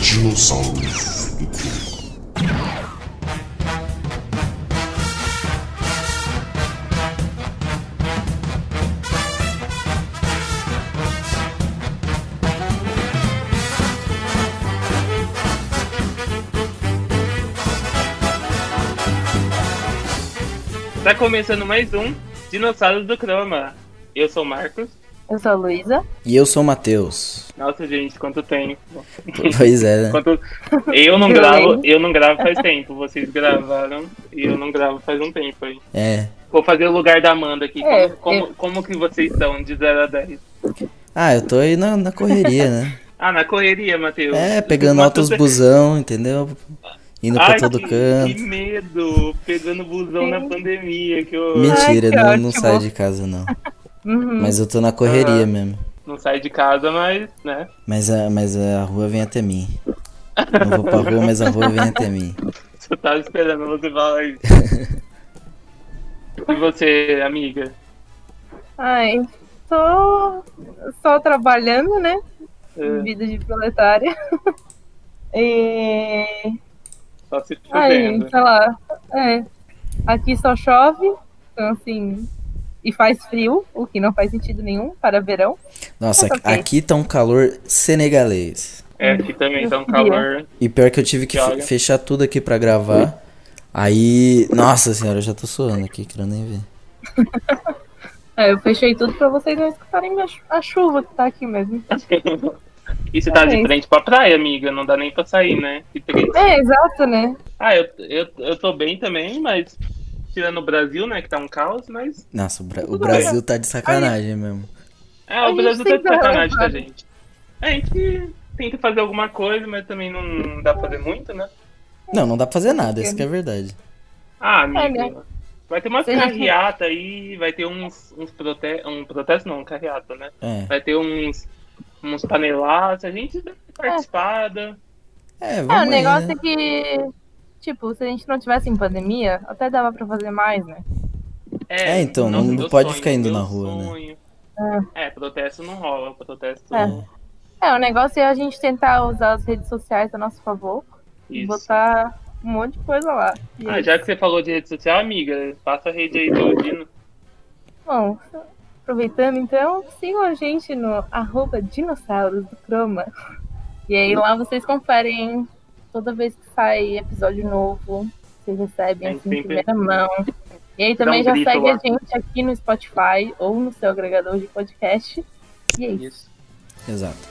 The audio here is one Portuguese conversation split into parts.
Dinossauros do Clube. Tá começando mais um Dinossauros do Croma. Eu sou o Marcos. Eu sou a Luísa. E eu sou o Matheus. Nossa, gente, quanto tempo. Pois é, né? Quanto... Eu não Eu gravo, lembro. eu não gravo faz tempo. Vocês gravaram e eu não gravo faz um tempo aí. É. Vou fazer o lugar da Amanda aqui. É, Como, como, como que vocês estão de 0 a 10? Ah, eu tô aí na, na correria, né? Ah, na correria, Matheus. É, pegando Mas altos você- busão, entendeu? Indo pra Ai, todo que, que canto. medo. Pegando busão É. na pandemia. Que eu Mentira, Ai, que não, não ótimo. saio de casa, não. Uhum. Mas eu tô na correria Ah. mesmo. não saio de casa, mas, né? Mas a, mas a rua vem até mim. Não vou pra rua, mas a rua vem até mim. Eu tava esperando você falar isso. e você, amiga? Ai, tô só trabalhando, né? É. Vida de proletária. E... Só se Aí, então. fudendo. sei lá. É. Aqui só chove, então assim. E faz frio, o que não faz sentido nenhum para verão. Nossa, Mas ok. aqui tá um calor senegalês. É, aqui também tá um calor. E pior que eu tive que Que fe- olha. fechar tudo aqui pra gravar. Aí. Nossa senhora, eu já tô suando aqui, que eu nem ver. É, eu fechei tudo pra vocês não escutarem minha chu- a chuva que tá aqui mesmo. E você tá de Também. frente pra praia, amiga. Não dá nem pra sair, né? Que triste. É, exato, né? Ah, eu, eu, eu tô bem também, mas. Tirando o Brasil, né? Que tá um caos, mas. Nossa, o, Bra- o Tudo Brasil tá de sacanagem mesmo. É, A o gente Brasil tá de tenta sacanagem com a levar. gente. É, A gente tenta fazer alguma coisa, mas também não dá pra fazer muito, né? Não, não dá pra fazer nada, isso que é verdade. Ah, amigo. É, né? Vai ter umas Você já- carreata aí, vai ter uns, uns prote... um protesto, não, carreata, né? É. Vai ter uns, uns panelaços, a gente dá uma participada. É, vamos É, o aí, negócio né? é que. Tipo, se a gente não tivesse em pandemia, até dava pra fazer mais, né? É, então, não- meu não pode sonho, ficar indo meu na rua, né? sonho. É, protesto não rola, protesto. É. É, o negócio é a gente tentar usar as redes sociais a nosso favor e Isso. botar um monte de coisa lá. E Ah, aí, já que você falou de rede social, amiga, passa a rede aí do Dino. Bom, aproveitando então, sigam a gente no arroba dinossauros do Croma. E aí lá vocês conferem toda vez que sai episódio novo, vocês recebem É, assim sempre- em primeira mão. E aí também um já grito segue lá. a gente aqui no Spotify ou no seu agregador de podcast. E é isso. Isso. Exato.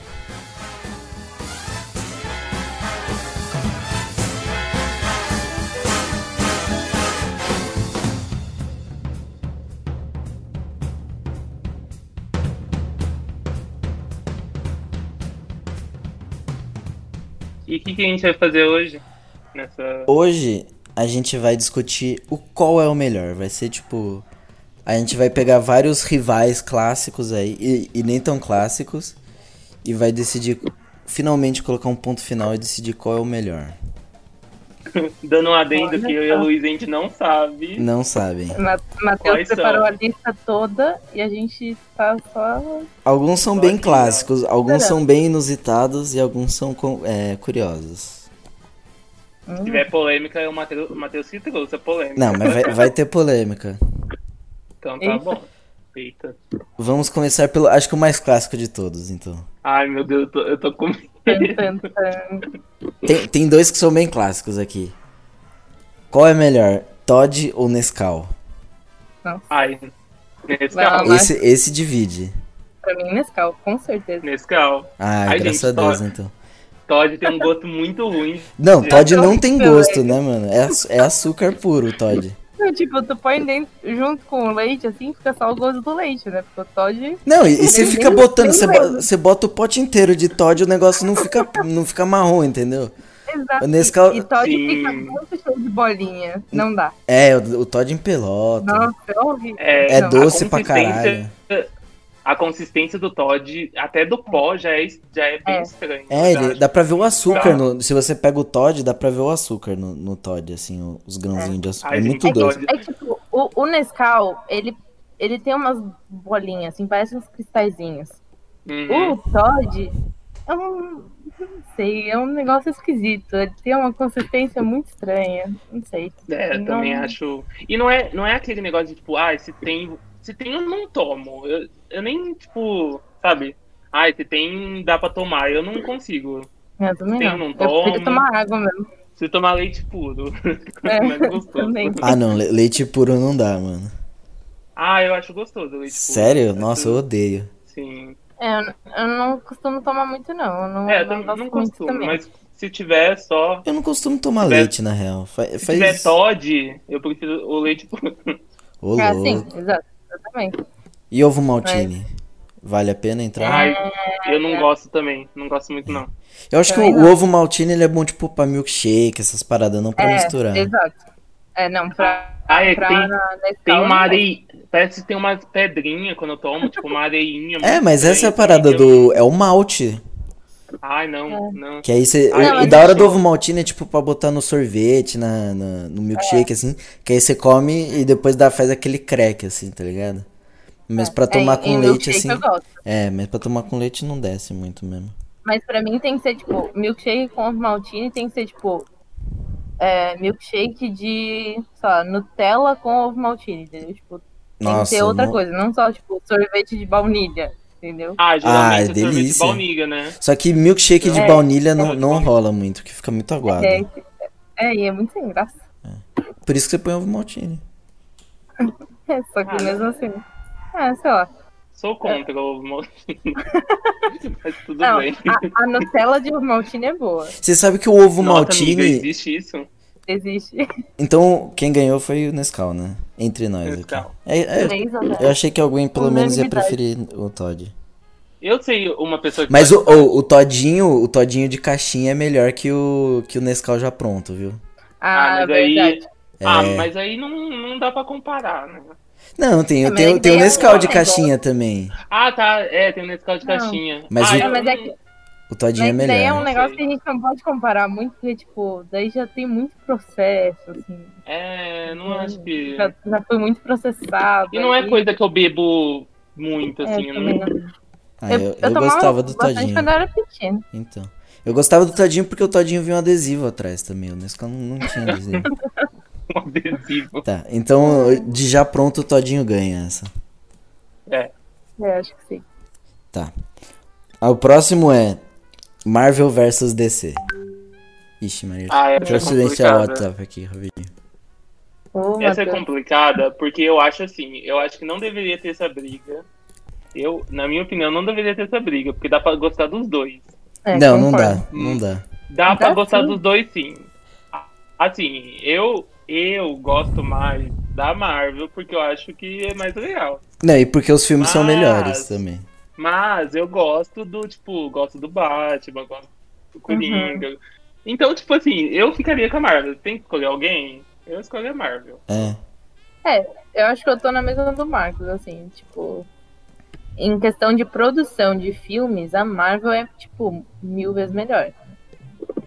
E o que, que a gente vai fazer hoje? Nessa. Hoje a gente vai discutir o qual é o melhor. Vai ser tipo. A gente vai pegar vários rivais clássicos aí, e, e nem tão clássicos, e vai decidir, finalmente colocar um ponto final e decidir qual é o melhor. Dando um adendo Olha que eu e a só. Luísa a gente não sabe. Não sabem. Ma- Quais Matheus são? preparou a lista toda e a gente tá só. Alguns são Só bem que- clássicos, alguns Será? são bem inusitados e alguns são com- é, curiosos. Se Hum. tiver polêmica, o Matheus o Matheus que trouxe a polêmica. Não, mas vai, vai ter polêmica. Então tá Eita. bom. Eita. Vamos começar pelo. Acho que o mais clássico de todos, então. Ai, meu Deus, eu tô, eu tô com medo. Tan, tan, tan. Tem, tem dois que são bem clássicos aqui. Qual é melhor, Todd ou Nescau? Ai, Nescau. Vai lá. Esse, esse divide. Pra mim, Nescau, com certeza. Nescau. Ah, Ai, graças gente, a Deus, Todd. então. Todd tem um gosto muito ruim. Não, Já Todd tô não tem horrível, gosto, né, mano? É, aç- é açúcar puro, Todd. Não, tipo, tu põe dentro, junto com o leite, assim, fica só o gosto do leite, né? Porque o Todd. Não, e, e você Nem- fica Uhum. nem- botando, nem você, bo- lembro. você bota o pote inteiro de Todd, o negócio não fica, não fica marrom, entendeu? Exato. O Nescau- E Todd Sim. fica muito cheio de bolinha. Não dá. É, o, o Todd em pelota. Nossa, é horrível. É, É Não. doce pra consistência- é caralho. A consistência do Todd, até do pó, já é, já é bem É. estranho. É, eu ele, acho. dá pra ver o açúcar. Tá. no- se você pega o Todd, dá pra ver o açúcar no, no Todd, assim, o- os grãozinhos de açúcar. Ai, é gente, muito o doce. Todd- É tipo, o, o Nescau, ele, ele tem umas bolinhas, assim, parece uns cristalzinhos. Uhum. O Todd é um Não sei, é um negócio esquisito. Ele tem uma consistência muito estranha. Não sei. É, eu Não- também acho. E não é, não é aquele negócio de tipo, ai, se tem. Se tem, eu não tomo. Eu, eu nem, tipo, sabe? Ai, se tem, dá pra tomar. Eu não consigo. Eu também Tem, um não não. Eu toma. prefiro tomar água mesmo. Se tomar leite puro, fica É, mais gostoso. também. Ah, não, le- leite puro não dá, mano. Ah, eu acho gostoso o leite puro. Sério? Nossa, eu odeio. Sim. É, eu, eu não costumo tomar muito, não. Eu não, É, eu não também gosto não muito costumo, também. mas se tiver só. Eu não costumo tomar tiver- leite, na real. Fa- Se faz. tiver Todd, eu prefiro o leite puro. Ô, Ah, louco. sim, exato. Eu também. E ovo maltine? Vale a pena entrar? Ai, É. eu não gosto também. Não gosto muito, não. Eu acho que também o não. ovo maltine ele é bom, tipo, pra milkshake, essas paradas, não pra é, misturar. exato. É, não, pra, Ah, é, pra tem- na, na Tem escola, uma não. areia. Parece que tem uma pedrinha quando eu tomo, tipo uma areinha. É, muito mas essa é a estranha, parada que eu- do. É o malte. Ai, É. não, não. Que aí você. Ah, o- não, o mas da hora deixa do eu- ovo maltine é tipo pra botar no sorvete, na, na- É. no milkshake, assim. Que aí você come e depois dá, faz aquele crack, assim, tá ligado? Mas pra tomar É, com em leite, milkshake assim. Eu gosto. É, mas pra tomar com leite não desce muito mesmo. Mas pra mim tem que ser, tipo, milkshake com ovo maltine tem que ser, tipo, é, milkshake de, sei lá, Nutella com ovo maltine, entendeu? Tipo, tem Nossa. que ser outra não- coisa, não só, tipo, sorvete de baunilha, entendeu? Ah, Ah, é geralmente é sorvete de delícia. baunilha, né? Só que milkshake de É, baunilha não, sorvete de não baunilha. rola muito, que fica muito aguado. É, é, e é muito sem graça. Por isso que você põe ovo maltine. É, só que Ah, mesmo assim. É, sei lá. Sou contra o maltinho. Mas tudo Não, bem. a, a Nutella de ovo maltine é boa. Você sabe que o ovo Nossa, amiga, maltine. existe isso? Existe. Então, quem ganhou foi o Nescau, né? Entre nós Nescau. aqui. É, é, Três até. eu achei que alguém pelo menos ia né? Unanimidade. preferir o Todd. Eu sei uma pessoa que. Mas o, o, o Todinho, o Todinho de caixinha é melhor que o, que o Nescau já pronto, viu? Ah, mas aí- verdade. Ah, É. mas aí não, não dá pra comparar, né? Não, tem, É, mas tem, ele tem o ganhou Nescau um de negócio. caixinha também. Ah, tá. É, tem o Nescau de Não. caixinha. Mas ah, o- eu É, mas é não- que O Todinho é Mas daí é um melhor. negócio Sei. que a gente não pode comparar muito, porque, tipo, daí já tem muito processo, assim. É, não acho que. Já, já foi muito processado. E não é aí- coisa que eu bebo muito, É, assim. eu também não... não. Ah, eu, eu tomava gostava do bastante Todinho. quando eu era pequeno. Então. Eu gostava do Todinho porque o Todinho vinha um adesivo atrás também. O Nescau não, não tinha adesivo. Um adesivo. tá, então de já pronto o Todinho ganha essa. É, acho que sim. Ah, o próximo é Marvel vs DC. Ixi, Maria. Ah, é, Deixa eu é silenciar o complicada. WhatsApp aqui, rapidinho. Ô, Essa é Matheus. complicada porque eu acho assim, eu acho que não deveria ter essa briga. Eu, na minha opinião, não deveria ter essa briga, porque dá pra gostar dos dois. É, não, não concordo. dá, não dá. Dá Dá pra gostar sim. dos dois sim. Assim, eu eu gosto mais da Marvel porque eu acho que é mais legal. Não, e porque os filmes são Mas- melhores também. Mas eu gosto do, tipo, gosto do Batman, gosto Uhum. do Coringa. Então, tipo assim, eu ficaria com a Marvel. Tem que escolher alguém? Eu escolho a Marvel. É. Eu acho que eu tô na mesma do Marcos, assim, tipo. Em questão de produção de filmes, a Marvel é, tipo, mil vezes melhor.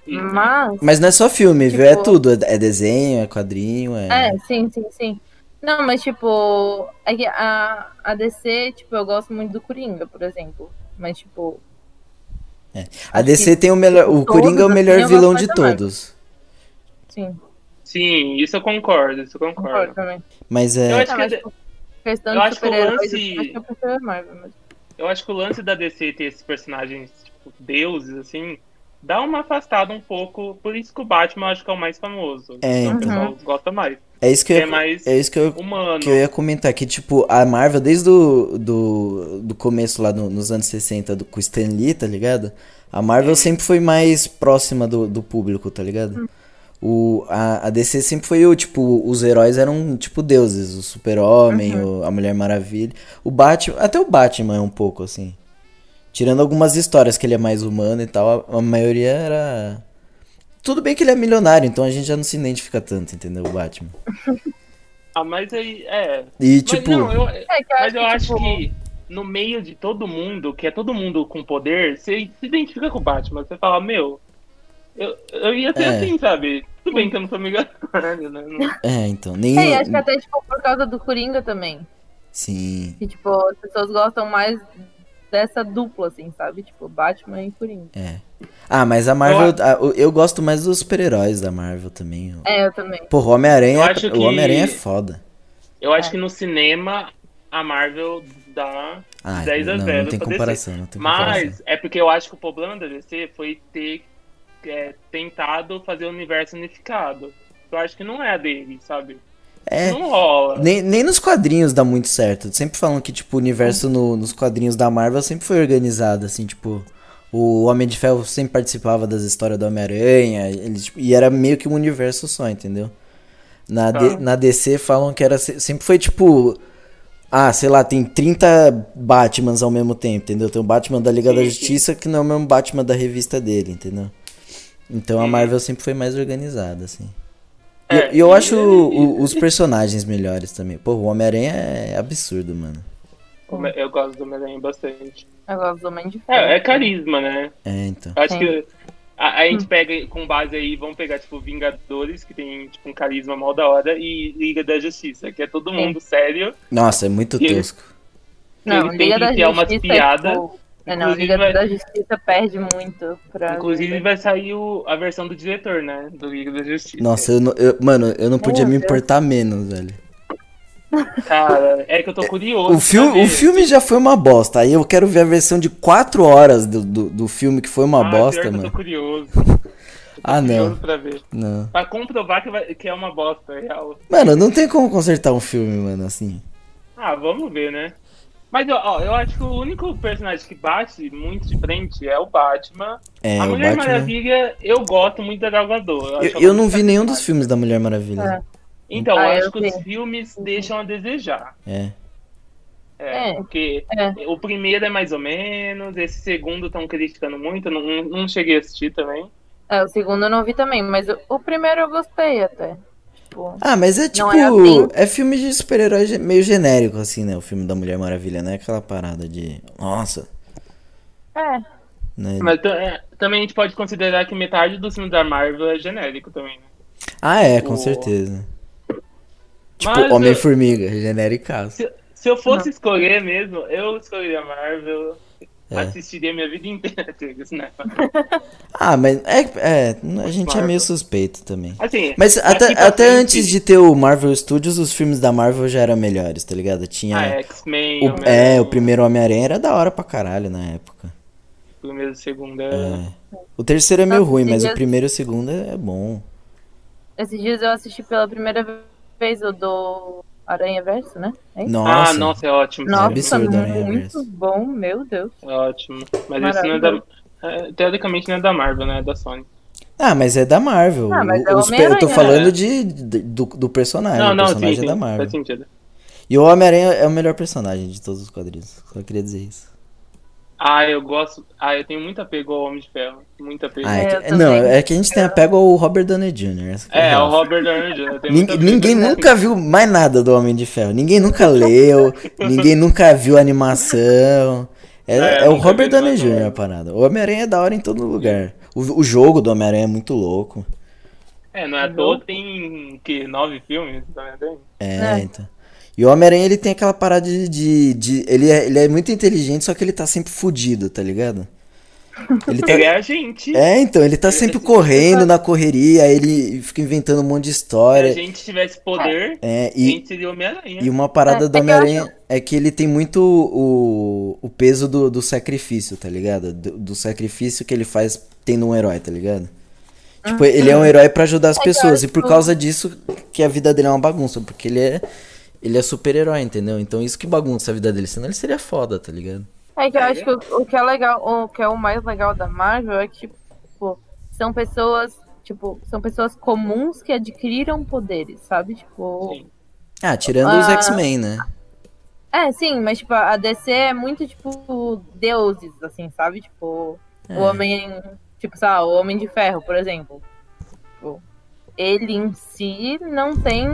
Uhum. Hum. Mas. Mas não é só filme, Tipo- viu? É tudo. É é desenho, é quadrinho, é. É, sim, sim, sim. Não, mas tipo, é que a, a DC, tipo, eu gosto muito do Coringa, por exemplo. Mas, tipo, a DC tem o melhor. O todos, Coringa é o assim, melhor eu gosto vilão mais de da Marvel. todos. sim, Sim, isso eu concordo, isso eu concordo concordo. também. Mas Eu é. acho Não, que mas, a- tipo, questão eu de acho que o super-heróis, lance- eu acho que eu prefiro a Marvel. Mas... Eu acho que o lance da DC ter esses personagens, tipo, deuses, assim, dá uma afastada um pouco. Por isso que o Batman eu acho que é o mais famoso. É, Então, o então. pessoal gosta mais. É isso que eu É ia, mais é isso que eu, humano. que eu ia comentar. Que, tipo, a Marvel, desde o do, do começo lá no- nos anos 60, do, com o Stan Lee, tá ligado? A Marvel sempre foi mais próxima do, do público, tá ligado? O, a, a DC sempre foi o, tipo, os heróis eram, tipo, deuses. O Super-Homem, o- a Mulher Maravilha. O Batman, até o Batman é um pouco, assim. Tirando algumas histórias que ele é mais humano e tal, a, a maioria era... Tudo bem que ele é milionário, então a gente já não se identifica tanto, entendeu? O Batman. Ah, mas aí, é. E, Mas tipo... não, eu, É que eu mas eu acho tipo, que no meio de todo mundo, que é todo mundo com poder, você se identifica com o Batman. Você fala, meu, eu, eu ia ser É. assim, sabe? Tudo bem que eu não sou milionário, né? Não- É, então, nem. É, e acho que até, tipo, por causa do Coringa também. Sim. Que, tipo, as pessoas gostam mais dessa dupla, assim, sabe? Tipo, Batman e Coringa. Ah, mas a Marvel. a- o- eu gosto mais dos super-heróis da Marvel também. É, eu também. Porra, o Homem-Aranha. Eu acho que- O Homem-Aranha é foda. Eu acho É. que no cinema a Marvel dá Ah, 10 a não, 0 não tem pra comparação, não tem Mas comparação. é porque eu acho que o problema da DC foi ter é, tentado fazer o universo unificado. Eu acho que não é a dele, sabe? É. Não rola. Nem, nem nos quadrinhos dá muito certo. Sempre falam que, tipo, o universo no- nos quadrinhos da Marvel sempre foi organizado, assim, tipo. O Homem de Ferro sempre participava das histórias do Homem-Aranha. ele, tipo, E era meio que um universo só, entendeu? Na, D- Tá. na DC falam que era. se- Sempre foi tipo. Ah, sei lá, tem 30 Batmans ao mesmo tempo, entendeu? Tem o Batman da Liga da Sim, sim. Justiça que não é o mesmo Batman da revista dele, entendeu? Então a Uhum. Marvel sempre foi mais organizada, assim. E É, e eu e- acho o- os personagens melhores também. Pô, o Homem-Aranha é absurdo, mano. Eu gosto do Homem-Aranha bastante. Eu gosto do Homem de Ferro. É, é carisma, né? É, então. Eu acho Sim. Hum. que a, a gente pega com base aí, vamos pegar, tipo, Vingadores, que tem, tipo, um carisma mal da hora, e Liga da Justiça, que é todo mundo sério. Nossa, é muito E ele- tosco. Não, Ele tem Liga que da enfiar umas Justiça. piadas. tipo, é, não, Inclusive, Liga vai- da Justiça perde muito pra. Inclusive vai sair o- a versão do diretor, né? Do Liga da Justiça. Nossa, eu não- eu- mano, eu não podia Meu me é. Deus. importar menos, velho. Cara, é que eu tô curioso. O filme, pra o ver. filme já foi uma bosta. Aí eu quero ver a versão de 4 horas do, do, do filme que foi é uma Ah, pior que bosta, Eu mano. tô curioso. Ah, Curioso não. pra ver. Não. Pra comprovar que, vai- que é uma bosta, é real. Mano, não tem como consertar um filme, mano, assim. Ah, vamos ver, né? Mas, ó, ó, eu acho que o único personagem que bate muito de frente é o Batman. É, a o Mulher Batman. Maravilha, eu gosto muito da Gal Gadot. acho tá Eu, ela eu não muito vi nenhum dos carismática. filmes da Mulher Maravilha. Então, eu Ah, eu acho que os vi. Uhum. filmes deixam a desejar. É. É, É, porque é. o primeiro é mais ou menos, esse segundo estão criticando muito, eu não, não cheguei a assistir também. É, o segundo eu não vi também, mas o, o primeiro eu gostei até. Tipo, Ah, mas é tipo. Não é assim. É filme de super-herói ge- meio genérico, assim, né? O filme da Mulher Maravilha, não é aquela parada de. Nossa. é, Né? Mas ta- é, também a gente pode considerar que metade dos filmes da Marvel é genérico também, né? Ah, é, com o- certeza. Tipo, Mas eu- Homem-Formiga, genéricaço. Se, se eu fosse escolher mesmo, eu escolheria Marvel, É. assistiria minha vida inteira deles, né? Ah, mas é, é, a gente é meio Marvel. suspeito também. Assim, Mas até, daqui pra até frente- antes de ter o Marvel Studios, os filmes da Marvel já eram melhores, tá ligado? Tinha. Ah, X-Men, o, Homem-Aranha, é, o primeiro Homem-Aranha era da hora pra caralho na época. primeiro, segundo. é. O terceiro é meio Nossa, ruim, mas o esses dias- primeiro e o segundo é bom. esses dias eu assisti pela primeira vez o do Aranha Verso, né? É isso? Nossa. Ah, nossa, é ótimo. Nossa, absurdo, Aranha muito Verso. bom, meu Deus. É ótimo. Mas isso não é da. é, Teoricamente não é da Marvel, né? É da Sony. Ah, mas é da Marvel. Ah, mas O- é o os pe- eu tô Homem-Aranha, falando né? de, de- do, do personagem. não, o não, personagem sim, sim. é da Marvel. Faz sentido. E o Homem-Aranha é o melhor personagem de todos os quadrinhos. Só queria dizer isso. Ah, eu gosto. Ah, eu tenho muito apego ao Homem de Ferro. Muito apego. Ah, é, é eu que- também. não, é que a gente tem apego ao Robert Downey Jr. essa que é a É, o real. Robert Downey Jr. eu tenho Nin- muito apego. Ninguém nunca viu mais nada do Homem de Ferro. Ninguém nunca leu, ninguém nunca viu a animação. É, É, é o nunca Robert vi Downey animação. Jr. a parada. O Homem-Aranha é da hora em todo lugar. O, o jogo do Homem-Aranha é muito louco. É, não é à toa, tem que nove filmes, tá vendo? É. É, então. E o Homem-Aranha, ele tem aquela parada de. de- de- ele, é, ele é muito inteligente, só que ele tá sempre fudido, tá ligado? Ele tá- Ele é a gente. É, então, ele tá sempre correndo na correria, aí ele fica inventando um monte de Se a história. gente tivesse poder, É, a e, gente seria Homem-Aranha. e uma parada É, do é que eu Homem-Aranha é que ele tem muito o, o peso do, do sacrifício, tá ligado? Do, do sacrifício que ele faz tendo um herói, tá ligado? Tipo, ele é um herói pra ajudar as Ah, que eu pessoas, acho e por que- causa disso que a vida dele é uma bagunça, porque ele é, ele é super-herói, entendeu? Então isso que bagunça a vida dele, senão ele seria foda, tá ligado? É que eu acho que o, o que é legal, o que é o mais legal da Marvel é que, tipo, são pessoas, tipo, são pessoas comuns que adquiriram poderes, sabe? Tipo. Sim. Ah, tirando os Ah. X-Men, né? É, sim, mas tipo, a DC é muito, tipo, deuses, assim, sabe? Tipo, É. o homem. Tipo, sei lá, o Homem de Ferro, por exemplo. Tipo, ele em si não tem.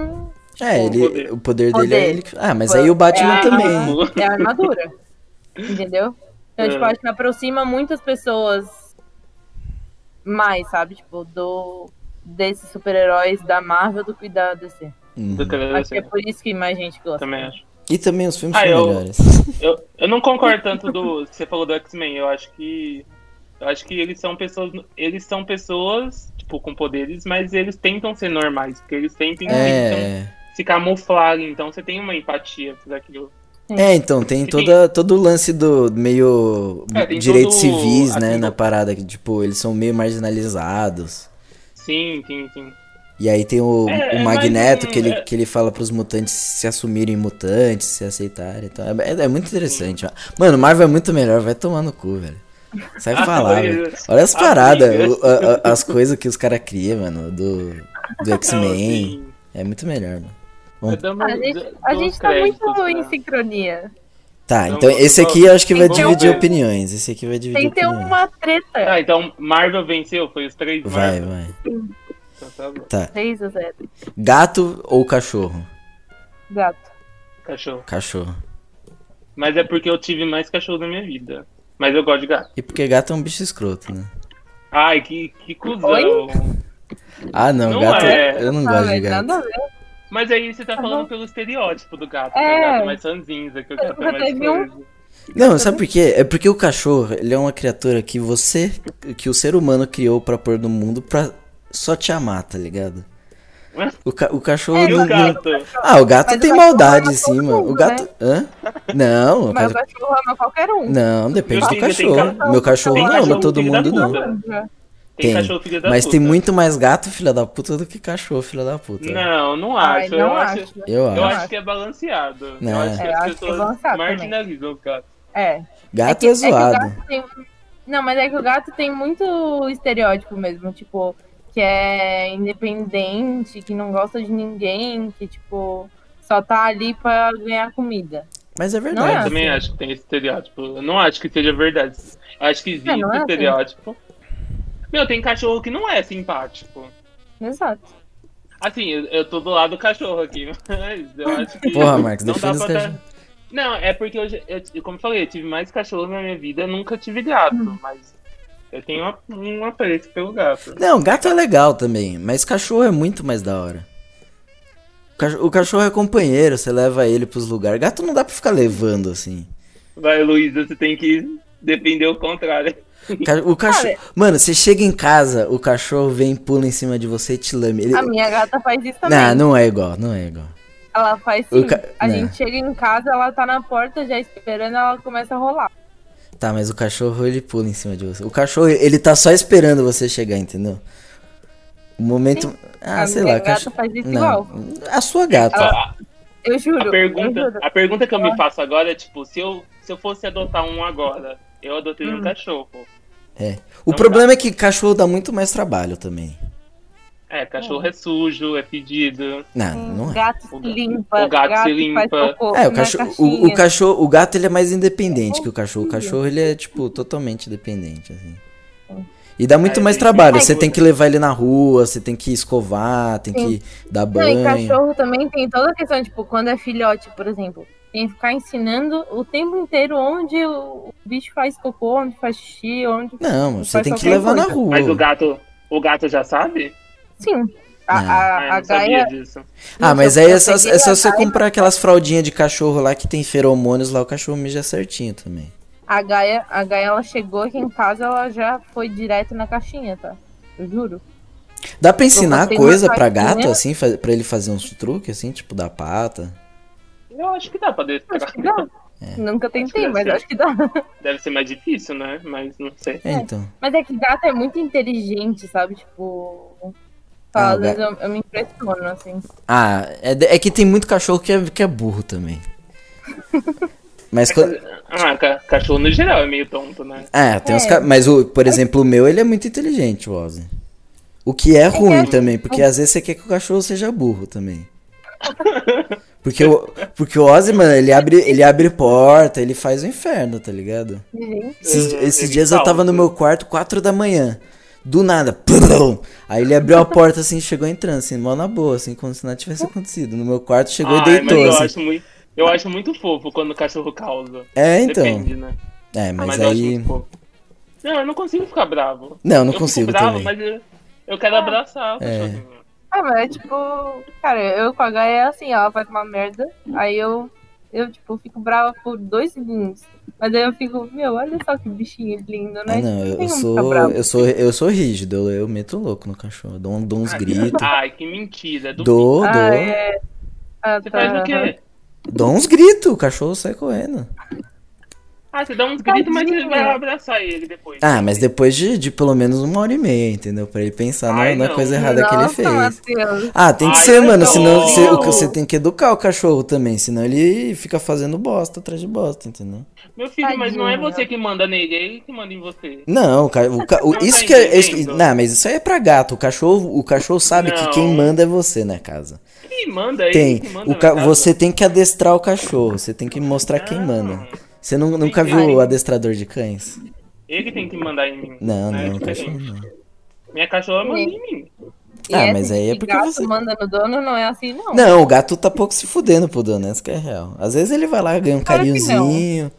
É, Tipo, ele, poder. o poder dele é Poder. ele. que- Ah, mas aí o Batman É. também. É a armadura. entendeu? Então, É. tipo, acho que aproxima muitas pessoas mais, sabe? Tipo, do. Desses super-heróis da Marvel do que da DC. Hum. Do que eu Acho que é sei, por isso que mais gente gosta. Também acho. E também os filmes Ah, são eu- melhores. Eu, eu não concordo tanto do. Você falou do X-Men, eu acho que. Eu acho que eles são pessoas. Eles são pessoas, tipo, com poderes, mas eles tentam ser normais. Porque eles sempre tentam É, se camuflar. Então você tem uma empatia por aquilo. é então, tem toda, todo o lance do meio É, tem todo direitos civis, né, aquilo. na parada, que, tipo, eles são meio marginalizados. Sim, sim, sim. E aí tem o, É, o é mais Magneto, um- que, ele, é. que ele fala pros mutantes se assumirem mutantes, se aceitarem e tal. É, é muito interessante. ó. Mano, Marvel é muito melhor, vai tomar no cu, velho. Sai É falar, velho. Olha as Amiga. paradas, o- a- a- as coisas que os caras criam, mano, do, do X-Men. Não, assim, É muito melhor, mano. eu dou A mais- gente, dou a gente tá créditos né? muito pra- em sincronia. Tá, Não, então não, esse não. aqui eu acho que vai Tem que ter dividir um- opiniões. Esse aqui vai dividir Tem que ter opiniões. uma treta. Ah, então Marvel venceu? Foi os três Vai, Marvel. vai. Então tá bom. 3 a 0. Gato ou cachorro? Gato. Cachorro. Cachorro. Mas é porque eu tive mais cachorro na minha vida. Mas eu gosto de gato. E porque gato é um bicho escroto, né? Ai, que, que cuzão. Oi? Ah, não, Não gato. é. Eu não Ah, gosto de mas gato. nada a ver. Mas aí você tá Tá falando bom. pelo estereótipo do gato. É. Que o gato é mais ranzinza, que o gato é Eu mais teve um- coisa. Não, sabe por quê? É porque o cachorro, ele é uma criatura que você, que o ser humano criou pra pôr no mundo pra só te amar, tá ligado? O, ca- o cachorro. É, E o não- gato? Ah, o gato Mas o tem cachorro maldade, ama sim, todo mano. O mundo, né? gato. Hã? Não, o Mas o cara... cachorro ama qualquer um. não, depende Eu do tenho- tem cachorro. cachorro- Meu cachorro tem não ama cachorro todo filho da mundo, não. puta. Tem, Tem, cachorro filha da Mas puta. tem muito mais gato, filha da puta, do que cachorro, filha da puta. Não, não Ai, acho. Ah, eu não acho, acho. Eu acho. Né? Eu acho. acho que é balanceado. Não, Eu acho que é. Eu acho as que é pessoas balanceado também. marginalizam os gatos. É. Gato é, que- que o zoado. gato tem- Não, mas é que o gato tem muito estereótipo mesmo, tipo, que é independente, que não gosta de ninguém, que, tipo, só tá ali pra ganhar comida. Mas é Não é Eu verdade. também assim. acho que tem esse estereótipo. Eu não acho que seja verdade. Eu acho que existe É, não é assim. estereótipo. Meu, tem cachorro que não é simpático. Exato. Assim, eu, eu tô do lado do cachorro aqui, mas eu acho que. Porra, Marcos, não dá defende os pra dar- cachorros. Não, é porque eu, já- eu- eu- como eu falei, eu tive mais cachorro na minha vida, eu nunca tive gato, Hum. mas eu tenho uma, um apreço pelo gato. Não, gato é legal também, mas cachorro é muito mais da hora. O cach- O cachorro é companheiro, você leva ele pros lugares. Gato não dá pra ficar levando assim. Vai, Luísa, você tem que defender o contrário. Ca- O é cachorro. Mano, você chega em casa, o cachorro vem, pula em cima de você e te lame. Ele... A minha gata faz isso Ah, também. Não, não é igual, não é igual. Ela faz O sim. ca- A né. gente chega em casa, ela tá na porta já esperando, ela começa a rolar. Tá, mas o cachorro ele pula em cima de você. O cachorro, ele tá só esperando você chegar, entendeu? O momento. Ah, a sei minha lá, gata cachorro. faz isso é igual. Não. A sua gata. A, Eu juro. a eu pergunta, tá- juro. Ah. a pergunta que eu me faço agora é, tipo, se eu, se eu fosse adotar um agora, eu adotei Hum. um cachorro. O Não problema é que cachorro dá muito mais trabalho também. É, Hum. cachorro é sujo, é fedido. Não, não é. Gato se O ga- limpa. o gato se Faz limpa. cocô É, o na cachorro, o, o caixinha. cachorro, o gato ele é mais independente que o cachorro. O cachorro ele é tipo totalmente dependente assim. E dá muito É, mais ele- trabalho. Ai, Você tem que levar ele na rua, você tem que escovar, tem Sim. que dar Não, e banho. cachorro também tem toda a questão, tipo, quando é filhote, por exemplo, tem que ficar ensinando o tempo inteiro onde o o bicho faz cocô, onde faz xixi, onde. Não, mano, você Faz tem que qualquer levar na coisa. rua. Mas o gato, o gato já sabe? Sim. A, Não. a, Ah, eu a não sabia Gaia. disso. Ah, Gente, mas eu- aí eu é só, peguei é só a você Gaia- comprar aquelas fraldinhas de cachorro lá que tem feromônios lá, o cachorro mija certinho também. A Gaia, a Gaia, ela chegou aqui em casa, ela já foi direto na caixinha, tá? Eu juro. Dá pra ensinar botei coisa uma pra gato, caixinha. assim, fa- pra ele fazer uns truques, assim, tipo dar pata? Eu acho que dá pra Acho adestrar. que dá. É. Nunca tentei, deve mas ser. acho que dá. Deve ser mais difícil, né? Mas não sei. É, então. Mas é que gato é muito inteligente, sabe? Tipo. Ah, Às o vezes eu, eu me impressiono, assim. Ah, é, de- é que tem muito cachorro que é, que é burro também. Mas. quando- Ah, ca- cachorro no geral é meio tonto, né? É, tem uns É. ca- Mas, o, por exemplo, o meu, ele é muito inteligente, o Ozzy. O que é ruim acho- também, porque às vezes você quer que o cachorro seja burro também. Porque o, porque o Ozzy, mano, ele abre, ele abre porta, ele faz o inferno, tá ligado? Gente, Esses, É, esses ele dias eu tava salta. no meu quarto, 4 da manhã. Do nada. plum. Aí ele abriu a porta assim, chegou entrando, assim, mó na boa, assim, como se nada tivesse acontecido. No meu quarto chegou e Ai, mas deitou, eu assim. acho muito. Eu acho muito fofo quando o cachorro causa. É, então. Depende, né? É, mas, mas eu acho aí. muito fofo. Não, eu não consigo ficar bravo. Não, não eu consigo fico bravo, também. mas eu, eu quero abraçar o É. cachorrinho. Ah, mas é tipo, cara, eu com a Gaia é assim, ela faz uma merda, aí eu, Eu, tipo, fico brava por dois segundos. Mas aí eu fico, meu, olha só que bichinho lindo, né? Ah, não, Tipo, eu, tem eu um como sou, ficar bravo. eu sou eu sou rígido, eu, eu meto louco no cachorro, dou, um, dou Ah, é, uns gritos, Ai, que mentira. Do... dou, dou, Ah, é. Ah, Você tá. faz o quê? dou uns gritos, o cachorro sai correndo. Ah, você dá uns gritos, mas você Tadinho. vai abraçar ele depois. Ah, mas depois de, de pelo menos uma hora e meia, entendeu? Pra ele pensar na- Ai, na, não. coisa errada que ele Nossa, fez. Matheus. Ah, tem que Ai, ser, mano, não. é senão você, o- você tem que educar o cachorro também, senão ele fica fazendo bosta atrás de bosta, entendeu? Meu filho, mas não é Tadinho. você que manda nele, é ele que manda em você. Não, o, ca- o, ca- o- Não tá isso que é, isso- entendendo. não, mas isso aí é pra gato. O cachorro, o cachorro sabe que Não. quem manda é você na casa. Quem manda é Tem. ele que manda O na ca- casa. Você tem que adestrar o cachorro. Você tem que mostrar quem Não. manda. Você nu- nunca viu Ai. o adestrador de cães? Ele tem que mandar em mim. Não, tá né? não, o Diferente. cachorro não. Minha cachorra manda em mim. E Ah, essa mas de aí é que porque gato você- manda no dono não é assim, não. Não, o gato tá pouco se fudendo pro dono, essa que é real. Às vezes ele vai lá, ganha um Claro que não. carinhozinho.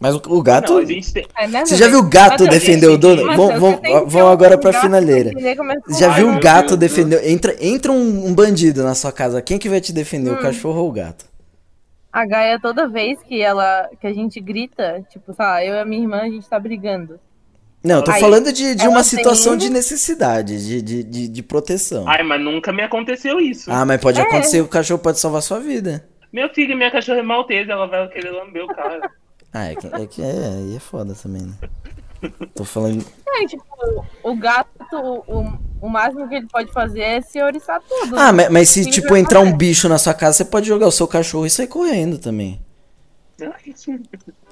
Mas o, o gato. Não, a gente tem... É, né, Você já viu o Matheus? gato Matheus, defender o gente, dono? Matheus, Vão- você tem Vão que ter vão um agora pra gato finaleira. pra entender como é que Já viu meu o gato Deus, defender. Entra, entra um, um bandido na sua casa. Quem que vai te defender? O cachorro ou o gato? A Gaia, toda vez que ela que a gente grita, tipo, sei lá, eu e a minha irmã, a gente tá brigando. Não, eu tô Aí, falando de, de ela uma tem- situação de necessidade, de, de, de, de proteção. Ai, mas nunca me aconteceu isso. Ah, mas pode É. acontecer, o cachorro pode salvar sua vida. Meu filho, minha cachorra é maltesa, ela vai querer lamber o cara. Ah, é que é, que, é, aí é foda também, né? Tô falando. É, tipo, o gato, o, o máximo que ele pode fazer é se oriçar tudo. né? Ah, mas, mas se, Sim, tipo, já entrar um acontece. bicho na sua casa, você pode jogar o seu cachorro e sair correndo também. Ai,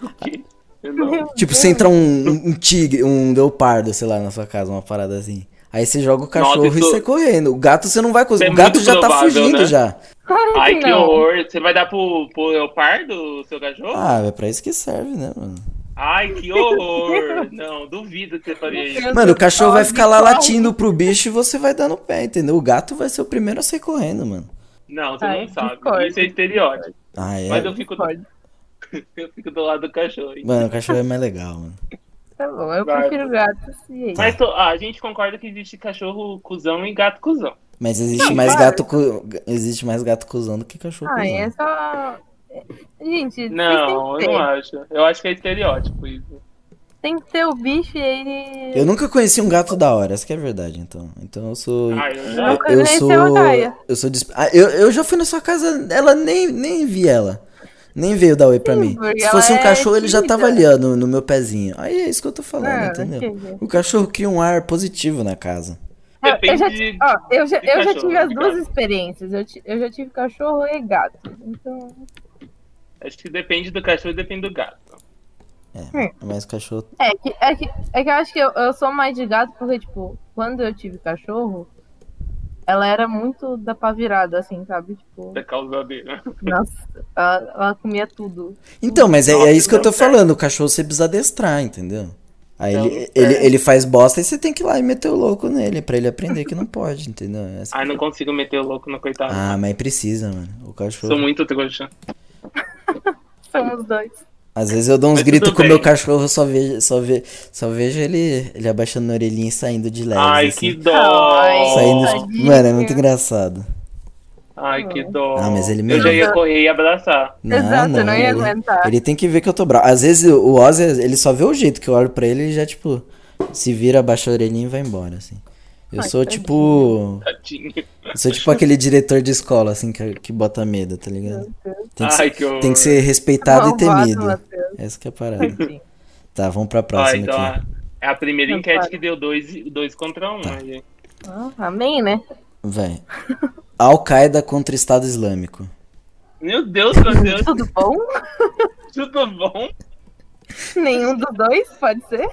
o quê? Eu não. Tipo, se entrar um, um- um tigre, um leopardo, sei lá, na sua casa, uma parada assim. Aí você joga o cachorro Nossa, isso- e sai correndo. O gato você não vai conseguir. É o gato muito já tá provável, fugindo né? já. Claro que Ai, que não. horror. Você vai dar pro, pro leopardo, seu cachorro? Ah, é pra isso que serve, né, mano? Ai, que horror. Não, duvido que você faria isso. Meu Mano, o Deus, cachorro vai que ficar lá horror. latindo pro bicho e você vai dar no pé, entendeu? O gato vai ser o primeiro a sair correndo, mano. Não, você Ai, não sabe. Ah, discordo. Isso é estereótipo. Ah, é. Mas eu fico, Pode. eu fico do lado do cachorro. hein? Mano, o cachorro é mais legal, mano. Tá bom, eu Vai. prefiro gatos e Tá. aí. Mas tô- ah, a gente concorda que existe cachorro cuzão e gato cuzão. Mas existe Não, mais claro. gato cu... existe mais gato cuzão do que cachorro Ah, cuzão. é só. Gente, Não, tem, eu que não ter. acho. Eu acho que é estereótipo isso. tem que ter o bicho e ele. Eu nunca conheci um gato da hora, essa que é a verdade, então. Então eu sou Ah, eu Eu- já. Nunca eu conheceu sou. a Gaia. Eu sou. disp- Ah, eu, eu já fui na sua casa, ela nem, nem vi ela. Nem veio dar oi pra mim. porque Se fosse um ela é cachorro, ele já tímida. tava ali, ó, no, no meu pezinho. Aí é isso que eu tô falando, Ah, entendeu? entendi. O cachorro cria um ar positivo na casa. Ah, eu já, Depende de- ó, eu já, de eu já cachorro, tive as de duas gato. experiências. Eu, ti- eu já tive cachorro e gato. Então, Acho que depende do cachorro e depende do gato. É, mas o cachorro. é que, é que, é que eu acho que eu, eu sou mais de gato porque, tipo, quando eu tive cachorro, ela era muito da pá virada, assim, sabe? Tipo, Da causadeira. nossa, ela, ela comia tudo. Então, mas é, é Nossa, isso que eu tô não serve. falando. O cachorro você precisa adestrar, entendeu? Aí Não, ele, não ele, ele faz bosta e você tem que ir lá e meter o louco nele pra ele aprender que não pode, entendeu? Essa- Ai, Ah, não consigo meter o louco no coitado. Ah, mas precisa, mano. O cachorro. Sou muito trouxa. Somos dois. Às vezes eu dou uns Mas gritos tudo com o meu bem. cachorro, só vejo, só ve- só vejo ele, ele abaixando a orelhinha e saindo de leve. Ai, assim. que dó. Ai, Saindo... Tadinho. Mano, é muito engraçado. Ai, que dó. Ah, mas ele Eu já merece. ia correr e abraçar. Não, Exato, eu não ia ele, aguentar. Ele tem que ver que eu tô bravo. Às vezes o Ozzy, ele só vê o jeito que eu olho pra ele e já, tipo, se vira, abaixa a orelhinha e vai embora, assim. Eu Ai, sou, tadinho. tipo. Tadinho. Eu sou, tipo, aquele diretor de escola, assim, que, que bota medo, tá ligado? Tem que, Ai, ser, que horror. tem que ser respeitado e Malvado, temido. Matheus. assim. Essa que é a parada. Sim. Tá, vamos pra Ai, próxima dó. aqui. Tá. É a primeira Não, enquete para. que deu dois, dois contra um. aí. Ah, amém, né? Véi. Al-Qaeda contra o Estado Islâmico. Meu Deus, meu Deus, Tudo bom? tudo bom? Nenhum dos dois, pode ser?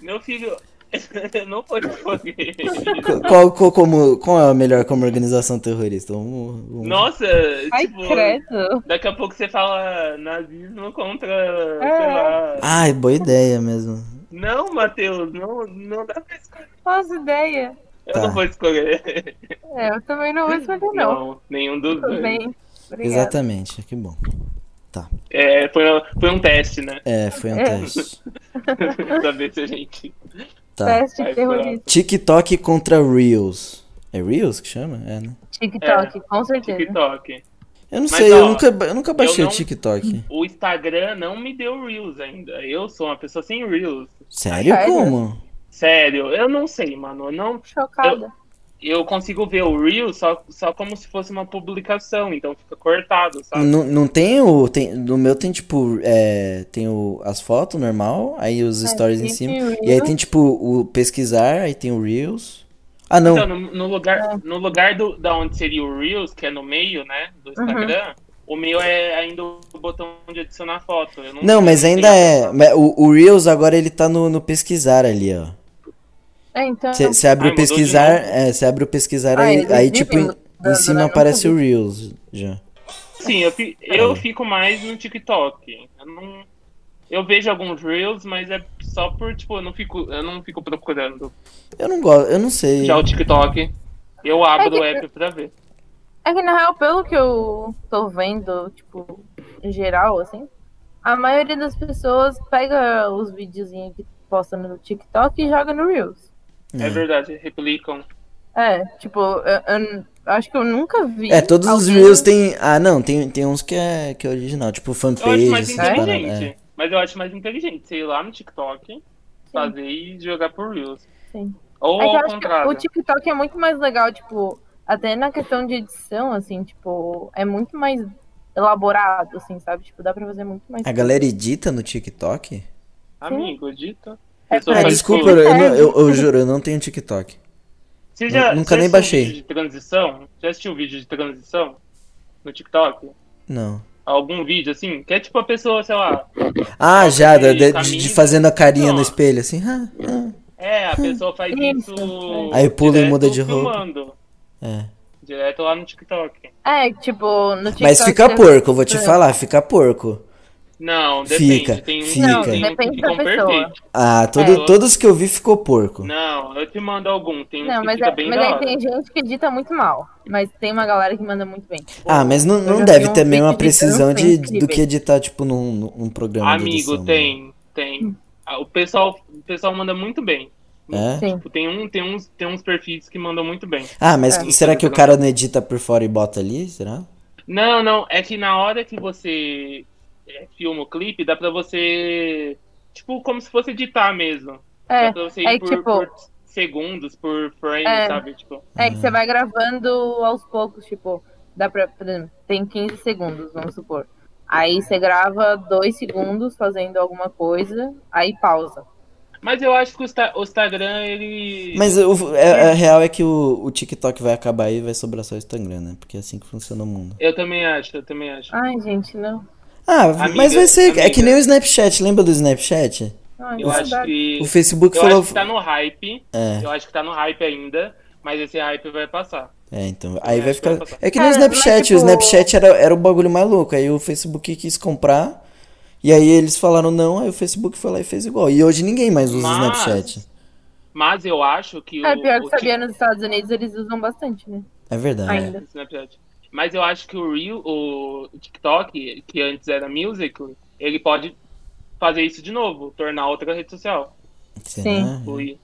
Meu filho, eu não pode correr. Qu- Qual, qual- como, qual é a melhor como organização terrorista? Vamos- vamos- Nossa, Ai, tipo, credo. daqui a pouco você fala nazismo contra, sei É. lá. Ai, boa ideia mesmo. Não, Matheus, não, não dá pra escolher. Faço ideia. Eu Tá. não vou escolher. É, eu também não vou escolher, não. nenhum dos Tudo dois. bem. Obrigada. Exatamente, que bom. É, foi, foi um teste, né? É, foi um É. teste. pra ver se a gente. Tá. Teste Vai, terrorista. TikTok contra Reels. É Reels que chama? É, né? TikTok, com certeza. TikTok. Eu não Mas, sei, eu ó, nunca, eu nunca baixei não- o TikTok. O Instagram não me deu Reels ainda. Eu sou uma pessoa sem Reels. Sério? Sério? Como? Sério, eu não sei, mano. Eu, não, Chocada. eu consigo ver o Reels só, só como se fosse uma publicação, então fica cortado, sabe? Não, não tem o. Tem, no meu tem tipo. é, tem o, as fotos normal, aí os stories em Esse cima. Reels, E aí tem tipo o pesquisar, aí tem o Reels. Ah, não. Então, no, no lugar, no lugar do, da onde seria o Reels, que é no meio, né, do Instagram, o meu é ainda o botão de adicionar foto. Eu não, Não, mas sei ainda se é. tem- mas O, o Reels agora ele tá no, no pesquisar ali, ó. É, então. Você Ah, Ai, abre mudou o de pesquisar, novo. é é, você abre o pesquisar Ah, aí, eles aí vivem tipo em, mudando, em cima né? aparece Nunca o Reels já. Sim, Assim, eu, fi- eu fico mais no TikTok. Eu não. Eu vejo alguns Reels, mas é só por, tipo, eu não fico, eu não fico procurando Eu não gosto, eu não sei. já o TikTok. Eu abro o É que- app pra ver. É que na real, pelo que eu tô vendo, tipo, em geral, assim, a maioria das pessoas pega os videozinhos que posta no TikTok e joga no Reels. É, verdade, replicam. É, tipo, eu, eu n- acho que eu nunca vi. É, todos os alguém- Reels tem. Ah, não, tem, tem uns que é, que é original, tipo Eu acho fanpage, mais essas paradas. inteligente. é. Mas eu acho mais inteligente você ir lá no TikTok, fazer e jogar por Reels. assim, Sim. Ou É que eu ao acho que o contrário. TikTok é muito mais legal, tipo, até na questão de edição, assim, tipo, é muito mais elaborado, assim, sabe? Tipo, dá pra fazer muito mais. A galera edita no TikTok? Amigo, dita. É Pessoa Ah, Mas, faz desculpa, tudo. eu, não- eu, eu juro, eu não tenho TikTok. Você já, nunca você nem assistiu um baixei. vídeo de transição? Já assistiu um vídeo de transição no TikTok? Não. Algum vídeo assim? Que é tipo a pessoa, sei lá, Ah, já, da- da- de, de Camisa. fazendo a carinha no Não. espelho, assim. ah, ah. É, a pessoa faz Isso. isso. Aí pula e direto muda de roupa. filmando, É. direto lá no TikTok. É, tipo, no TikTok. Mas fica você- porco, eu vou te É. falar, fica porco. Não, depende. Fica, tem um, fica. Não, Não, tem um depende que da ficam pessoa. perfeitos. Ah, todo, É. todos que eu vi ficou porco. Não, eu te mando algum. Tem um Não, que mas, fica é- bem mas da aí hora. tem gente que edita muito mal. Mas tem uma galera que manda muito bem. tipo, Ah, mas não, não já vi deve um ter a mesma vídeo de precisão dança de, incrível. do que editar, tipo, num, num programa de Amigo, edição, né? tem, tem. Ah, O pessoal, o pessoal manda muito bem. É? Sim. Tipo, Tem, um, tem, uns, tem uns perfis que mandam muito bem. Ah, mas É. será que o cara não edita por fora e bota ali? Será? Não, não, é que na hora que você é, filma o clipe, dá pra você. Tipo, como se fosse editar mesmo. É, Dá pra você ir é por, tipo- por segundos, por frame, É. sabe? Tipo, é que você vai gravando aos poucos, tipo, dá pra. Por exemplo, tem 15 segundos, vamos supor. Aí você grava dois segundos fazendo alguma coisa, aí pausa. Mas eu acho que o, Insta- o Instagram, ele. Mas o, é, a real é que o, o TikTok vai acabar e vai sobrar só o Instagram, né? Porque é assim que funciona o mundo. Eu também acho, eu também acho. Ai, gente, não. Ah, Amiga, mas vai ser. É amiga. que nem o Snapchat, lembra do Snapchat? Ai, eu acho saudade. que. O Facebook Eu falou. acho que tá no hype. É. Eu acho que tá no hype ainda. Mas esse hype vai passar. É, então. Aí acho vai que ficar. vai passar. É que nem o Cara, mas, Snapchat. O tipo- Snapchat era, era o bagulho mais louco. Aí o Facebook quis comprar. E aí eles falaram não. Aí o Facebook foi lá e fez igual. E hoje ninguém mais usa o Mas- Snapchat. Mas eu acho que. É o, pior que o sabia, nos Estados Unidos eles usam bastante, né? É verdade. Ainda. Tik- Snapchat. Mas eu acho que o Reel, o TikTok, que antes era Musical, ele pode fazer isso de novo, tornar outra rede social. Será? Sim. Foi.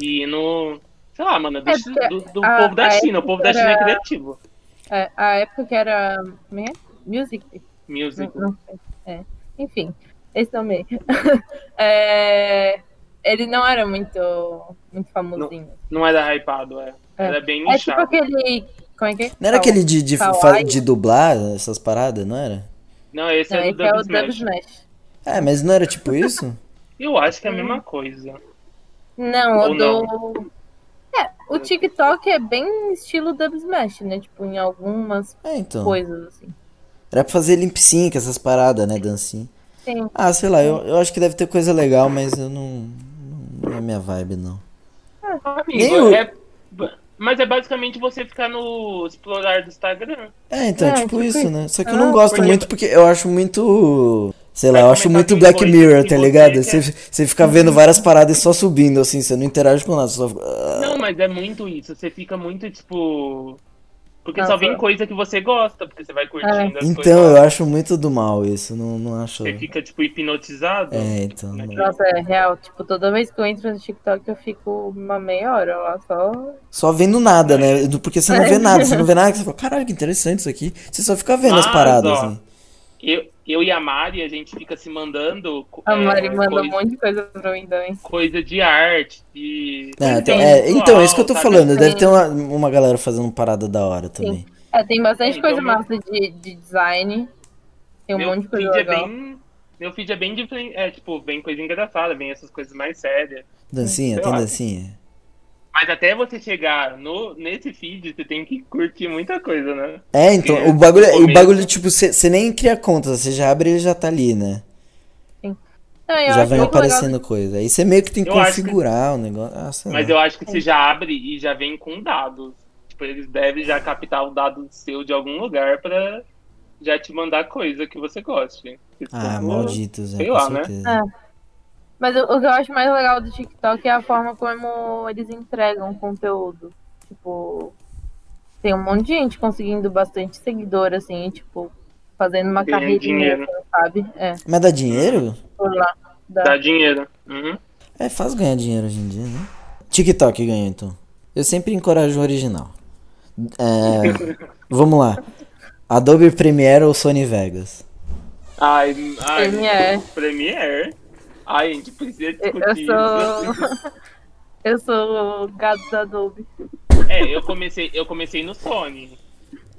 E no. Sei lá, mano, do, É, porque do- do a- povo da a China. O povo da China é era- criativo. É, a época que era. Como é? Music. Não, Musical. não sei. É. Enfim, esse também. É, ele não era muito, muito famosinho. Não era hypado, é. É. Era bem É tipo nichado. aquele. Como é que é? Não era aquele de, de, Kawaii. fa- de dublar essas paradas, não era? Não, esse Não, é esse do Dub é o Dub Smash. Smash. É, mas não era tipo isso? Eu acho que é a mesma Uhum. coisa. Não, Ou tipo o do. É, o TikTok é bem estilo Dub Smash, né? Tipo, em algumas É, então. coisas, assim. Era pra fazer lip sync, essas paradas, né, dancinha. Sim. Ah, sei lá, eu, eu acho que deve ter coisa legal, mas eu não. Não não é minha vibe, não. Nem Amigo, o- é... Mas é basicamente você ficar no explorar do Instagram. É, então, É, tipo, tipo isso, isso. né? Só que eu Ah, não gosto porque- muito porque eu acho muito. Sei lá, Vai eu acho comentar muito com Black coisas Mirror, que tá você ligado? quer. Você, você fica vendo várias paradas e só subindo, assim, você não interage com nada, você só. fica- Não, mas é muito isso. Você fica muito, tipo. Porque Nossa. É. só vem coisa que você gosta, porque você vai curtindo as Então, coisas. eu acho muito do mal isso, não, não acho. Você fica, tipo, hipnotizado. É, então. Né? não- Nossa, é real. Tipo, toda vez que eu entro no TikTok, eu fico uma meia hora lá só. Só vendo nada, né? Do- Porque você não vê nada, você não vê nada, que você fala, caralho, que interessante isso aqui. Você só fica vendo as Mas, paradas, ó, né? Eu, eu e a Mari, a gente fica se mandando co- A é, Mari manda um coisa, monte de coisa pra mim também. coisa de arte, de... Ah, então, tem é, visual, então, é isso que eu tô sabe? falando. Deve ter uma, uma galera fazendo parada da hora também. É, tem bastante Então, coisa meu- massa de, de design. Tem um meu monte de coisa feed é legal. bem... Meu feed é bem diferente, é, tipo, vem coisa engraçada, vem essas coisas mais sérias. Dancinha, Sei tem lá. dancinha? Mas até você chegar no, nesse feed, você tem que curtir muita coisa, né? É, então, Porque o bagulho, no o começo- bagulho tipo, você você nem cria conta, você já abre e ele já tá ali, né? Não, É, eu Já acho vem muito legal aparecendo coisa. Aí você meio que tem que Eu acho que- configurar o negócio. Ah, sei Mas lá. eu acho que você É. já abre e já vem com dados. Tipo, eles devem já captar o dado seu de algum lugar pra já te mandar coisa que você goste. Tipo, Isso Ah, eu- malditos, é, sei com lá, né? certeza. É. Mas o, o que eu acho mais legal do TikTok é a forma como eles entregam conteúdo. Tipo, tem um monte de gente conseguindo bastante seguidor, assim, tipo, fazendo uma Ganhando carreirinha, dinheiro. sabe? É, Mas dá dinheiro? por lá. Da... Dá dinheiro. Uhum. É fácil ganhar dinheiro hoje em dia, né? TikTok ganha, então. Eu sempre encorajo o original. É, vamos lá. Adobe Premiere ou Sony Vegas? Ai, ai, Premiere. Premiere? Ai, a gente precisa Eu, discutir eu isso. sou. eu sou o gato da Adobe. É, eu comecei, eu comecei no Sony.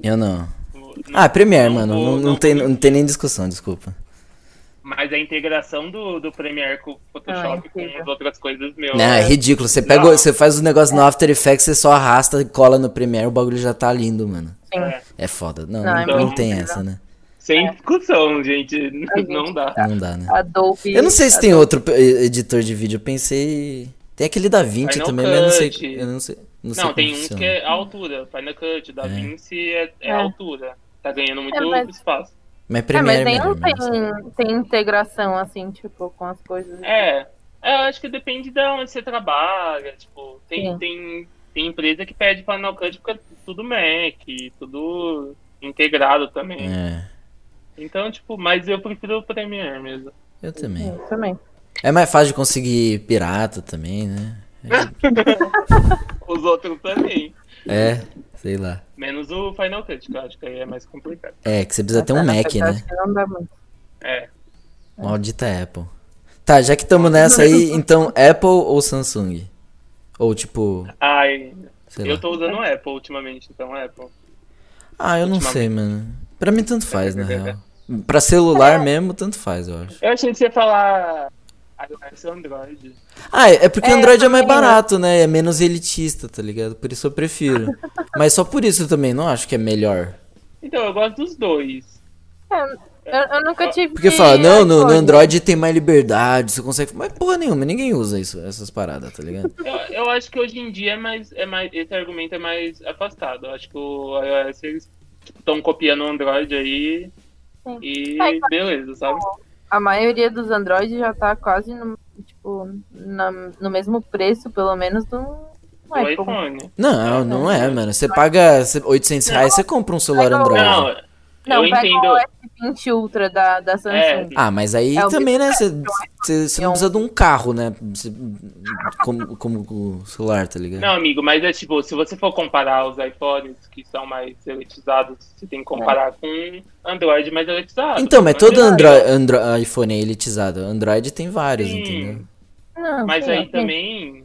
Eu não. No- Ah, Premiere, não mano. vou- Não, não não tem, vou não tem nem discussão, desculpa. Mas a integração do, do Premiere com o Ah, é Photoshop incrível. com as outras coisas, meu. Não, é ridículo. Você pega, o- Não. você faz o negócio no After Effects, você só arrasta e cola no Premiere, o bagulho já tá lindo, mano. É, É foda. Não, Não, não, é não muito tem incrível. essa, né? sem discussão, gente. É. gente Não dá. Não dá, né? Adobe. Eu não tá sei se tem outro pe- editor de vídeo, eu pensei. Tem aquele da 20 Final também, mas eu não sei. Cut. Eu não sei. Não, sei Não, como tem uns funciona. que é a altura. Final Cut, da Vinci é, é, É. a altura. Tá ganhando muito É, mas- espaço. Mas É, mas Premiere é nenhum melhor, mas- tem, tem integração, assim, tipo, com as coisas. É. é, eu acho que depende de onde você trabalha. Tipo, tem, Sim. tem, tem empresa que pede Final Cut porque é tudo Mac, tudo integrado também. É, Então, tipo, mas eu prefiro o Premiere mesmo. eu também. Sim, também. É mais fácil de conseguir pirata também, né? Os outros também. É, sei lá. Menos o Final Cut, que eu acho que aí é mais complicado. É, que você precisa ter um Mas, na Mac, verdade, né? que Não dá muito. É. Maldita Apple. Tá, já que estamos nessa aí, então Apple ou Samsung? Ou tipo, Ai, sei eu lá. tô usando o Apple ultimamente, então Apple. Ah, eu não sei, mano. Pra mim tanto faz, na É. real. Pra celular mesmo, tanto faz, eu acho. Eu achei que você ia falar iOS ou Android. Ah, é porque É, Android é mais também, né? barato, né? É menos elitista, tá ligado? Por isso eu prefiro. Mas só por isso também, não acho que é melhor. Então, eu gosto dos dois. Eu, É, eu nunca tive. Porque fala, não, no, no iPhone. Android tem mais liberdade, você consegue. Mas porra nenhuma, ninguém usa isso, essas paradas, tá ligado? Eu, eu acho que hoje em dia é mais, é mais. Esse argumento é mais afastado. Eu acho que o iOS eles estão copiando o Android aí. Sim. E É, então- beleza, sabe? A maioria dos Android já tá quase no, tipo, na- no mesmo preço, pelo menos, do O iPhone. iPhone. Não, não é, mano. Você paga cê- 800 reais, você compra um celular Não. Android. Não, Não, eu pega entendo. o S20 Ultra da, da Samsung. Ah, mas aí É o também, né? Você É não um- precisa de um carro, né? Cê- como, como o celular, tá ligado? Não, amigo, mas é tipo, se você for comparar os iPhones que são mais elitizados, você tem que comparar com Android mais elitizado. É. Então, mas todo Android- Android, Andro- iPhone é elitizado. Android tem vários, Sim. entendeu? Não, É, Mas sim, aí sim. também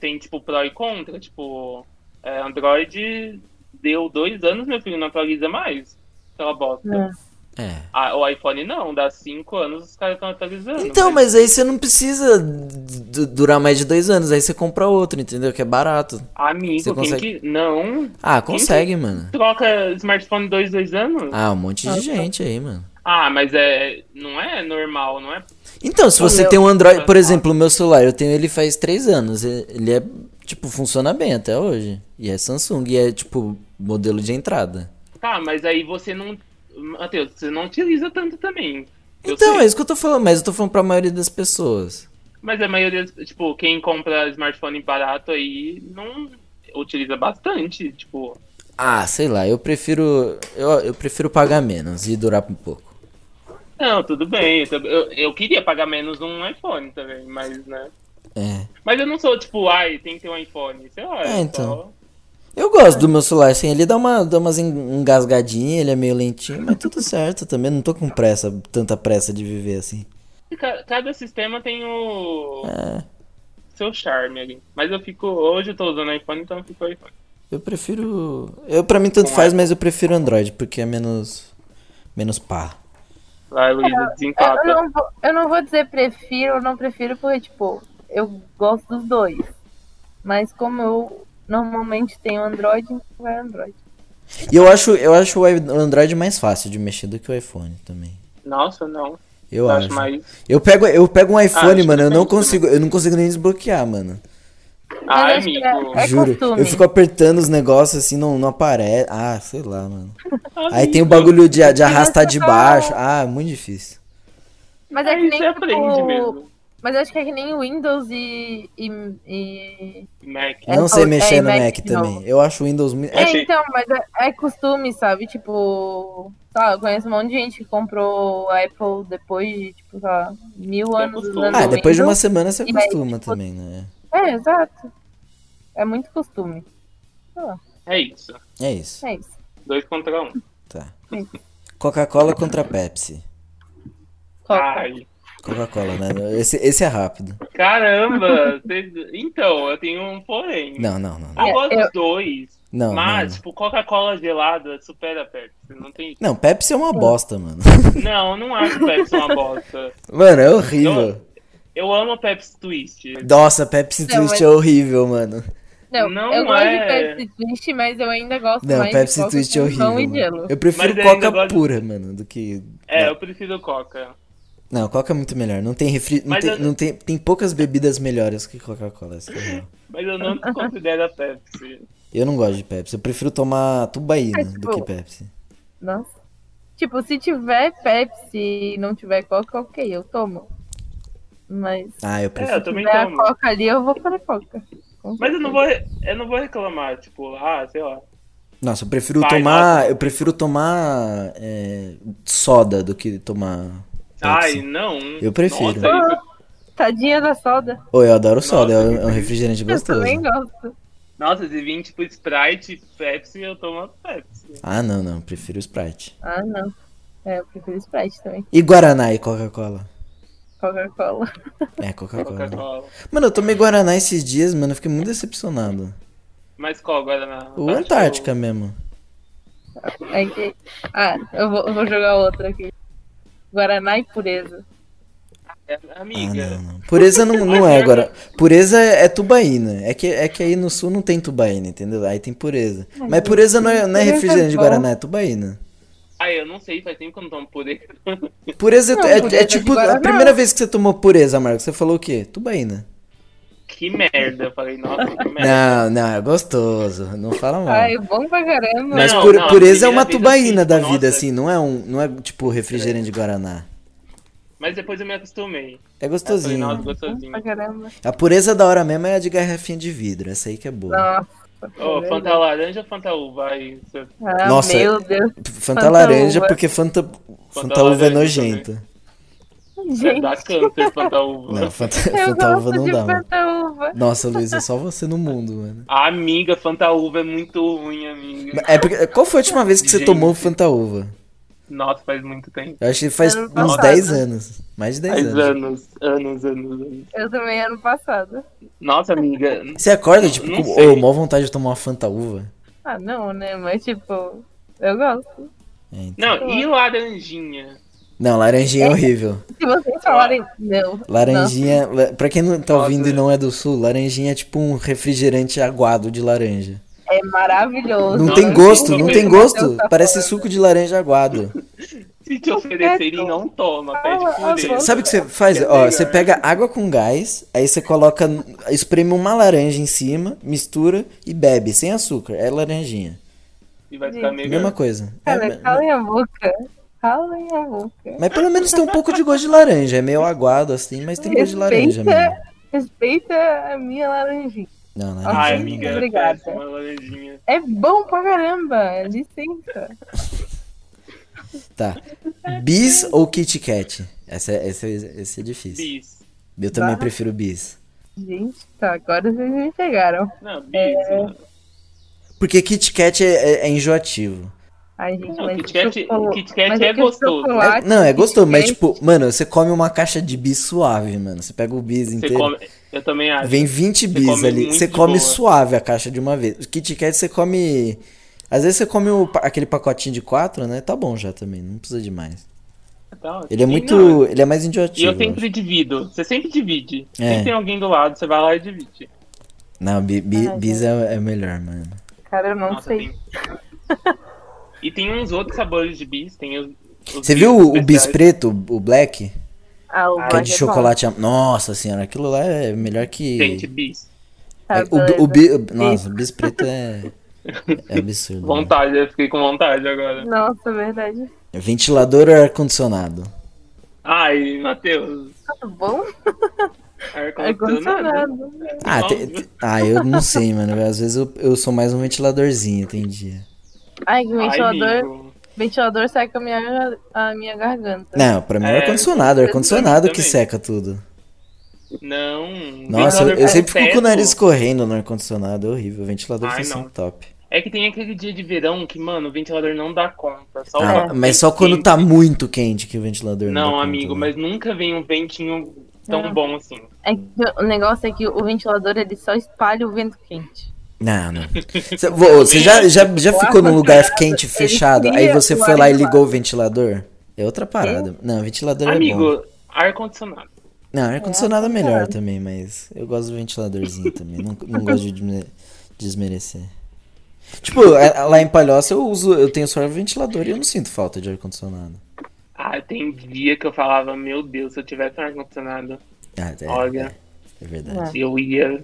tem, tipo, pró e contra. Tipo, é, Android deu dois anos, meu filho, não atualiza mais. Aquela bosta. É. É. Ah, o iPhone não, dá cinco anos os caras estão atualizando. Então, mas aí você não precisa du- durar mais de dois anos, aí você compra outro, entendeu? Que é barato. Amigo, você quem consegue- que. Não. Ah, consegue, mano. Troca smartphone dois, dois anos? Ah, Ah, um monte de gente aí, mano. mas é. Não é normal, não é? Então, se O você meu- tem um Android, por exemplo, o meu celular, eu tenho ele faz três anos. e- Ele é, tipo, funciona bem até hoje. E é Samsung, e é, tipo, modelo de entrada. Tá, mas aí você não. Matheus, você não utiliza tanto também. Eu Então, é sei. isso que eu tô falando, mas eu tô falando pra maioria das pessoas. Mas a maioria, tipo, quem compra smartphone barato aí não utiliza bastante, tipo. Ah, sei lá, eu prefiro. Eu, eu prefiro pagar menos e durar um pouco. Não, tudo bem. Eu, tam- eu, eu queria pagar menos um iPhone também, mas, né? É. Mas eu não sou tipo, ai, tem que ter um iPhone. Sei lá, É, só- então. Eu gosto do meu celular, assim, ele dá, uma, dá umas en- engasgadinhas, ele é meio lentinho, mas tudo certo também. Não tô com pressa, tanta pressa de viver assim. Ca- Cada sistema tem o É, seu charme ali. Mas eu fico. Hoje eu tô usando iPhone, então eu fico iPhone. eu prefiro. Eu, pra mim, tanto faz, mas eu prefiro Android, porque é menos. Menos pá. Vai, Luísa, É, Eu desempata. não, vou, eu não vou dizer prefiro ou não prefiro, porque, tipo, eu gosto dos dois. Mas como eu normalmente tenho Android, então é Android. E eu acho, eu acho o i- o Android mais fácil de mexer do que o iPhone também. Nossa, não. Eu acho acho. mais. Eu pego, eu pego um Ah, iPhone, que mano, eu não depende consigo, eu não consigo nem desbloquear, mano. Ai, acho que amigo. É Juro. costume. Eu fico apertando os negócios assim, não, não aparece. Ah, sei lá, mano. Aí Amigo. tem o bagulho de, de Mas arrastar você de tá- baixo. Ah, muito difícil. Mas é que Aí nem você aprende tipo, mesmo. Mas eu acho que é que nem Windows e. e, e- Mac. É, não sei é, mexer é, no Mac Mac de também. novo. Eu acho o Windows muito. tipo, É, Assim- então, mas é, é costume, sabe? Tipo, sei lá, eu conheço um monte de gente que comprou Apple depois de, tipo, sei lá, mil É anos costume. usando. Ah, depois de uma Windows. semana você E aí, acostuma tipo, também, né? É, exato. É muito costume. É isso. É isso. É isso. Dois contra um. Tá. Sim. Coca-Cola contra Pepsi. Coca. Ai. Coca-Cola, né? Esse, esse é rápido. Caramba! vocês- Então, eu tenho um porém. Não, não, não. não. Eu gosto É, eu- dos dois. Não, não, mas, não. tipo, Coca-Cola gelada supera a Pepsi. Não tem. Não, Pepsi é uma Hum. bosta, mano. Não, não acho Pepsi uma bosta. Mano, é horrível. Eu amo a Pepsi Twist. Nossa, Pepsi Não, Twist mas- é horrível, mano. Não, Não eu gosto de é. Pepsi Twist, mas eu ainda gosto Não, mais de Pepsi Coca Twist é com horrível. pão e mano. gelo. Eu prefiro Mas eu ainda Coca gosto de- pura, mano, do que. É, Não. eu prefiro Coca. Não, Coca é muito melhor. Não tem refri. Não Mas tem, eu- não tem, tem poucas bebidas melhores que Coca-Cola. essa que é real. Mas eu não considero a Pepsi. É, Eu não gosto de Pepsi. Eu prefiro tomar tubaína Mas, do tipo, que Pepsi. Nossa. Tipo, se tiver Pepsi e não tiver Coca, ok, eu tomo. Mas se Ah, eu É, eu prefiro. também tiver a tomo. Coca ali, eu vou para Coca. Com Mas eu não certeza. vou, eu não vou reclamar, tipo, ah, sei lá. Nossa, eu prefiro Vai, tomar. nossa. Eu prefiro tomar. é, soda do que tomar. Ai, Pepsi. não. Eu prefiro. Nossa, isso- Tadinha da soda. Ou eu adoro soda, é Nossa, um- que é um refrigerante Eu gostoso. também gosto. nossa, se vir tipo Sprite, Pepsi, eu tomo a Pepsi. Ah, não, não. eu Prefiro Sprite. Ah, não. É, eu prefiro Sprite também. E Guaraná e Coca-Cola? Coca-Cola. É, Coca-Cola. Coca-Cola. Mano, eu tomei Guaraná esses dias, mano. Eu fiquei muito decepcionado. Mas qual agora na O Antártica mesmo. É que- Ah, eu vou, eu vou jogar outra aqui. Guaraná e pureza. Ah, não, É, Amiga. não. Pureza não, não é agora. Pureza é, é tubaína. É que, é que aí no sul não tem tubaína, entendeu? Aí tem pureza. Mas pureza não é, não é Pureza é refrigerante de bom. Guaraná, é tubaína. Ai, eu não sei, faz tempo que eu não tomo purê. Pureza é- Não, é, pureza é é de tipo. A Guaraná. primeira vez que você tomou pureza, Marcos, você falou o quê? né? Tubaína. Que merda. Eu falei, nossa, que merda. Não, não, é gostoso. Não fala mal. Ai, bom pra caramba. Mas Não, pur- não, a pureza é primeira uma vez eu tubaína fiz, da nossa. vida, assim. Não é, um, não é tipo refrigerante de Guaraná. Mas depois eu me acostumei. É Eu falei, gostosinho. nossa, Bom gostosinho. pra caramba. A pureza da hora mesmo é a de garrafinha de vidro. Essa aí que é boa. Nossa. Ô, pureza. Fanta Laranja ou Fanta Uva? Aí, você- é Ah, Nossa. meu Deus. Fanta Fanta laranja, uva. porque Fanta, Fanta uva laranja é nojenta. você Gente, dá câncer, Fanta Uva. Não, Fanta, eu Fanta uva gosto não de dá, né? mano. Fanta uva. Nossa, Luiz, é só você no mundo, mano. A amiga, Fanta Uva é muito ruim, amiga. É porque, qual foi a última vez que você Gente. tomou Fanta uva? Nossa, faz muito tempo. Eu acho que faz Ano uns passado. 10 anos. Mais de 10 Faz anos. anos, anos, anos, anos. Eu também ano passado. Nossa, amiga. Você acorda, tipo, Não com sei. oh, mó vontade de tomar uma Fanta uva. Ah, não, né? Mas tipo, eu gosto. É, então. Não, e laranjinha? Não, laranjinha é horrível. Se vocês falarem não. Laranjinha, la- pra quem não tá Nossa, ouvindo e não é do sul, laranjinha é tipo um refrigerante aguado de laranja. não, é maravilhoso. Não Não, tem não gosto, tem não gosto. tem Meu Deus, gosto. tá Parece falando. suco de laranja aguado. Se te oferecerem, não toma, pede Ah, por ah, ele. Sabe o que você faz? É Ó, melhor. você pega água com gás, aí você coloca, espreme uma laranja em cima, mistura e bebe, sem açúcar. É laranjinha. E vai ficar assim. melhor. Mesma coisa. É, Cara, me- calem a boca. Calem a boca. mas pelo menos tem um pouco de gosto de laranja. É meio aguado assim, mas tem gosto de laranja mesmo. Respeita a minha laranjinha. Não, Ai, laranjinha. não amiga, é. era Obrigada. péssima laranjinha. É bom pra caramba, é licença. Tá. Bis ou Kit Kat? Essa, é- essa, é- esse é difícil. Bis. Eu também Tá. prefiro bis. Gente, tá, agora vocês me pegaram. Não, bis. É. mano. Porque Kit Kat é, é- é enjoativo. Ai, gente, Não, mas Kit Kat- chocolate- Kit Kat mas é que gostoso. É- chocolate, não, é Kit gostoso, mas Kat, tipo, mano, você come uma caixa de bis suave, mano. Você pega o bis Você inteiro. come. Eu também acho. Vem 20 bis come ali. muito Você de come boa. suave a caixa de uma vez. O Kit Kat você come. Às vezes você come o pa- aquele pacotinho de quatro, né? Tá bom já também, não precisa de mais. Tá ótimo. Ele é E muito. não, Ele é mais E enjoativo. eu eu sempre divido. Você sempre divide. É. Sempre tem alguém do lado, você vai lá e divide. acho. Não, bi- bi- Ai, bis é, é melhor, mano. Cara, eu não Nossa, sei. tem. e tem uns outros sabores de bis. Tem os, os Você bis viu o, o bis especiais. preto, o black? Ah, o Que é Black de é chocolate. am- Nossa senhora, aquilo lá é melhor que. Gente, bis. bom, tá, É, o, bi- o beleza. bi- nossa, o bis preto é. É absurdo. né? Vontade, eu fiquei com vontade agora. Nossa, verdade. Ventilador ou ar-condicionado? Ai, Matheus. Tá bom? É Ar-condicionado. condicionado. Ah, te- Óbvio. te- ah, eu não sei, mano. Às vezes eu, eu sou mais um ventiladorzinho, entendi. Ai, que Ai, ventilador, amigo. ventilador seca a minha, a minha garganta. Não, pra mim É, é ar-condicionado. É ar-condicionado que também. seca tudo. Não. Nossa, eu, ventilador tá eu sempre fico com teto. o nariz correndo no ar-condicionado. É horrível. Ventilador Ai, foi sempre não. top. É que tem aquele dia de verão que, mano, o ventilador não dá conta. Só Ah, o- mas só quando tá muito quente que o ventilador não. dá Não, conta, amigo, né? mas nunca vem um ventinho tão Não. bom assim. É que o negócio é que o ventilador ele só espalha o vento quente. Não, não. Cê- vô, Você já, já, já O ficou num lugar ar-condicionado, quente, ele fechado, aí cria você o foi ar lá e gelado. ligou o ventilador? É outra parada. Não, ventilador é bom. Amigo, ar-condicionado. Não, ar-condicionado é melhor ar-condicionado. também, mas eu gosto do ventiladorzinho também. Não, não gosto de desme- desmerecer. Tipo, é- lá em Palhoça eu uso, eu tenho só ventilador e eu não sinto falta de ar-condicionado. Ah, tem dia que eu falava, meu Deus, se eu tivesse um ar-condicionado, Ah, é, Olha. é, é verdade. É. eu ia.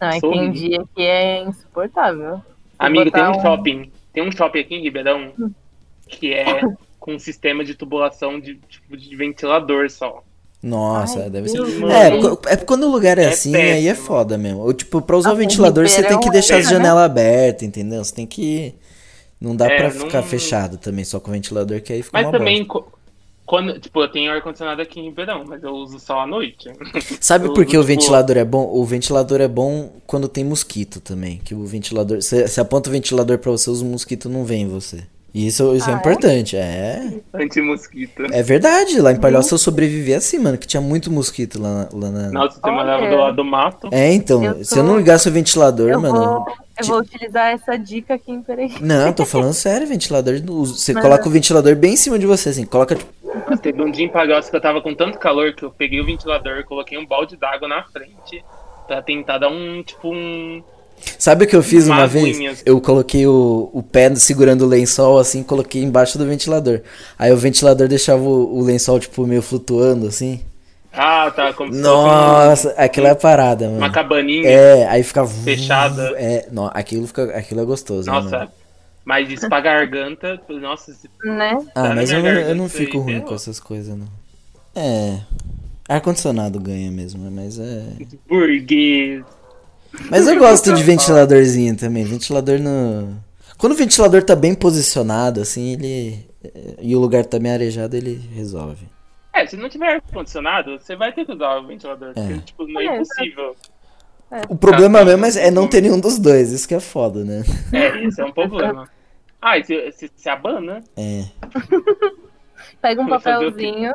Não, é que tem Sorrindo. dia que é insuportável. Amigo, tem botar um um- Hum. shopping. Tem um shopping aqui em Ribeirão que é com um sistema de tubulação de, tipo, de ventilador só. Nossa, Ai, deve ser. Deus, mano. É, co- é quando o lugar é, É assim, aí é péssimo. foda mesmo. Ou, tipo, pra usar o Ah, ventilador, você tem Ribeirão que é deixar as terra, né? janelas abertas, entendeu? Você tem que. Não dá É, pra não- ficar fechado também, só com o ventilador, que aí fica Mas uma também, co- quando, tipo, eu tenho ar-condicionado aqui em Ribeirão, mas eu uso só à noite. bosta. Sabe eu por que uso, o tipo- ventilador é bom? O ventilador é bom quando tem mosquito também. Que o ventilador. Você você aponta o ventilador pra você, os mosquitos não vêm em você. E isso, isso é Ah, é? importante, é. Anti-mosquito. É verdade, lá em Palhoça eu sobrevivi assim, mano, que tinha muito mosquito lá, na- lá na. Nossa, você Olha. morava do lado do mato. É, então, Eu se eu tô- não ligasse o ventilador, Eu É, mano. vou, eu vou utilizar essa dica aqui em Pereira. Não, tô falando sério, ventilador. não uso. Você Mas- coloca o ventilador bem em cima de você, assim. Coloca, tipo, Nossa, Teve um dia em Palhoça que eu tava com tanto calor que eu peguei o ventilador, coloquei um balde d'água na frente pra tentar dar um, tipo, um... Sabe o que eu fiz uma Uma vez? aguinha. Eu coloquei o, o pé segurando o lençol, assim, coloquei embaixo do ventilador. Aí o ventilador deixava o, o lençol, tipo, meio flutuando, assim. Ah, tá, como se fosse Nossa, aquilo é a parada, um- uma mano. cabaninha. É, aí fica. vu- Fechada. É, não, aquilo, fica, aquilo é gostoso, né, mano? Nossa, mas isso pra garganta, nossa, se- Né? Ah, Tá mas na eu, não- minha eu não garganta fico aí, ruim né? com essas coisas, não. É. Ar-condicionado ganha mesmo, mas é. burguês. Mas eu gosto de ventiladorzinho também. Ventilador no. Quando o ventilador tá bem posicionado, assim, ele. E o lugar tá bem arejado, ele resolve. É, se não tiver ar-condicionado, você vai ter que usar o ventilador, porque, tipo, não é, É, impossível. O problema Tá. mesmo é é não ter nenhum dos dois, isso que é foda, né? É, isso é um problema. Ah, e se, se, se abana, né, É. Pega um Vou fazer o quê? papelzinho,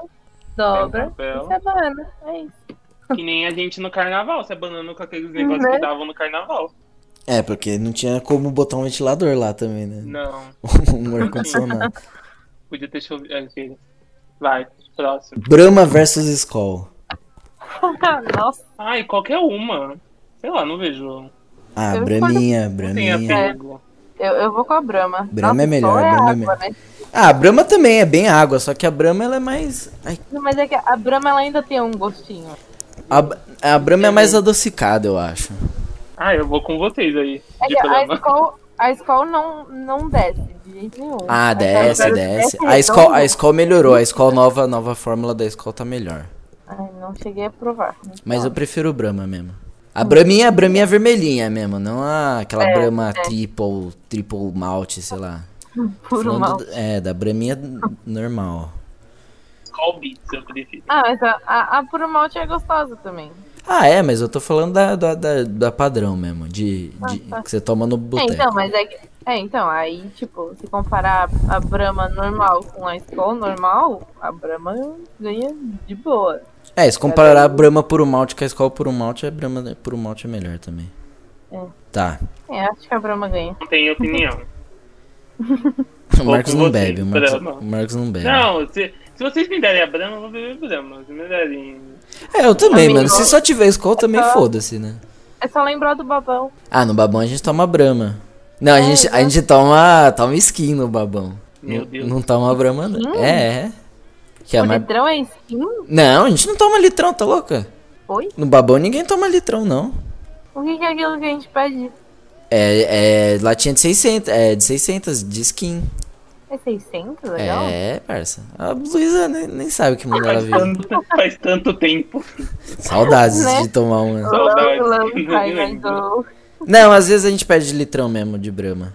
dobra Pega um papel. e sabana. É isso. que nem a gente no carnaval, se abanando com aqueles negócios Né? que davam no carnaval. É, porque não tinha como botar um ventilador lá também, né? Não, um ar-condicionado. podia ter chovido. é, filho. Vai, próximo. Brahma versus Skol. Nossa, Ai, qualquer uma. Sei lá, não vejo. Ah, Eu Braminha, Não tem Braminha. apego. eu, eu vou com a Brahma. Brahma Nossa, é melhor, só Brahma é água, melhor. né? Ah, a Brahma também é bem água, só que a Brahma ela é mais. Ai, Mas é que a Brahma ela ainda tem um gostinho. a, a Brahma é mais adocicada, eu acho. Ah, eu vou com vocês aí. É De que a programa. escola, a escola não, não desce de jeito nenhum. Ah, Aquela desce, cara- desce. A redonda. escola, a escola melhorou, a escola nova, a nova fórmula da escola tá melhor. Ai, não cheguei a provar. Mas eu prefiro o Brahma mesmo. A braminha, a braminha vermelhinha mesmo, não a, aquela É, brama triple, triple malte, sei lá. Puro Falando mal. do- é, da braminha normal. Qual beats eu prefiro? Ah, mas a, a, a puro malte é gostosa também. Ah, é, mas eu tô falando da, da, da, da padrão mesmo, de, de- que você toma no Ah, É, boteco. então, mas é, que- é, então, aí, tipo, se comparar a Brahma normal com a Skol normal, a Brahma ganha de boa. É, se comparar a Brahma por um malte com a Skol por um malte, a Brahma por um malte é melhor também. É. Tá. É, acho que a Brahma ganha. Não tenho opinião. O Marcos com não você, bebe, o Marcos, Brahma. o Marcos não bebe. Não, se, se vocês me derem a Brahma, eu vou beber Brahma. Se me derem... É, eu também, Amigo. mano. Se só tiver Skol, também Tá. foda-se, né? É só lembrar do babão. Ah, no babão a gente toma Brahma. Não, a, É, gente, a exato. gente toma, toma skin no babão. Meu não, Deus. Não toma Brahma, não. É, é. Que é o mais- litrão Hum. é skin? Não, a gente não toma litrão, tá louca? Oi? No babão ninguém toma litrão, não. O que que é aquilo que a gente pede? É, é latinha de 600, é de 600, de skin. É 600, legal? É, parça. A Luísa nem, nem sabe que mundo ela Faz vive. tanto, faz tanto tempo. Saudades Né? de tomar uma. Saudades. Love, love, Não vai, vai, lembro. do... Não, às vezes a gente pede de litrão mesmo, de Brahma.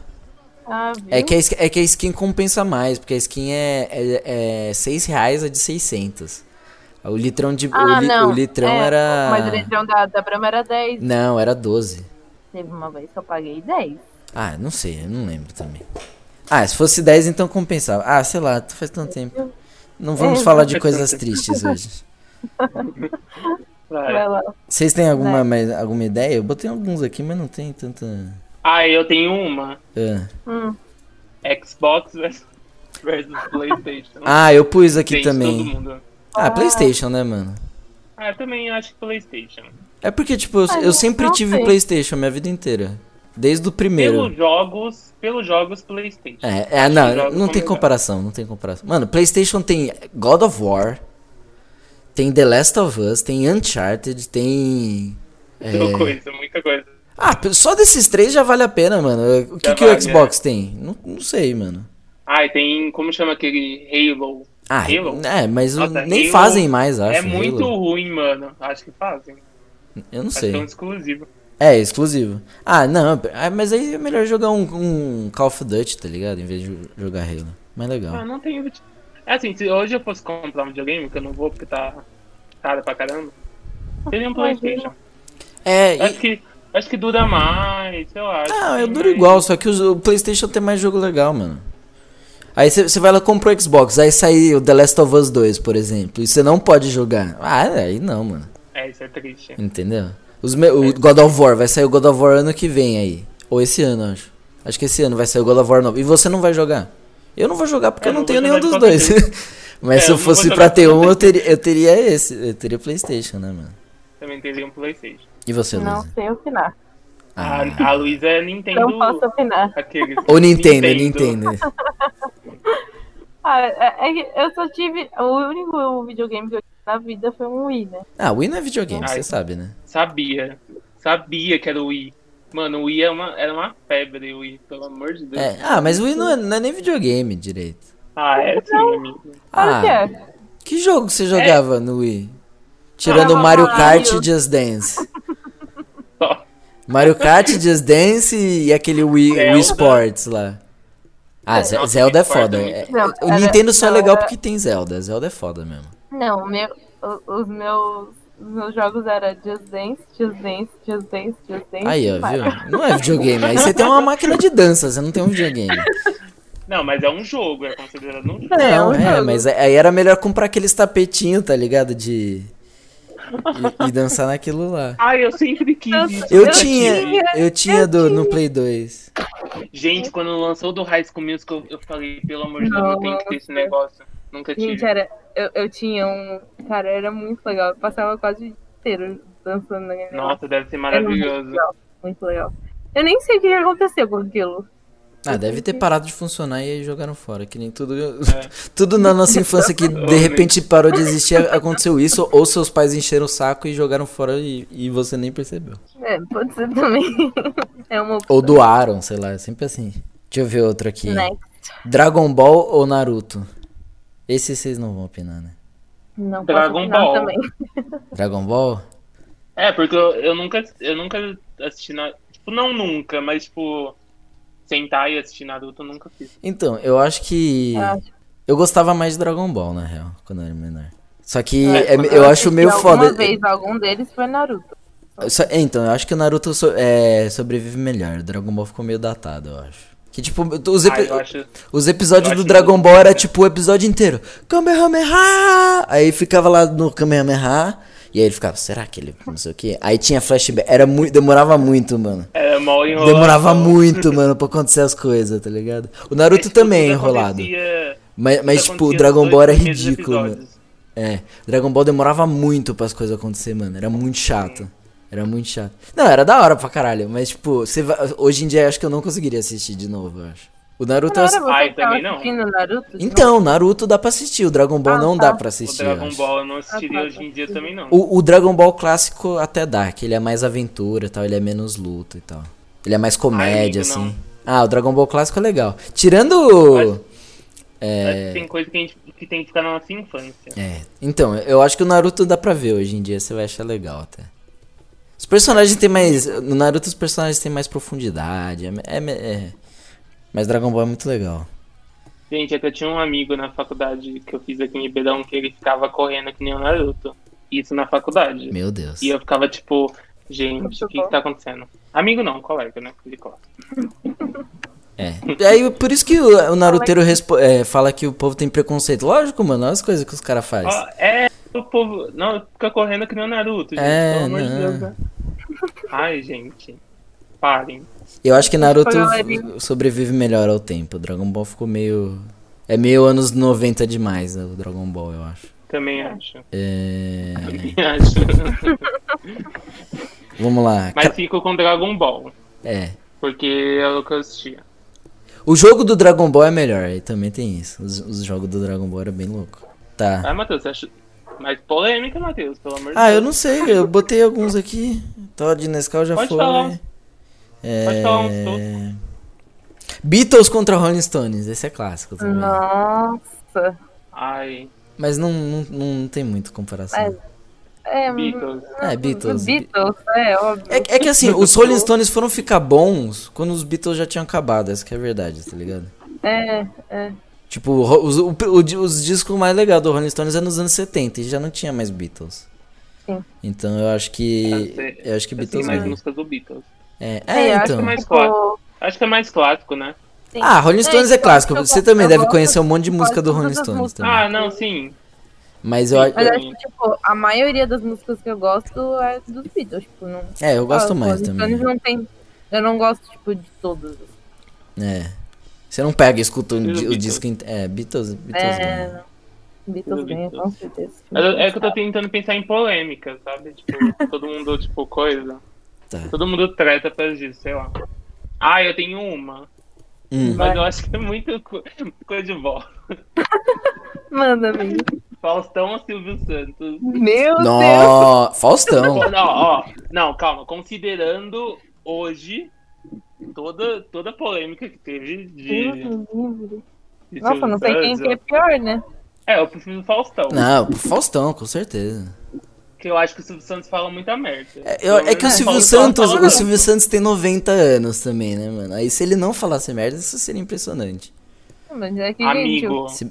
Ah, viu? É que a, skin- é que a skin compensa mais, porque a skin é, é, é 6 reais a de 600. O litrão de. o, Ah, li- não. o litrão É, era. Mas o litrão da, da Brahma era 10. Não, era 12. Teve uma vez que eu paguei 10. Ah, não sei, eu não lembro também. Ah, se fosse 10 então compensava. Ah, sei lá, faz tanto tempo. Não vamos É, falar de coisas tristes hoje. Vai. É. Vai lá. Vocês têm alguma, Vai. mais, alguma ideia? Eu botei alguns aqui, mas não tem tanta. Ah, eu tenho uma. Ah, Hum, Xbox versus, versus Playstation. Ah, eu pus aqui Gente, Todo também. mundo. Ah, PlayStation, né, mano? Ah, eu também acho que Playstation. É porque, tipo, eu, Ah, eu sempre não tive sei. PlayStation minha vida inteira. Desde o primeiro. Pelos jogos, pelos jogos Playstation. É, é, Os não, jogos não são tem melhores. comparação, não tem comparação. Mano, PlayStation tem God of War, tem The Last of Us, tem Uncharted, tem. é. Muita coisa, muita coisa. Ah, pe- só desses três já vale a pena, mano. O que, Já que o vale, é. Xbox tem? Não, não sei, mano. Ah, e tem. Como chama aquele Halo? Ah, Halo? é, mas o- Nossa, nem Halo fazem mais, acho. é muito Halo. ruim, mano. Acho que fazem. Eu não Acho que é um sei. exclusivo. É, exclusivo. Ah, não, ah, mas aí é melhor jogar um, um Call of Duty, tá ligado? Em vez de jo- jogar Halo. Mais Ah, legal. não tenho. É assim, se hoje eu fosse comprar um videogame, que eu não vou porque tá caro pra caramba, seria um Playstation. É, Acho e, que, acho que dura mais, sei lá. acho assim, ah, que eu tem duro mais- igual, só que os- o PlayStation tem mais jogo legal, mano. Aí você vai lá e compra o Xbox, aí sai o The Last of Us 2, por exemplo, e você não pode jogar. Ah, aí não, mano. É, isso é triste. Entendeu? Os me- O God of War, vai sair o God of War ano que vem aí. Ou esse ano, acho. Acho que esse ano vai sair o God of War novo. E você não vai jogar. Eu não vou jogar porque É, eu não, não vou tenho nenhum jogar de dos qualquer dois. Mas É, se eu eu não vou fosse jogar pra de ter um, qualquer eu teria, eu teria esse. Eu teria Playstation, né, mano? Também teria um Playstation. E você, não Luiz? sei opinar. Ah. A, a Luísa é Nintendo. Não posso opinar. Aqueles. Ou Nintendo, Nintendo. Ah, é- é que eu só tive. O único videogame que eu tive na vida foi um Wii, né? Ah, Wii não é videogame, Ah, você isso. sabe, né? Sabia. Sabia que era o Wii. Mano, o Wii era uma, era uma febre, o Wii, pelo amor de Deus. É, Ah, mas o Wii não é, não é nem videogame direito. Ah, é sim, amigo. Claro que Ah, é. que jogo você jogava no Wii? Tirando Jogava Mario Kart e Mario. Just Dance. Só. Mario Kart, Just Dance e aquele Wii, Zelda. Wii Sports lá. Ah, Ze- Nossa, Zelda é Wii Sports foda. é muito É- foda. o Não, era- Nintendo só é não, legal era- porque tem Zelda. Zelda é foda mesmo. Não, meu, o- os, meus, os meus jogos eram Just Dance, Just Dance, Just Dance, Just Dance. Aí, ó, e Mario. viu? Não é videogame. Aí você tem uma máquina de dança, você não tem um videogame. Não, mas é um jogo, é considerado um jogo. É, Não, um é, jogo. mas aí era melhor comprar aqueles tapetinhos, tá ligado? De. E, e dançar naquilo lá. Ah, eu sempre quis isso. Eu Eu tinha, tinha, eu tinha do, no Play 2. Gente, quando lançou o do High School Musical, eu- eu falei, pelo amor de Deus, eu tenho que ter esse negócio. Nunca tive. Gente, era, eu, eu tinha um. Cara, era muito legal. Eu passava quase o dia inteiro dançando naquele negócio. Nossa, deve ser Era muito maravilhoso. legal, muito legal. Eu nem sei o que aconteceu com aquilo. Ah, deve ter parado de funcionar e aí jogaram fora, que nem tudo. Tudo na nossa infância que de Realmente. repente parou de existir, aconteceu isso, ou seus pais encheram o saco e jogaram fora e, e você nem percebeu. É, pode ser também. é uma Ou doaram, sei lá, é sempre assim. Deixa eu ver outro aqui. Next. Dragon Ball ou Naruto? Esse vocês não vão opinar, né? Não posso Dragon opinar Ball. também. Dragon Ball? É, porque eu, eu nunca, eu nunca assisti na. Tipo, não nunca, mas tipo, sentar e assistir Naruto eu nunca fiz. Então, eu acho que. Ah. Eu gostava mais de Dragon Ball, na real, quando eu era menor. Só que É, é- quando eu eu acho meio Se foda. Alguma vez algum deles foi Naruto. Só- é, então, eu acho que o Naruto so- é, sobrevive melhor. Dragon Ball ficou meio datado, eu acho. Que tipo, os, Ah, epi- eu acho. os episódios eu do acho Dragon que- Ball era tipo o episódio inteiro. Kamehameha! Aí ficava lá no Kamehameha. E aí ele ficava, será que ele. Não sei o quê. Aí tinha flashback. Era muito. Demorava muito, mano. É, mal enrolado. Demorava muito, mano, pra acontecer as coisas, tá ligado? O Naruto também é enrolado. Mas, mas tipo, o Dragon Ball era ridículo, mano. É, Dragon Ball demorava muito pras coisas acontecer, mano. Era muito chato. Era muito chato. Não, era da hora pra caralho, mas tipo, você vai- hoje em dia eu acho que eu não conseguiria assistir de novo, eu acho. O Naruto. eu Não ass- era você Ai, que tava também não. assistindo Naruto? Então, Naruto dá pra assistir, o Dragon Ball Ah, não tá. dá pra assistir. o eu Dragon acho. Ball eu não assistiria Ah, tá, hoje em dia também não. O, o Dragon Ball clássico até dá, que ele é mais aventura e tal, ele é menos luta e tal. Ele é mais comédia, amigo, Ah, não. assim. Ah, o Dragon Ball clássico é legal. Tirando. Acho que Tem coisa que, a gente, que tem que ficar na nossa infância. É. Então, eu acho que o Naruto dá pra ver hoje em dia, você vai achar legal até. Os personagens têm mais. No Naruto os personagens têm mais profundidade. É, é- é. Mas Dragon Ball é muito legal. Gente, é que eu tinha um amigo na faculdade que eu fiz aqui em Ribeirão que ele ficava correndo que nem o Naruto. Isso na faculdade. Meu Deus. E eu ficava tipo, gente, Muito o que, que bom. tá acontecendo? Amigo não, colega, né? De classe. É. E aí, por isso que o, o Naruteiro respo- é, fala que o povo tem preconceito. Lógico, mano, olha as coisas que os caras fazem. Ó, é, o povo. Não, fica correndo que nem o Naruto, gente. É, pelo amor de não. Deus, né? Ai, gente. Parem. Eu acho que Naruto Foi galerinha. sobrevive melhor ao tempo. O Dragon Ball ficou meio. É meio anos 90 demais, né, o Dragon Ball, eu acho. Também acho. É... Também acho. Vamos lá. Ca- Mas fico com Dragon Ball. É. Porque é o que eu assistia. O jogo do Dragon Ball é melhor, aí também tem isso. Os, os jogos do Dragon Ball eram bem louco. Tá. Ah, Matheus, você acha. Mais polêmica, Matheus, pelo amor de Ah, eu Deus. não sei, eu botei alguns aqui. Todd de Nescau já Pode foi. falar. É... Pode falar um uns todos. Beatles contra Rolling Stones, esse é clássico também. Nossa. Ai, Mas não, não, não tem muito comparação. Mas- É, Beatles. É, Beatles. Beatles, é, óbvio. É, é que assim, os Rolling Stones foram ficar bons quando os Beatles já tinham acabado, essa que é a verdade, tá ligado? É, é. Tipo, o ro- os, o- o di- os discos mais legais do Rolling Stones é nos anos 70 e já não tinha mais Beatles. Sim. Então eu acho que. Eu sei. Eu acho que Ah, Eu sei Beatles mais ganha. músicas do Beatles. É, É, é eu então. acho tipo, mais mais clássico. Acho que é mais clássico, né? Ah, Rolling Stones é então, clássico. eu Você gosto- também eu deve gosto conhecer um monte de de música do quase Rolling todas as Stones músicas. também. Ah, não, sim. Mas eu Sim. Mas acho. eu acho que, tipo, a maioria das músicas que eu gosto é dos Beatles, tipo, não... É, eu gosto mais Rolling Stones também. não tem... Eu não gosto, tipo, de todas. É. Você não pega e escuta E o, os di- o Beatles? disco inteiro. É, Beatles, Beatles É, ganha. não. Beatles Dos ganha, Beatles. com certeza. Mas eu- É que eu tô tentando pensar em polêmica, sabe? Tipo, todo mundo, tipo, coisa. Tá. Todo mundo treta pra disso, sei lá. Ah, eu tenho uma. Hum. Mas eu acho que é muito co- coisa de vó. Manda, amigo. Faustão ou Silvio Santos? Meu Deus! Nó, Faustão. Pô, não, ó, não, calma. Considerando hoje toda, toda a polêmica que teve de. Deus me livre. de Nossa, Silvio não sei quem Santos, que é pior, né? ó. É, eu prefiro o Faustão. Não, Faustão, com certeza. Porque eu acho que o Silvio Santos fala muita merda. É, eu- Pelo é que o menos Silvio Faustão Santos, fala o merda. Silvio Santos tem 90 anos também, né, mano? Aí se ele não falasse merda, isso seria impressionante. Mas é que, Amigo. Se-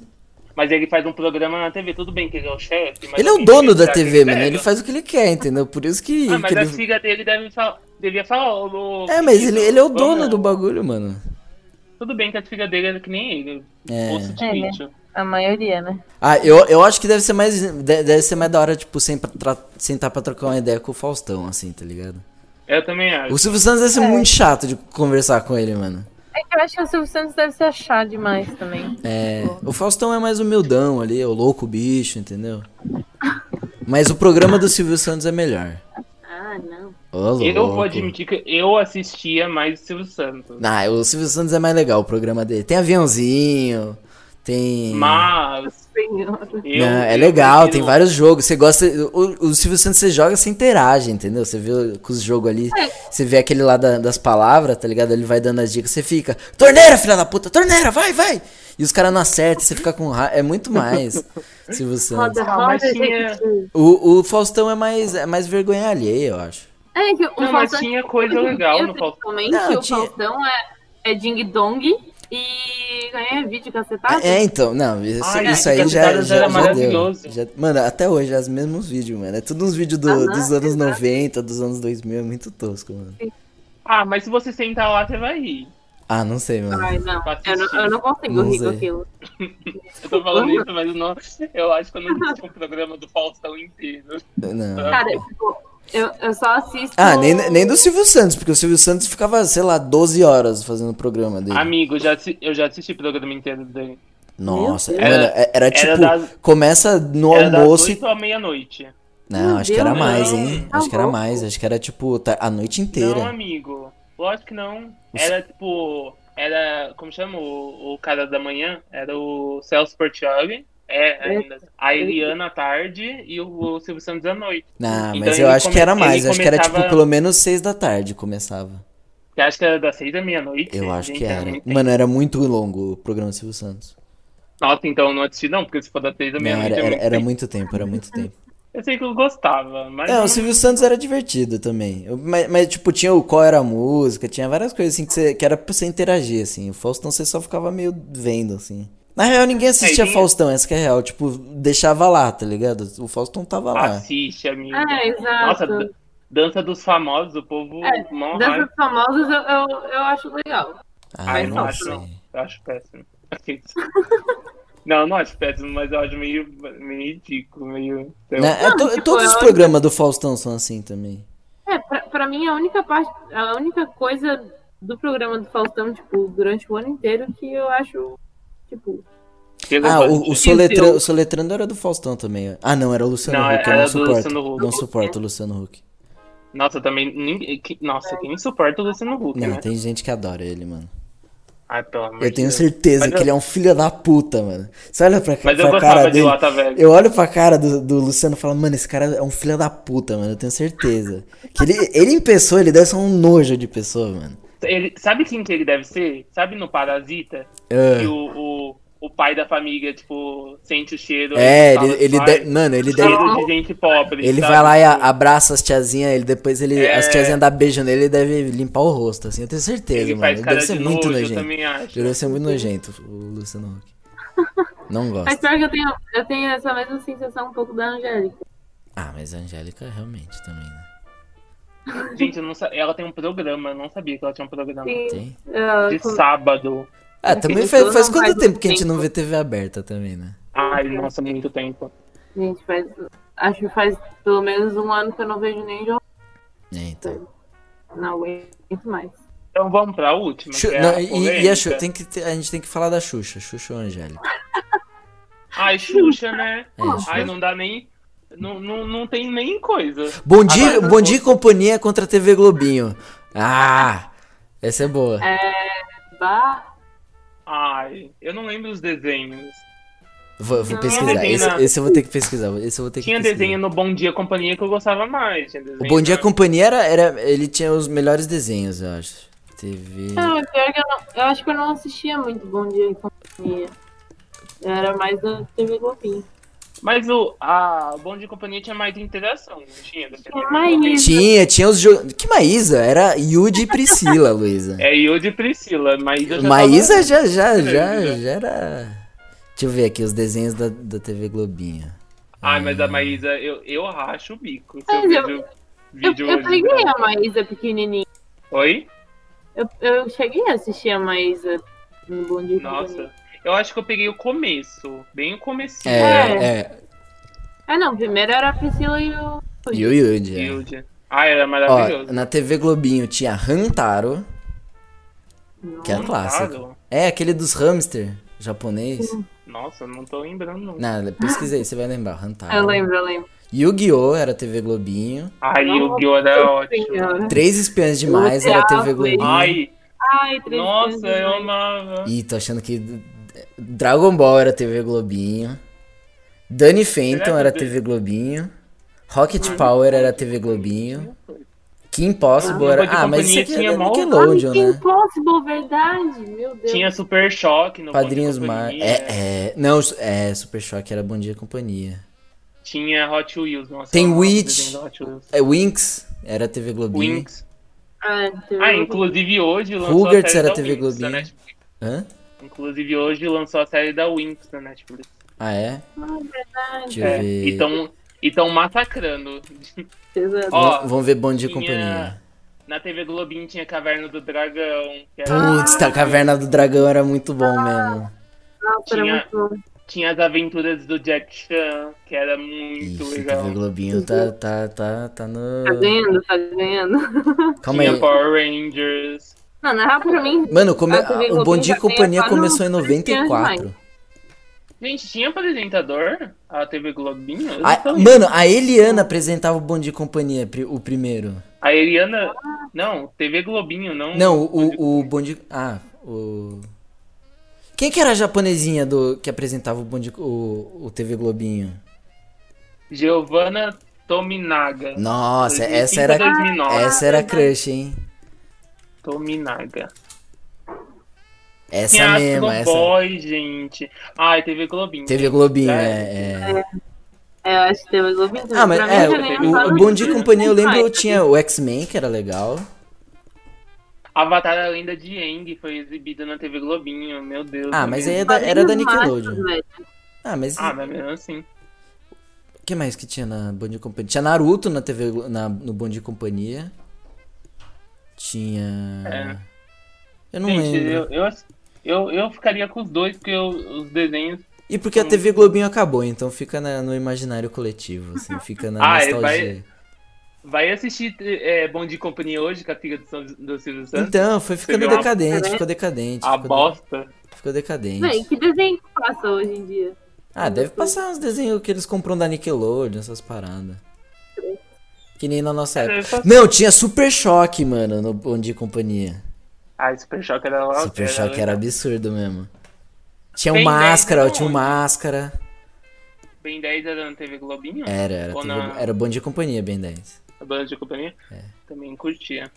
Mas ele faz um programa na TV, tudo bem que ele é o chefe. mas Ele é o assim, dono da tá TV, critério. mano. Ele faz o que ele quer, entendeu? Por isso que, Ah, mas que a ele... filha dele deve falar, devia falar. ô, ô, É, mas ele, ele é o vamos- dono do bagulho, mano. Tudo bem que a filha dele é que nem ele. É. Osso de É, né? lixo. gente, a maioria, né? Ah, eu, eu acho que deve ser mais de- deve ser mais da hora, tipo, sem pra tra- sentar pra trocar uma ideia com o Faustão, assim, tá ligado? Eu também acho. O Silvio Santos deve ser é. muito chato de conversar com ele, mano. É que eu acho que o Silvio Santos deve se achar demais também. É, o Faustão é mais humildão ali, é o louco bicho, entendeu? Mas o programa do Silvio Santos é melhor. Ah, não. Ô, é louco. Eu vou admitir que eu assistia mais o Silvio Santos. Ah, o Silvio Santos é mais legal o programa dele. Tem aviãozinho, tem. Mas senhora. Eu- Não, é eu legal, tem prefiro- vários jogos. Você gosta. O, o Silvio Santos você joga, você interage, entendeu? Você vê com os jogos ali, É. você vê aquele lá da- das palavras, tá ligado? Ele vai dando as dicas, você fica. Torneira, filha da puta, torneira, vai, vai! E os caras não acertam, você fica com raiva. É muito mais Silvio Santos. Roda, Não, roda, mas tinha- gente. O, o Faustão é mais, é mais vergonha alheia, eu acho. É que o Não, mas Faustão é tinha coisa legal no Faustão. Principalmente Não, o tinha. Faustão é, é Ding Dong e ganha vídeo Ah, cacetado. É, então, não, isso, Ai, isso Ai, aí já, é, Cacetadas já, era já deu. maravilhoso. Já- mano, até hoje, é os mesmos vídeos, mano. É tudo uns vídeos do- Aham, dos anos 90, dos anos 2000, é muito tosco, mano. Ah, mas se você sentar lá, você vai rir. Ah, não sei, mano. Ai, não. Pra Eu não, eu não consigo Não rir sei. com aquilo. Eu tô falando isso, mas eu, não, eu acho que eu não assisti um programa do Faustão inteiro. Não. tá. Cara, tipo, eu, eu só assisto. Ah, nem, nem do Silvio Santos, porque o Silvio Santos ficava, sei lá, 12 horas fazendo o programa dele. Amigo, já, assi- eu já assisti o programa inteiro dele. Nossa, Meu mano, Deus. era, era tipo, das- começa no Era das almoço. e- 8 à meia-noite. Não, Meu acho que era Deus, mais, não. hein? Tá acho que era louco. mais, acho que era tipo tá- a noite Não, inteira. amigo. Lógico que não. Era tipo. Era. Como chama o, o cara da manhã? Era o Celso Portioli. É, ainda. A Eliana à tarde e o, o Silvio Santos à noite. Não, Então Ah, mas ele eu acho que come- era ele mais, acho que era tipo começava- pelo menos 6 da tarde começava. Você acha que era das seis da meia-noite? Eu acho Gente, que era. então, muito Mano, era muito longo o programa do Silvio Santos. Nossa, então eu não assisti não, porque se for da 3 da Não, era, meia-noite eu era, não era sei. muito tempo, era muito tempo. Eu sei que eu gostava, mas É, não- o Silvio Santos era divertido também. Eu- mas, mas, tipo, tinha o qual era a música, tinha várias coisas assim que, você- que era pra você interagir, assim. O Faustão você só ficava meio vendo, assim. Na real, ninguém assistia É, e- Faustão, essa que é a real. Tipo, deixava lá, tá ligado? O Faustão Ah, tava lá. assiste, amigo. É, Nossa, exato. dan- dança dos famosos, o povo É, mó Dança raiva. dos famosos eu, eu, eu acho legal. Ah, Ah, eu eu não acho, sei. não. Eu acho péssimo. não, eu não acho péssimo, mas eu acho meio, meio ridículo, meio. sei lá. Né? É to- tipo, todos os eu- programas do Faustão são assim também. É, pra, pra mim a única parte, a única coisa do programa do Faustão, tipo, durante o ano inteiro que eu acho, tipo, Ah, o, o, Relevante. Soletran- o Soletrando era do Faustão também. Ah, não, era o Luciano Não, Huck, eu era não do suporto. Luciano Huck. Não suporto o Luciano Huck. Nossa, também. ninguém- que- Nossa, quem suporta o Luciano Huck, Não, né? tem gente que adora ele, mano. Ai, pelo amor Eu de tenho Deus. certeza Mas que eu- ele é um filho da puta, mano. Você olha pra, Mas eu pra cara gostava de dele. Lata Velha. Eu olho pra cara do, do Luciano e falo, mano, esse cara é um filho da puta, mano. Eu tenho certeza. que ele, ele em pessoa, ele deve ser um nojo de pessoa, mano. Ele, sabe quem que ele deve ser? Sabe no Parasita? Ah. Que o, o, o pai da família, tipo, sente o cheiro. É, fala ele, pro ele pai, deve. Mano, ele deve. Cheiro de gente pobre. Ele sabe? vai lá e a- abraça as tiazinhas, ele depois ele. um- É. As tiazinhas dá beijo nele, ele deve limpar o rosto, assim, eu tenho certeza, Ele mano. faz Ele cara deve ser de muito nojo, eu nojento. Ele também acho. deve ser muito nojento, o Luciano Huck. Não mas gosto. pior que eu tenho, eu tenho essa mesma sensação um pouco da Angélica. Ah, mas a Angélica realmente também, né? Gente, eu não sa- ela tem um programa, eu não sabia que ela tinha um programa. Sim. Tem? Ah, De com- sábado. Ah, Aquele também faz, show faz não quanto faz tempo muito que a gente não tempo. vê TV aberta também, né? Ai, nossa, muito tempo. gente, faz, acho que faz pelo menos um ano que eu não vejo nem jornal. É, então. Não aguento mais. Então vamos pra última. Xu- que é a não, e, e a, polêmica. Xu- tem que, ter- a gente tem que falar da Xuxa, Xuxa ou Angélica? Ai, Xuxa, né? É, Xuxa. Ai, não dá nem. Não, não, não tem nem coisa. Bom dia, Agora- bom dia e companhia contra a TV Globinho. Ah! Essa é boa. Bah, Ai, eu não lembro os desenhos. Vou, vou Não. pesquisar. Desenho Esse, na- esse eu vou ter que pesquisar. Esse eu vou ter que Tinha pesquisar. desenho no Bom Dia Companhia que eu gostava mais. Tinha O desenho Bom Dia na- Companhia era, era- Ele tinha os melhores desenhos, eu acho. TV. Ah, não, é pior que eu, não, eu acho que eu não assistia muito Bom Dia e Companhia. Eu era mais da TV Globinho. Mas o a Bom Dia Companhia tinha mais interação, não tinha? Tinha mais. Tinha, tinha os jogos. Que Maísa? Era Yudi e Priscila, Luísa. É Yudi e Priscila, Maísa já Maísa já, já, já, grande, já era. Deixa eu ver aqui os desenhos da, da TV Globinho. Ai, Hum. mas a Maísa, eu, eu racho o bico se Mas eu eu- vejo Eu, vídeo eu hoje. peguei a Maísa pequenininha. Oi? Eu, eu cheguei a assistir a Maísa no Bom Dia e Companhia. Nossa. Eu acho que eu peguei o começo, bem o comecinho. É, É. é. Ah, não, primeiro era a Priscila e o. E o Yudi. é. Yudi. Ah, era Ó, maravilhoso. na TV Globinho tinha Rantaro, que é Não clássico. tava. É, aquele dos hamster japonês. Nossa, não tô lembrando não. Não, pesquisa aí, você vai lembrar. Rantaro. Eu lembro, eu lembro. Yu-Gi-Oh! era TV Globinho. Ai, Nossa o Gyo era É ótimo. Senhora. Três Espiãs Demais era odiava TV Globinho. Ai, Ai, três nossa, vezes eu mais. amava. Ih, tô achando que Dragon Ball era TV Globinho. Dani Fenton Será era que- TV Globinho. Rocket Power era TV Globinho. Kim Possible era. Nickelodeon Ah, mas isso aqui tinha era mó- Nickelodeon, né? Impossible, verdade. Meu Deus. Tinha Super Choque no Bom Dia Padrinhos e Mar. Companhia, É, é. Não, é, Super Choque era Bom Dia e Companhia. Tinha Hot Wheels. Nossa, Tem eu amava o Witch. desenho do Hot Wheels. É, Winx era TV Globinho. Winx. Ah, então- Ah, inclusive hoje lançou Rugrats a série era da TV Winx, Globinho. da Netflix. Hã? Inclusive hoje lançou a série da Winx na Netflix. Ah, é? Ah, verdade. Deixa eu É, ver. E tão- e tão massacrando. Exato. Ó, Vão- Vamos ver Bom Dia e tinha- Companhia. Na TV Globinho tinha Caverna do Dragão. Que era... Putz, tá, a Caverna do Dragão era muito bom mesmo. Nossa, era tinha- muito bom. Tinha as aventuras do Jack Chan, que era muito Ixi, legal. TV Globinho tá, tá, tá, tá no. Tá ganhando, tá ganhando. Calma aí. Tinha Power Rangers. Não, na real, pra mim, Mano, come- A TV o Bom Globinho Dia e já tem Companhia lá no começou em 94. 94. Gente, tinha apresentador? A TV Globinho? Eu não A- sabia. mano, a Eliana apresentava o Bom Dia e Companhia, pri- o primeiro. A Eliana. Não, TV Globinho, não. Não, o, o Bom Dia... Ah, o... Quem que era a japonesinha do, que apresentava o, Bom Dia- o, o TV Globinho? Giovanna Tominaga. Nossa, 2005 essa era, a 2009. essa era a crush, hein? Tominaga. Essa Tinha Astro mesma, essa... Boy, gente. Ai, TV Globinho. TV Globinho, é... é. é, eu acho que teve Globinho. Ah, mas pra mim, é, já ganhou o, só o no Bom Dia e Disney Companhia eu lembro, Plus. eu tinha o X-Men, que era legal. Avatar a Lenda de Aang foi exibida na TV Globinho, meu Deus. Ah, meu mas aí Deus. é da- era da Padrinhos Mágicos, Nickelodeon. velho. Ah, mas... Ah, mas mesmo assim. O que mais que tinha na Bom Dia e Companhia? Tinha Naruto na TV, Glo- na, no Bom Dia e Companhia. Tinha. Eu É, não é. Gente, lembro. eu, eu, eu, eu ficaria com os dois, porque eu- os desenhos. E porque a TV Globinho acabou, então fica na- no imaginário coletivo, assim, fica na Ah, é, nostalgia. vai- Vai assistir é, Bom de Companhia hoje com a filha do, São- do Silvio Santos? Então, foi ficando Você viu a- decadente, ficou decadente. a ficou, bosta. ficou decadente. Véi, que desenho que passa hoje em dia? Ah, deve passar uns desenhos que eles compram da Nickelodeon, essas paradas. Que nem na nossa época. Não, tinha Super Choque, mano, no Bom Dia e Companhia. Ah, Super Choque era lá. Super Choque era absurdo mesmo. Tinha um Bem, bem, máscara, bem, tinha um bem. máscara. Ben 10 era na TV Globinho? Era, era, Ou TV, na- era Bom Dia e Companhia, Ben 10. A banda de companhia? É. Também curtia.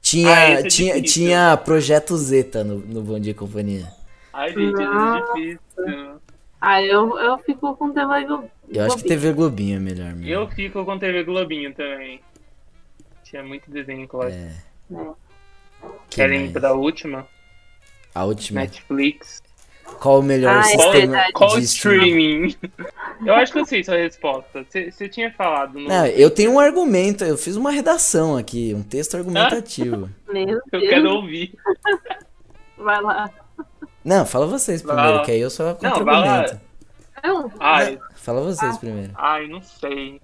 Tinha, Ah, esse é tinha, difícil. tinha Projeto Zeta no, no Bom Dia e Companhia. Ai, gente, era Nossa. difícil. Ah, eu, eu fico com o tema do. Eu acho que TV Globinho é melhor mesmo. Eu fico com TV Globinho também. Tinha muito desenho clássico. É. Que Querem mais? ir pra última? A última. Netflix. Qual o melhor Ah, é Qual, sistema verdade. qual de streaming? streaming? Eu acho que eu sei sua resposta. Você você tinha falado no. Não, eu tenho um argumento, eu fiz uma redação aqui, um texto argumentativo. Ah. Meu Eu Deus. quero ouvir. Vai lá. Não, fala vocês Vai primeiro, lá. que aí eu só Não, vai lá. Ah. contra-argumento. Não, Ai, Fala vocês primeiro. ai, não sei.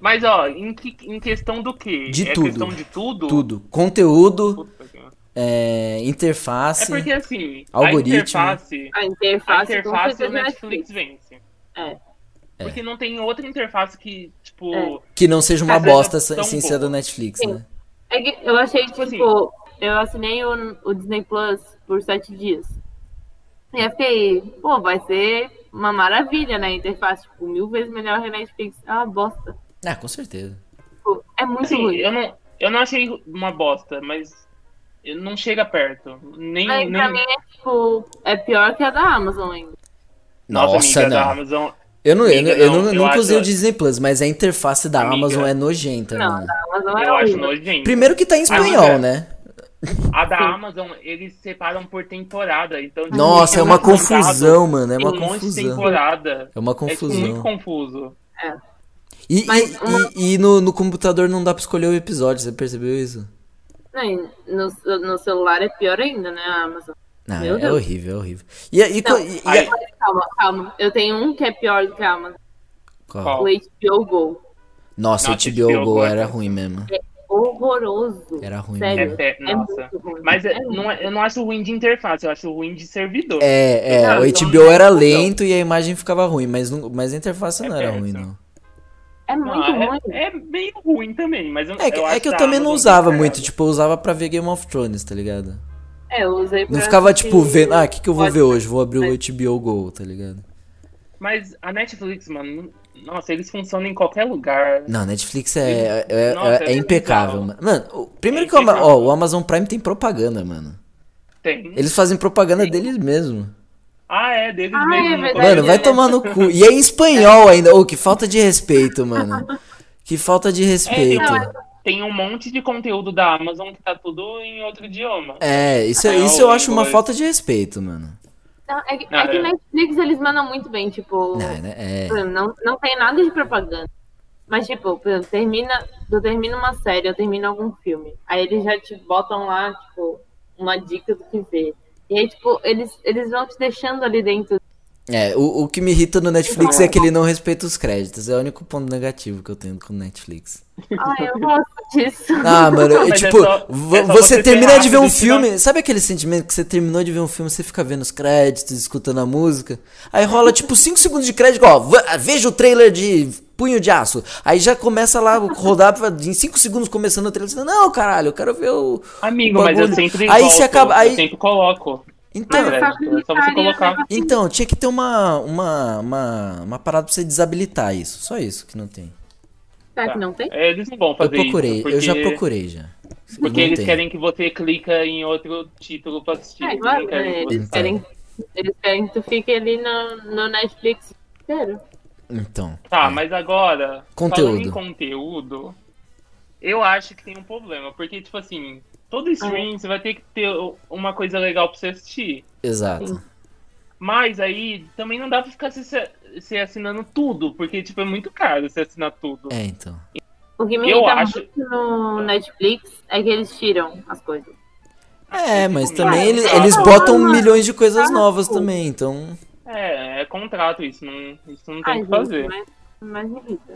Mas, ó, em, que- em questão do quê? De é tudo. questão de tudo? Tudo. Conteúdo, Puta que- é, É interface. porque, assim, Algoritmo. a interface, a a interface. com interface certeza, o Netflix vence. É. Porque não tem outra interface que, tipo... É. Que não seja uma Às vezes bosta é sem tão sem ser boa. do Netflix, assim. Sim. né? É que eu achei, tipo, Tipo assim. eu assinei o, o Disney Plus por sete dias. E eu fiquei, pô, vai ser uma maravilha, né? a Interface, tipo, mil vezes melhor que a Netflix. É uma bosta. Ah, com certeza. Tipo, é muito Assim, ruim. eu não, eu não achei uma bosta, mas eu não chega perto. Nem... Mas pra nem... mim é, tipo, é pior que a da Amazon ainda. Nossa, amiga, da não. Amazon... Eu não, eu, Amiga, não- eu não, não- eu nunca acho- usei o Disney Plus, mas a interface da Amiga. Amazon é nojenta, Não, mano. a Amazon é Eu acho horrível. nojento. Primeiro que tá em espanhol, Amiga. né? A da Amazon, eles separam por temporada, então... tipo, Nossa, tem é uma um condado, confusão, mano. É Tem uma um monte de confusão. temporada. É uma É, tipo, muito confusão. confuso. E, e- Mas uma- e- e no, no computador não dá pra escolher o episódio, você percebeu isso? Não, e No, no celular é pior ainda, né, a Amazon? Não, Meu é Deus. horrível, é horrível. E, a- e, co- Não, e- e a- Aí, Calma, calma. Eu tenho um que é pior do que a Amazon. qual? qual? O HBO Go. Nossa, Nossa, o HBO HBO Go Go era é- ruim mesmo. Horroroso. Era ruim Sério. mesmo. É, é, É nossa. muito ruim. Mas é- É não é- eu não acho ruim de interface, eu acho ruim de servidor. É, é, Não, o então HBO não- era não. lento e a imagem ficava ruim, mas, não, mas a interface não então. É era perto. ruim, não. É Não, muito é- ruim. É, meio ruim também, mas eu, É que, eu é acho que eu da também não Amazon usava bem muito, caralho. tipo, eu usava pra ver Game of Thrones, tá ligado? É, eu usei Não pra ficava, assistir- tipo, vendo, ah, o que, que eu vou Pode ver hoje? Vou abrir o HBO Go, tá ligado? Mas a Netflix, mano, nossa, eles funcionam em qualquer lugar. Não, Netflix é, é, é- Nossa, é é impecável, mano. bizarro. Mano, o- primeiro É que o, Ama- ó, impecável. o Amazon Prime tem propaganda, mano. Tem. Eles fazem propaganda deles mesmos. Ah, é, deles Ah, mesmo. é no verdade. começo. Mano, vai tomar no cu. E é em espanhol ainda. Ô, que falta de respeito, mano. Que falta de respeito. Tem um monte de conteúdo da Amazon que tá tudo em outro idioma. É, isso, É, isso eu o acho uma inglês. falta de respeito, mano. Não, é, que- Não, é que é. Netflix eles mandam muito bem, tipo. Não, né? É. Por exemplo, Não, não tem nada de propaganda. Mas, tipo, por exemplo, termina, eu termino uma série, eu termino algum filme. Aí eles já te botam lá, tipo, uma dica do que ver. E aí, tipo, eles, eles vão te deixando ali dentro. É, o, o que me irrita no Netflix é que ele não respeita os créditos. É o único ponto negativo que eu tenho com o Netflix. Ah, eu gosto disso. Ah, mano, Não, é mas é tipo, só- vo- é só você você termina ser de ver um rápido e tirar- filme. Sabe aquele sentimento que você terminou de ver um filme, você fica vendo os créditos, escutando a música? Aí rola tipo 5 segundos de crédito, ó, v- veja o trailer de Punho de Aço. Aí já começa lá rodar pra- em 5 segundos começando o trailer. Você, não, caralho, eu quero ver o. Amigo, o mas eu bagulho." sempre Aí volto, você acaba. Aí, eu sempre coloco. então, Mas eu Cara, só é só você colocar. então, tinha que ter uma, uma, uma, uma parada pra você desabilitar isso. Só isso que não tem. Será que não tem? É, Eles não vão Eu fazer procurei, isso. eu já porque- procurei já. Porque Não eles tem. querem que você clica em outro título pra assistir. É, Eles claro, não né? querem que você- Eles querem, eles querem que tu fique ali no, no Netflix inteiro. Então. Tá, mas agora, falando Conteúdo. em conteúdo, eu acho que tem um problema, porque, tipo assim, todo stream você vai ter que ter uma coisa legal pra você assistir. Exato. Mas aí também não dá pra ficar se, se assinando tudo, porque, tipo, é muito caro se assinar tudo. É, então. O que me Eu irrita acho- muito no Netflix é que eles tiram as coisas. É, mas Tipo, também mano, ele- é eles contrato, botam mano. milhões de coisas Contrato. novas também, então. É, é contrato isso, não, isso não tem Ai, o que gente, fazer. mas, mas me irrita.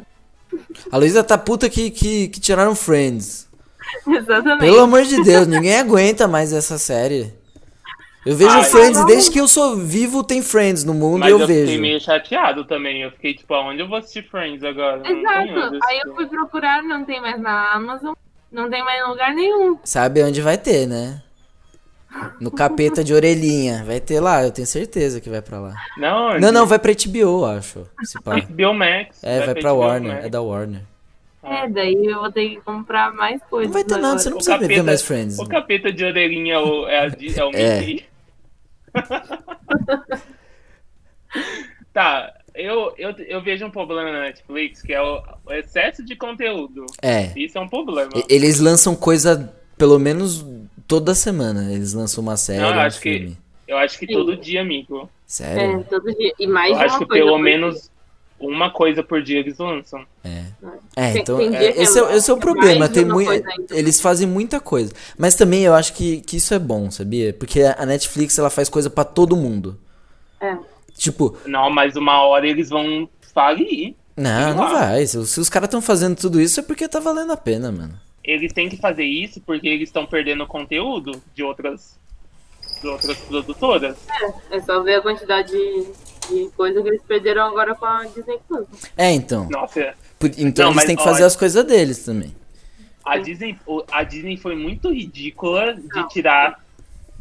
A Luísa tá puta que, que, que tiraram Friends. Exatamente. Pelo amor de Deus, ninguém aguenta mais essa série. Eu vejo Ai, Friends, não. desde que eu sou vivo tem Friends no mundo Mas e eu, eu, fiquei vejo. meio chateado também. Eu fiquei tipo, aonde eu vou assistir Friends agora? Não tem onde Exato. Aí assistir. eu fui procurar, não tem mais na Amazon, não tem mais em lugar nenhum. Sabe onde vai ter, né? No capeta de orelhinha. Vai ter lá, eu tenho certeza que vai pra lá. Não, Não, onde? não, vai pra HBO, eu acho. Se pá. HBO Max. É, vai pra HBO Warner, Max. é da Warner. Ah. É, daí eu vou ter que comprar mais coisas. Não vai ter agora. nada, você não O precisa ver capeta- mais Friends. O capeta de orelhinha é o, é a Di- é o É. Mickey. tá, eu, eu, eu vejo um problema na Netflix que é o, o excesso de conteúdo. É. Isso é um problema. E- Eles lançam coisa, pelo menos toda semana. Eles lançam uma série, Não, eu um acho que- filme. Eu acho que todo dia, amigo. Sério? É, todo dia. E mais Eu de uma acho que coisa pelo por dia. menos uma coisa por dia eles lançam. É, Tem- então tem é, dia que esse, é, é esse é o mais problema. de Tem uma mui- coisa então. ainda. Eles fazem muita coisa. Mas também eu acho que, que isso é bom, sabia? Porque a a Netflix ela faz coisa pra todo mundo. É. Tipo, Não, mas uma hora eles vão falir. não, Sei não lá. vai. Se, se os caras estão fazendo tudo isso é porque tá valendo a pena, mano. Eles têm que fazer isso porque eles estão perdendo conteúdo de outras, de outras produtoras. É só ver a quantidade de, de coisa que eles perderam agora com a Disney Plus. É, então. Nossa, Por- então Não, eles mas, têm que ó, fazer as coisas deles também. a Disney, o- a Disney foi muito ridícula de tirar.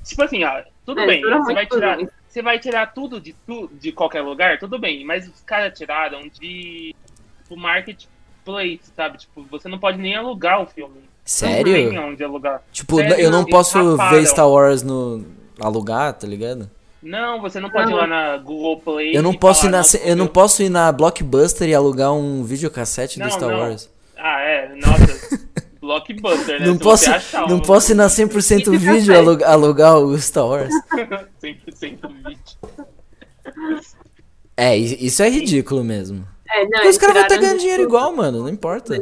Tipo assim, ó, tudo É, bem, tirou você vai, muito tirar, ruim. você vai tirar tudo de, tu, de qualquer lugar, tudo bem, mas os caras tiraram de do marketplace, sabe? Tipo, você não pode nem alugar o filme. Sério? Não tem onde alugar. Tipo, Sério, eu não eles posso ver taparam. Star Wars no alugar, tá ligado? Não, você não pode Não. ir lá na Google Play. Eu não e posso ir falar, na, "Nossa, eu não meu- posso ir na Blockbuster e alugar um videocassete do Não, Star não. Wars. Ah, é, nossa. Blockbuster, né? Não Se posso, você achar não um- posso ir na é 100% vídeo Videocassete. alugar, alugar o Star Wars. 100% vídeo. É, i- isso é ridículo mesmo. É, não, Porque os eles caras vão estar tiraram ganhando de dinheiro tudo. igual, mano, não importa.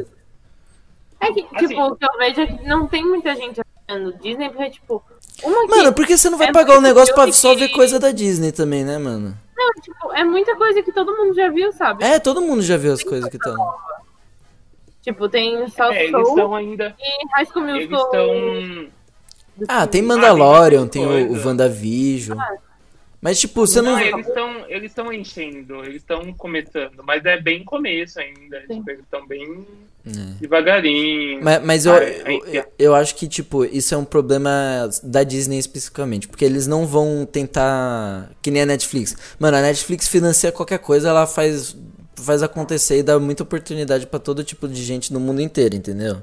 É que, Assim. tipo, o que eu vejo é que não tem muita gente assinando Disney, porque, tipo, uma que. Mano, por que você não vai É pagar o muito negócio pra filme só que- ver coisa da Disney também, né, mano? não, tipo, é muita coisa que todo mundo já viu, sabe? É, todo mundo já viu as coisas que estão. Tipo, tem South É, eles Show estão ainda. e High School Eles Musical. estão. Ah, tem Ah, tem Mandalorian, bastante tem o, o coisa. Ah. WandaVision. Mas, tipo, você não. Não, eles estão eles tão enchendo, eles estão começando, mas é bem começo ainda. Tipo, eles estão bem É. devagarinho. Mas, mas eu, Ah, é, eu, é, é. eu acho que, tipo, isso é um problema da Disney especificamente. Porque eles não vão tentar. Que nem a Netflix. Mano, a Netflix financia qualquer coisa, ela faz, faz acontecer e dá muita oportunidade pra todo tipo de gente no mundo inteiro, entendeu?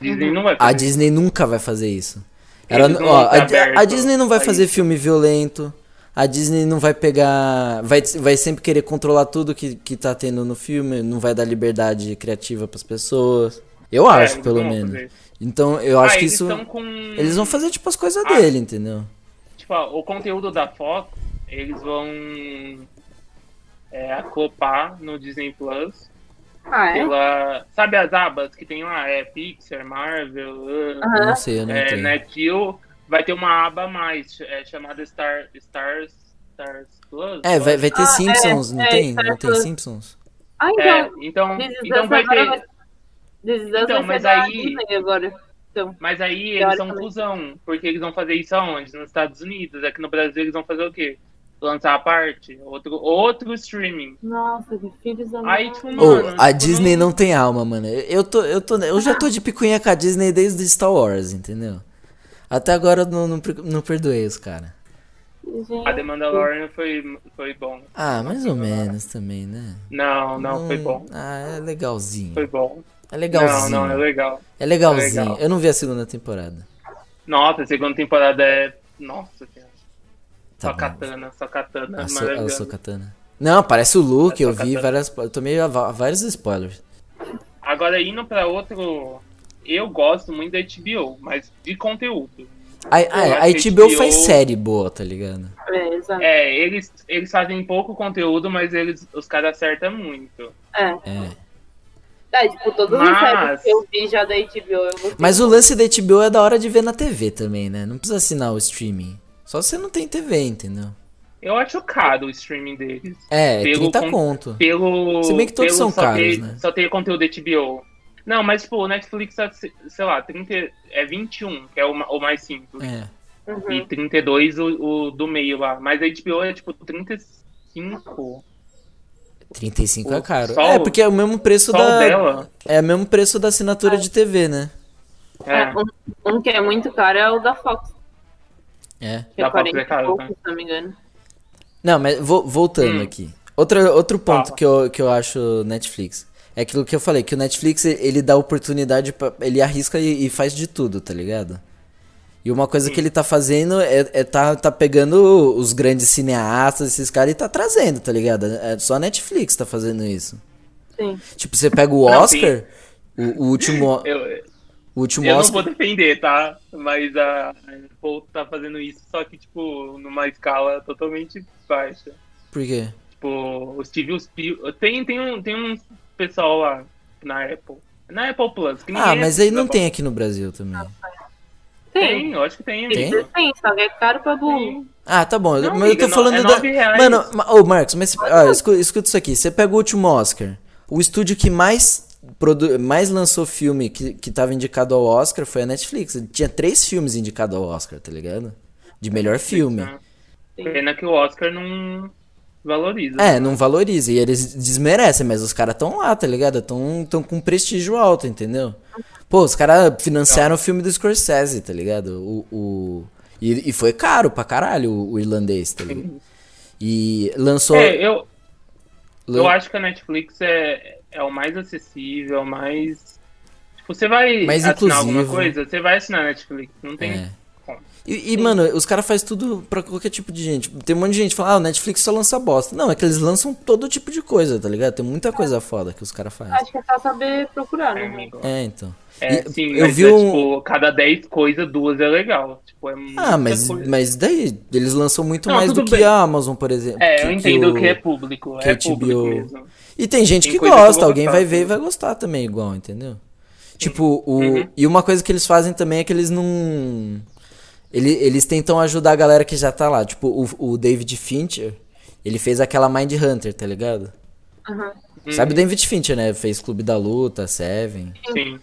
Disney não vai A fazer Disney nunca vai fazer isso. Uhum. Eles Ela- não ó, vão a, estar abertos a Disney não vai a fazer isso. filme violento. A Disney não vai pegar. Vai, vai sempre querer controlar tudo que, que tá tendo no filme. Não vai dar liberdade criativa pras pessoas. Eu É, acho, eles pelo não vão menos. fazer isso. Então, eu acho Ah, que eles isso. tão com- Eles vão fazer, tipo, as coisas Ah. dele, entendeu? Tipo, ó, o conteúdo da Fox, eles vão é, acoplar no Disney Plus. Ah, é? Pela, sabe as abas que tem lá? É Pixar, Marvel, uh, Eu Aham. não sei, eu não é, entendo. Netgeo. Vai ter uma aba a mais é, chamada Star, Stars, Stars Plus. É, eu vai, acho. vai ter Ah, Simpsons, é, não é, tem? Star Não tem Plus. Simpsons? Ah, É, então. então, This Is então Us vai agora ter. vai- This Is Us Então, vai mas ser da aí- Disney agora. Então, Mas aí eles são Teoricamente. fusão, porque eles vão fazer isso aonde? Nos Estados Unidos. Aqui no Brasil eles vão fazer o quê? Lançar a parte? Outro, outro streaming. nossa, que filhos da Aí, mãe. tipo, Ô, mano, a tipo, Disney não tem alma, mano. Eu, tô, eu, tô, eu já tô de picuinha com a Disney desde Star Wars, entendeu? Até agora eu não, não, per- não perdoei os cara. Gente, A The Mandalorian foi, foi bom. Ah, mais ou menos também, né? Não, não, foi bom. Ah, é legalzinho. Foi bom. É legalzinho. Não, não, é legal. é legalzinho. é legal. Eu não vi a segunda temporada. Nossa, a segunda temporada é. Nossa, senhora. só Tá bom. Ah, katana, só katana. A, so, a maravilhoso. Sokatana. Não, parece o Luke, A eu vi Sokatana. várias. Eu tomei a- vários spoilers. Agora, indo pra outro. Eu gosto muito da HBO, mas de conteúdo. A, a, a acho que HBO faz HBO série boa, tá ligado? É, exato. É, eles, eles fazem pouco conteúdo, mas eles, os caras acertam muito. É. É. É, tipo, todas as Mas- séries que eu vi já da HBO, eu gostei. Mas o lance da HBO é da hora de ver na TV também, né? Não precisa assinar o streaming. Só se você não tem TV, entendeu? Eu acho caro o streaming deles. É, Pelo 30 con- conto. Pelo. Se bem que todos pelo são só caros, ter, né? Só ter conteúdo HBO. Não, mas, tipo, o Netflix, tá, se- sei lá, 30, é 21, que é o, ma- o mais simples. É. E Uhum. 32 o, o do meio lá. Mas a HBO é, tipo, 35. 35 é O- caro. só é, o- porque é o mesmo preço Só da. o dela. É o mesmo preço da assinatura de TV, né? É, É, um, um que é muito caro é o da Fox, É. que Da é Fox é 40 caro, e pouco, se não me engano. Não, mas vo- voltando Hum. aqui. Outra, outro ponto Fala. que eu, que eu acho Netflix. É aquilo que eu falei, que o Netflix e- ele dá oportunidade, pra, ele arrisca e, e faz de tudo, tá ligado? E uma coisa que ele tá fazendo é, é tá, tá pegando os grandes cineastas, esses caras, e tá trazendo, tá ligado? É só a Netflix tá fazendo isso. Sim. Tipo, você pega o Não, sim. Oscar, o, o último, eu, o último Eu não Oscar. vou defender, tá? Mas a Apple tá fazendo isso, só que, tipo, numa escala totalmente baixa. Por quê? Tipo, o Steve Spielberg... Tem, tem, um, tem um pessoal lá na Apple. Na Apple Plus. que Ah, ninguém mas aí assina, não tá tem aqui no Brasil também. bom. Tem. Tem, eu acho que tem. Tem? amigo. Tem, só que é caro pra burro. Tem. Ah, tá bom. Não, mas eu amiga, tô no- falando é da. nove reais. Mano, ma- ô Marcos, mas ó, escu- escuta isso aqui. Você pega o último Oscar. O estúdio que mais, produ... mais lançou filme que, que tava indicado ao Oscar foi a Netflix. Tinha três filmes indicados ao Oscar, tá ligado? De melhor filme. Né? Pena que o Oscar não valoriza. É, não valoriza. E eles desmerecem, mas os caras tão lá, tá ligado? Tão, tão com prestígio alto, entendeu? Pô, os caras financiaram o filme do Scorsese, tá ligado? O. o... E, e foi caro pra caralho o, o irlandês, tá ligado? E lançou. É, eu, lan- eu acho que a Netflix é, é o mais acessível, é o mais... Tipo, você vai Mais assinar alguma inclusivo. coisa, você vai assinar a Netflix. Não tem... É. E, e, mano, os caras fazem tudo pra qualquer tipo de gente. Tem um monte de gente que fala, ah, o Netflix só lança bosta. Não, é que eles lançam todo tipo de coisa, tá ligado? Tem muita coisa foda que os caras fazem. Acho que é só saber procurar, É, né? amigo. É, então. É, E- sim, eu mas vi é, um- tipo, cada 10 coisas, duas é legal. Tipo, é muita Ah, mas, coisa. mas daí, eles lançam muito Não, mais do tudo que bem. a Amazon, por exemplo. É, eu entendo o- que, é público, que é o público HBO mesmo. E tem gente Tem que coisa que eu gosta, vou alguém gostar, vai ver e sim. vai gostar também, igual, entendeu? Tipo, o. Uhum. E uma coisa que eles fazem também é que eles não. Ele, eles tentam ajudar a galera que já tá lá. Tipo, o, o David Fincher, ele fez aquela Mind Hunter, tá ligado? Aham. Uhum. Sabe o David Fincher, né? Fez Clube da Luta, Seven. Sim.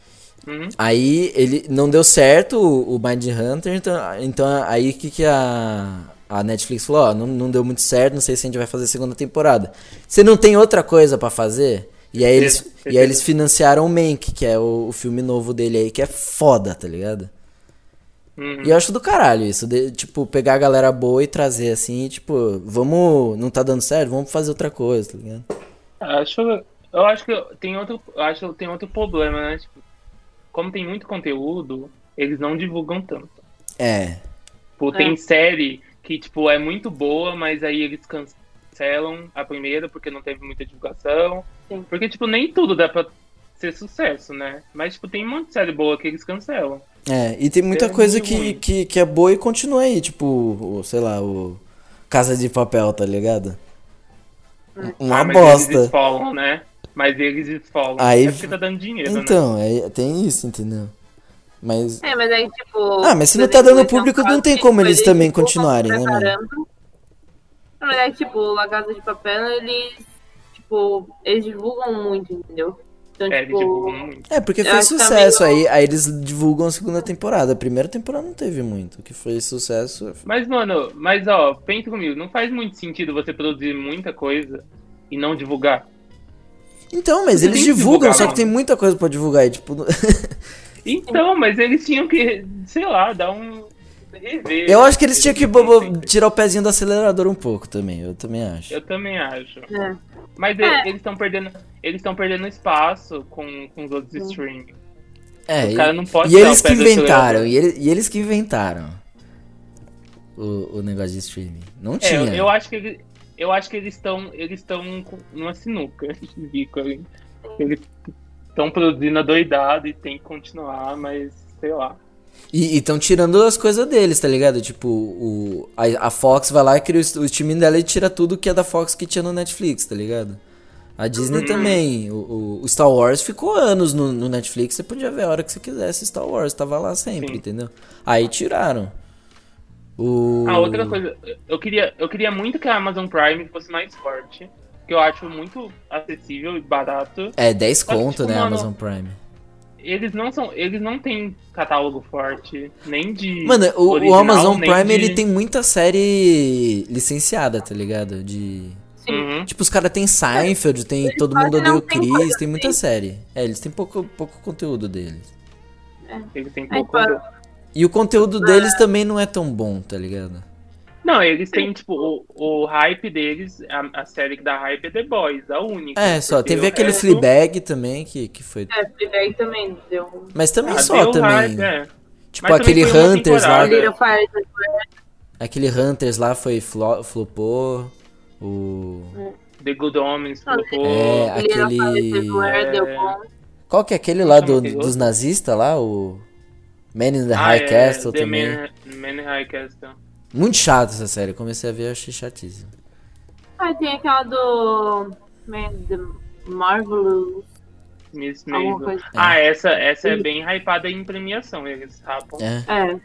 Uhum. Aí ele não deu certo o, o Mind Hunter, então, então aí o que, que a, A Netflix falou, ó, não, não deu muito certo, não sei se a gente vai fazer a segunda temporada. Você não tem outra coisa pra fazer? E aí eles, Certeza, e aí eles certeza. financiaram o Mank, que é o, o filme novo dele aí, que é foda, tá ligado? Uhum. E eu acho do caralho isso, de, tipo, pegar a galera boa e trazer assim, e, tipo, vamos, não tá dando certo, vamos fazer outra coisa, tá ligado? Acho, eu acho que tem outro, eu acho que tem outro problema, né? Tipo, como tem muito conteúdo, eles não divulgam tanto. É, Tipo, tem série que tipo é muito boa, mas aí eles cancelam a primeira porque não teve muita divulgação. Sim. Porque tipo nem tudo dá pra ser sucesso, né? Mas tipo tem um monte de série boa que eles cancelam. É, e tem muita É coisa muito que, ruim. que, que é boa e continua aí, tipo, o, sei lá, o Casa de Papel, tá ligado? Uma Ah, mas Eles bosta. desfolam, né? Mas eles desfolam. Aí- É porque tá dando dinheiro, né? Então, é, tem isso, entendeu? Mas. É, mas aí, tipo. Ah, mas se por não tá dando exemplo, público, esse é um não tem caso como que eles também continuarem, ficam né, mano? preparando. Na verdade, tipo, o La Casa de Papel, eles. Tipo, eles divulgam muito, entendeu? Então, É, eles divulgam tipo. muito. É, porque Eu fez acho que sucesso, aí, aí eles divulgam a segunda temporada. A primeira temporada não teve muito. O que foi sucesso. é Mas, mano, mas ó, pensa comigo, não faz muito sentido você produzir muita coisa e não divulgar. Então, mas Você eles tem que divulgam, divulgar, só que mano. tem muita coisa pra divulgar aí, tipo. Então, mas eles tinham que, sei lá, dar um. rever. Eu acho que eles tinham que não bobo- sei. tirar o pezinho do acelerador um pouco também, eu também acho. Eu também acho. É. Mas e- É. eles estão perdendo. Eles estão perdendo espaço com, com os outros Sim. streaming. É, O e- cara não pode E dar o eles pé que do inventaram, acelerador. e eles, e eles que inventaram o, o negócio de streaming. Não É, tinha. eu, eu acho que ele- eu acho que eles estão eles estão com- numa sinuca de bico ali. Eles estão produzindo adoidado e tem que continuar, mas sei lá. E estão tirando as coisas deles, tá ligado? Tipo, o, a, a Fox vai lá e cria o, o time dela e tira tudo que é da Fox que tinha no Netflix, tá ligado? A Disney Uhum. também. O, o- o Star Wars ficou anos no, no Netflix, você podia ver a hora que você quisesse Star Wars, tava lá sempre, Sim. entendeu? Aí tiraram. O... A Ah, outra coisa, eu queria eu queria muito que a Amazon Prime fosse mais forte, que eu acho muito acessível e barato. É, 10 Só que, conto, tipo, né, mano, Amazon Prime. Eles não são, eles não têm catálogo forte nem de Mano, o, o original, Amazon nem Prime, de- ele tem muita série licenciada, tá ligado? De... Sim. Uhum. Tipo, os caras tem Seinfeld, tem Todo quase Mundo Odeia não o tem coisa assim. Chris, tem muita série. É, eles têm pouco, pouco conteúdo deles. Eles têm Aí, pouco. tipo, E o Ah. conteúdo deles também não é tão bom, tá ligado? Não, eles têm, tipo, o, o hype deles, a, a série que dá hype é The Boys, a única. É, só, porque teve o aquele resto- Fleabag também, que, que foi... É, Fleabag também deu um. Mas também Ah, só, deu também. hype, é. Tipo, Mas também aquele foi uma Hunters lá, temporada. Little Fires of aquele Hunters lá foi flo, flopou, o... The Good Omens, Ah, colocou. É, Little Fires aquele... Everywhere deu É. bom. Qual que é aquele lá Como do, aquele dos outro? nazistas lá, o... Man in the Ah, High é, Castle The também. Man, Man in High Castle. Muito chato essa série, eu comecei a ver, eu achei chatíssimo. Ah, tem aquela do. Man, é, The Marvelous. Miss Alguma Maisel. coisa. assim. Ah, essa, essa é bem hypada em premiação, eles rapam. É. É.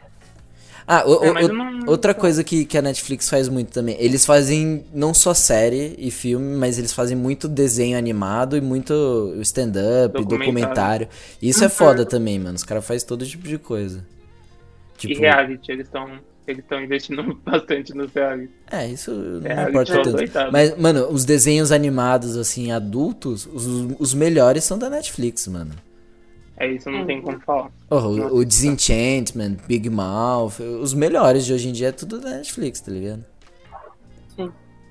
Ah, o- É, o- mas o- eu não- outra coisa que, que a Netflix faz muito também, eles fazem não só série e filme, mas eles fazem muito desenho animado e muito stand-up, documentário. Documentário. Uhum. E Isso é foda também, mano. Os caras fazem todo tipo de coisa. E Tipo, reality, eles estão eles tão investindo bastante nos reality. é, isso não Reality importa show, tanto. coitado. Mas, mano, os desenhos animados, assim, adultos, os, os melhores são da Netflix, mano. É isso, não tem como falar. Oh, o, o Disenchantment, Big Mouth, os melhores de hoje em dia é tudo da Netflix, tá ligado? Sim.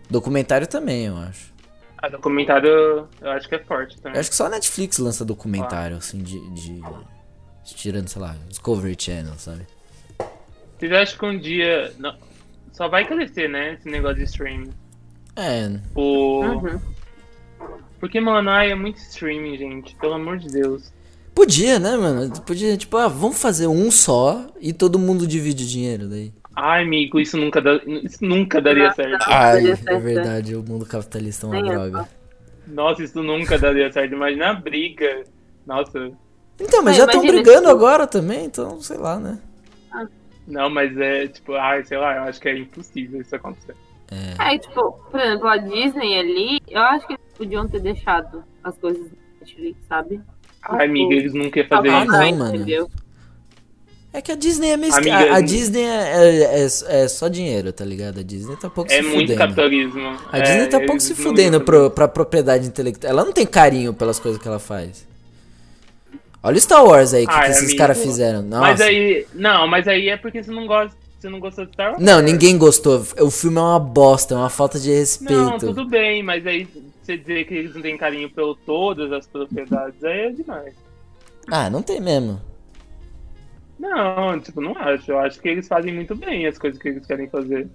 Documentário também, eu acho. A Ah, documentário, eu acho que é forte Eu também. acho que só a Netflix lança documentário, assim, de. de- Tirando, sei lá, Discovery Channel, sabe? Vocês acham que um dia... não- só vai crescer, né, esse negócio de streaming. É. O... Uhum. Porque, mano, ai, é muito streaming, gente. Pelo amor de Deus. Podia, né, mano? Podia, tipo, ah, vamos fazer um só e todo mundo divide o dinheiro daí. Ai, amigo, isso nunca, dá- isso nunca daria Não, certo. Ai, Podia é ser, verdade, o mundo capitalista é uma Nem eu. droga. Nossa, isso nunca daria certo. Imagina a briga. Nossa, Então, Mas mas já estão imagina, brigando tipo- agora também, então, sei lá, né? não, mas é tipo, ai, sei lá, eu acho que é impossível isso acontecer. É, tipo, por exemplo, a Disney ali, eu acho que eles podiam ter deixado as coisas na Netflix, sabe? Uhum. Tipo, Ai, amigo, eles nunca iam fazer Talvez Ah, isso. não, mais, mano. Entendeu? É que a Disney é meio. Amiga, a, a é- Disney é, é, é- é só dinheiro, tá ligado? A Disney tá pouco É se muito fudendo. capitalismo. É, A Disney tá pouco se fudendo pro. pro, pra propriedade intelectual. Ela não tem carinho pelas coisas que ela faz. Olha o Star Wars aí, o que, Ai, que esses amigo. caras fizeram. Nossa. Mas aí. Não, mas aí é porque você não gosta. Você não gostou de Star Wars? Não, ninguém gostou. O filme é uma bosta, é uma falta de Não, respeito. tudo bem, mas aí você dizer que eles não têm carinho por todas as propriedades aí é demais. Ah, não tem mesmo. Não, tipo, não acho. Eu acho que eles fazem muito bem as coisas que eles querem fazer.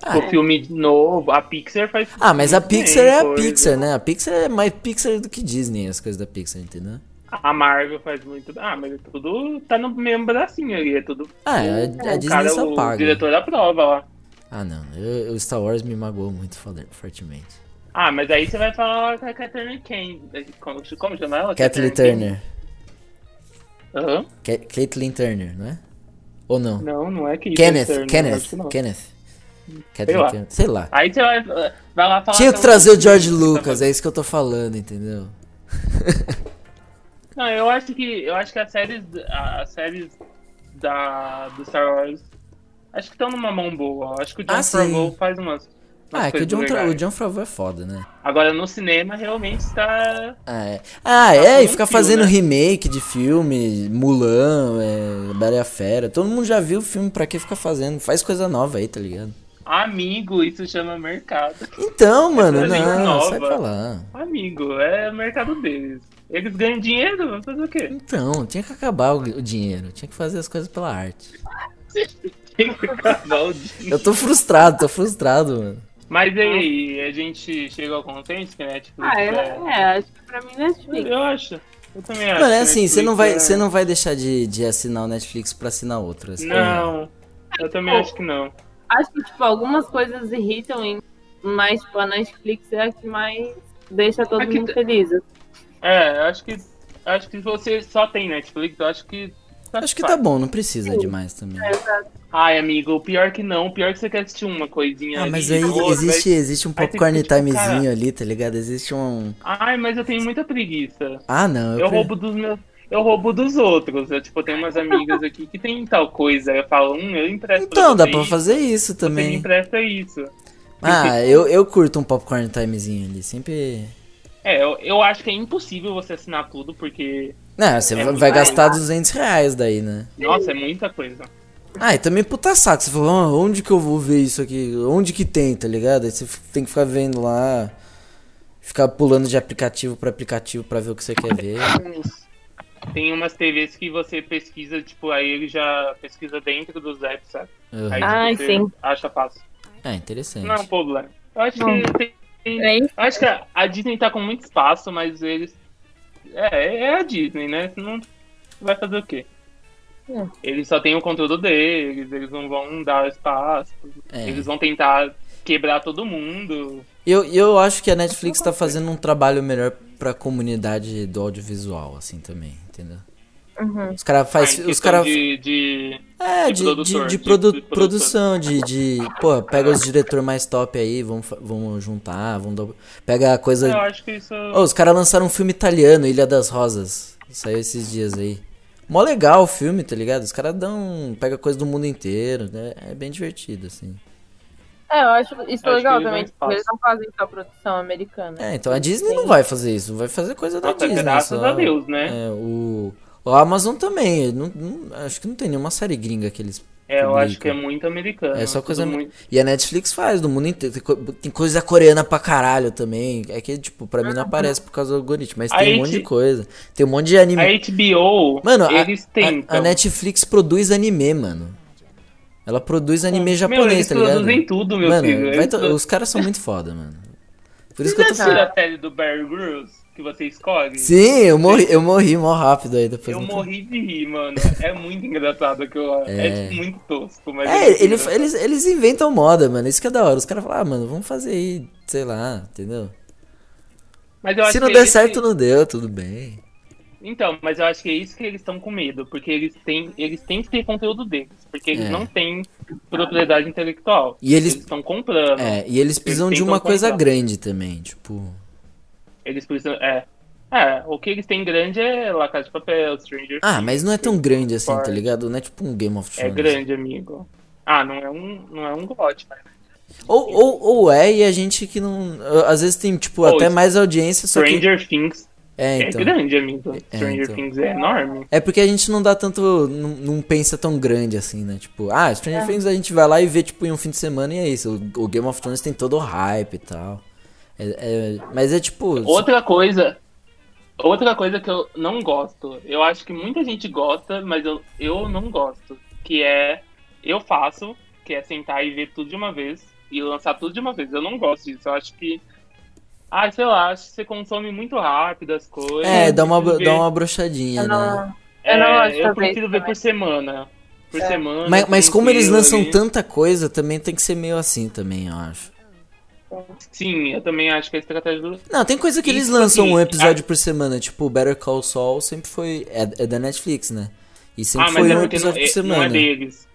Ah, O filme novo, a Pixar faz. Ah, mas a muito bem Pixar é a coisa. Pixar, né? A Pixar é mais Pixar do que Disney, as coisas da Pixar, entendeu? A Marvel faz muito. Ah, mas é tudo tá no mesmo bracinho ali. É tudo. Ah, a, a o Disney cara, é só o paga. diretor aprova lá. Ah, não. eu- o Star Wars me magoou muito fale- fortemente. Ah, mas aí você vai falar com a Catherine Kane. Como, como chama ela? Kathleen Kane? Turner. Aham. Ca- Caitlyn Turner, não é? Ou não? Não, não é que Kenneth, acho que não. Kenneth, Kenneth. Kathleen lá. Ah, tá Turner, Sei lá. Aí você vai, vai lá falar. é um Tinha que com- trazer o George Lucas, é isso que eu tô falando, entendeu? Não, eu acho que eu acho que as séries, as séries da do Star Wars acho que estão numa mão boa. Acho que o John Ah, sim. Favreau faz umas. umas Ah, é que o coisas John, Tra- legais. o John Favreau é foda, né? Agora no cinema realmente tá está. Ah, é. Ah, é, e fazendo ficar filme, fazendo né? remake de filme, Mulan, é, Bela e a Fera. Todo mundo já viu o filme, pra que ficar fazendo? Faz coisa nova aí, tá ligado? Amigo, isso chama mercado. Então, mano, coisa não, nova. sai pra lá. Amigo, é o mercado deles. Eles ganham dinheiro, vão fazer o quê? Então, tinha que acabar o, o dinheiro, tinha que fazer as coisas pela arte. Tem que acabar o dinheiro. Eu tô frustrado, tô frustrado, mano. Mas e aí, a gente chega ao consenso que Netflix Ah, é, é... é, acho que pra mim Netflix. Eu acho. Eu também acho. Mano, é que assim, você não Netflix vai, é- você não vai deixar de, de assinar o Netflix pra assinar outro. assim, né? Não, eu também acho que não. Acho que, tipo, algumas coisas irritam, em- mas, tipo, a Netflix é a que mais deixa todo A que mundo t- feliz. É, eu acho que eu acho que se você só tem Netflix, eu acho que Acho que tá bom, não precisa demais também. É, Ai, amigo, o pior que não, o pior que você quer assistir uma coisinha. Ah, ali, mas aí outra, existe, existe um aí tem popcorn que, tipo, timezinho cara- ali, tá ligado? Existe um. Ai, mas eu tenho muita preguiça. Ah, não. Eu, eu pre- roubo dos meus eu roubo dos outros. Eu, tipo, tenho umas amigas aqui que tem tal coisa. Eu falo, hum, eu empresto. Então, dá você pra isso, fazer isso Você me também. empresta isso. Ah, eu, eu curto um popcorn timezinho ali, sempre. É, eu, eu acho que é impossível você assinar tudo, porque, Não, né, você É vai muito vai mais gastar 200 reais daí, né? nossa, é muita coisa. Ah, e também puta saco. Você falou, "Ah, onde que eu vou ver isso aqui? Onde que tem, tá ligado? Aí você f- tem que ficar vendo lá, ficar pulando de aplicativo pra aplicativo pra ver o que você quer ver. Tem umas TVs que você pesquisa, tipo, aí ele já pesquisa dentro dos apps, sabe? Uhum. Aí Ai, você sim. acha fácil. Ah, interessante. Ah. Não é um problema. Eu acho Não. que tem- tem. assim. Três. eu acho que a a Disney tá com muito espaço, mas eles. É, é a Disney, né? Não vai fazer o quê? É. Hum. Eles só têm o conteúdo deles, eles não vão dar espaço, É. eles vão tentar quebrar todo mundo. Eu, eu acho que a Netflix tá fazendo um trabalho melhor pra comunidade do audiovisual, assim, também, entendeu? Os caras Ah, em faz, os questão cara de, de- É, de de, de, produtor, de, de- produ- de produção, produção. de, de. Pô, pega os diretor mais top aí, vamos, fa- vamos juntar, vamos dobrar. Pega a coisa. Eu acho que isso. Ô, os caras lançaram um filme italiano, Ilha das Rosas. Saiu esses dias aí. Mó legal o filme, tá ligado? Os caras dão. um, Pega coisa do mundo inteiro, né? É bem divertido, assim. É, eu acho isso Acho legal que eles também. não tipo, eles não fazem só produção americana. É, então a Disney não vai fazer isso, vai fazer coisa da Nossa, Disney. graças só. a Deus, né? É, o. O Amazon também, não- não- acho que não tem nenhuma série gringa que eles. É, eu acho publicam. que é muito americano. É só tudo coisa. muito. E a Netflix faz do mundo inteiro. Tem, co- tem coisa coreana pra caralho também. É que, tipo, pra Ah. mim não aparece por causa do algoritmo, mas A tem um H- monte de coisa. Tem um monte de anime. A HBO, Mano, a, eles a- tentam. a Netflix produz anime, mano. Ela produz anime japonês, meu, eles tá ligado? produzem tudo, meu mano, filho. vai Eles to- produ- Os caras são muito foda, mano. Por isso que eu Você tô já viu falando. a série do Barry Grylls que você escolhe? Sim, eu morri, eu morri mó rápido aí depois. Eu não tô- morri de rir, mano. É muito engraçado que eu... é. tipo, muito tosco, mas É, muito ele- engraçado. eles, eles inventam moda, mano. Isso que é da hora. Os caras falam, ah, mano, vamos fazer aí, sei lá, entendeu? Mas eu acho Se não que der esse- certo, não deu, tudo bem. Então, mas eu acho que é isso que eles estão com medo, porque eles têm, eles têm que ter conteúdo deles, porque eles É. não têm propriedade intelectual. E eles- estão comprando. É, e É, eles precisam de Tá tentam uma coisa comprar. grande também, tipo. Eles precisam, é. É, o que eles têm grande é La Casa de Papel, Stranger Ah, mas não é tão grande assim, tá Fora. ligado? Não é tipo um Game of É Thrones. grande, amigo. Ah, não é um, não é um gote, mas Ou, ou, ou é, e a gente que não. Às vezes tem, tipo, Ou até isso. mais audiência, só que. Stranger Things É, então. é grande, amigo. Stranger então. Things é enorme. É porque a gente não dá tanto. Não, não pensa tão grande assim, né? Tipo, ah, Stranger Things a gente vai lá e vê, tipo, em um fim de semana e é isso. O, o Game of Thrones tem todo o hype e tal. É- é- mas é tipo. Outra coisa. Outra coisa que eu não gosto. Eu acho que muita gente gosta, mas eu, eu não gosto. Que é. Eu faço, que é sentar e ver tudo de uma vez. E lançar tudo de uma vez. Eu não gosto disso. Eu acho que. Ah, sei lá, acho que você consome muito rápido as coisas. É, dá uma, prefiro ver- dá uma brochadinha, Eu né? não, É, eu eu, não gosto de fazer prefiro isso ver também. por semana. Por É. semana. Mas, mas como eles tranquilo lançam ali. tanta coisa, também tem que ser meio assim também, eu acho. Sim, eu também acho que a estratégia do. Não, tem coisa que E, eles tipo lançam assim, um episódio por semana, tipo Better Call Saul sempre foi. É, é da Netflix, né? E sempre ah, mas foi é um porque não, episódio por é, não semana. é deles.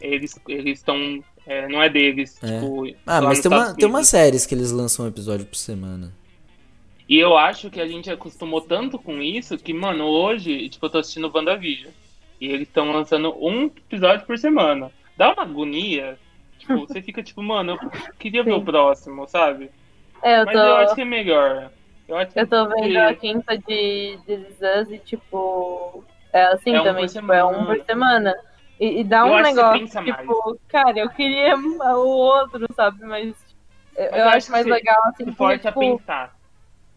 Eles eles estão. é, não é deles. É. Tipo, ah, lá mas nos tem, uma, Estados tem Unidos. umas séries que eles lançam um episódio por semana. E eu acho que a gente acostumou tanto com isso que, mano, hoje, tipo, eu tô assistindo WandaVision. E eles estão lançando um episódio por semana. Dá uma agonia. Tipo, você fica tipo, mano, eu queria ver o próximo, sabe? é, eu Mas eu acho tô, que é melhor. Eu acho que eu tô vendo que- a quinta de de This Is Us e, tipo, é assim É um também, por tipo, é um semana. por semana. E, e dá Eu um acho que negócio, pensa mais. tipo, cara, eu queria o outro, sabe? Mas eu, Mas eu acho mais que legal, assim, se porque, força é a tipo, pensar.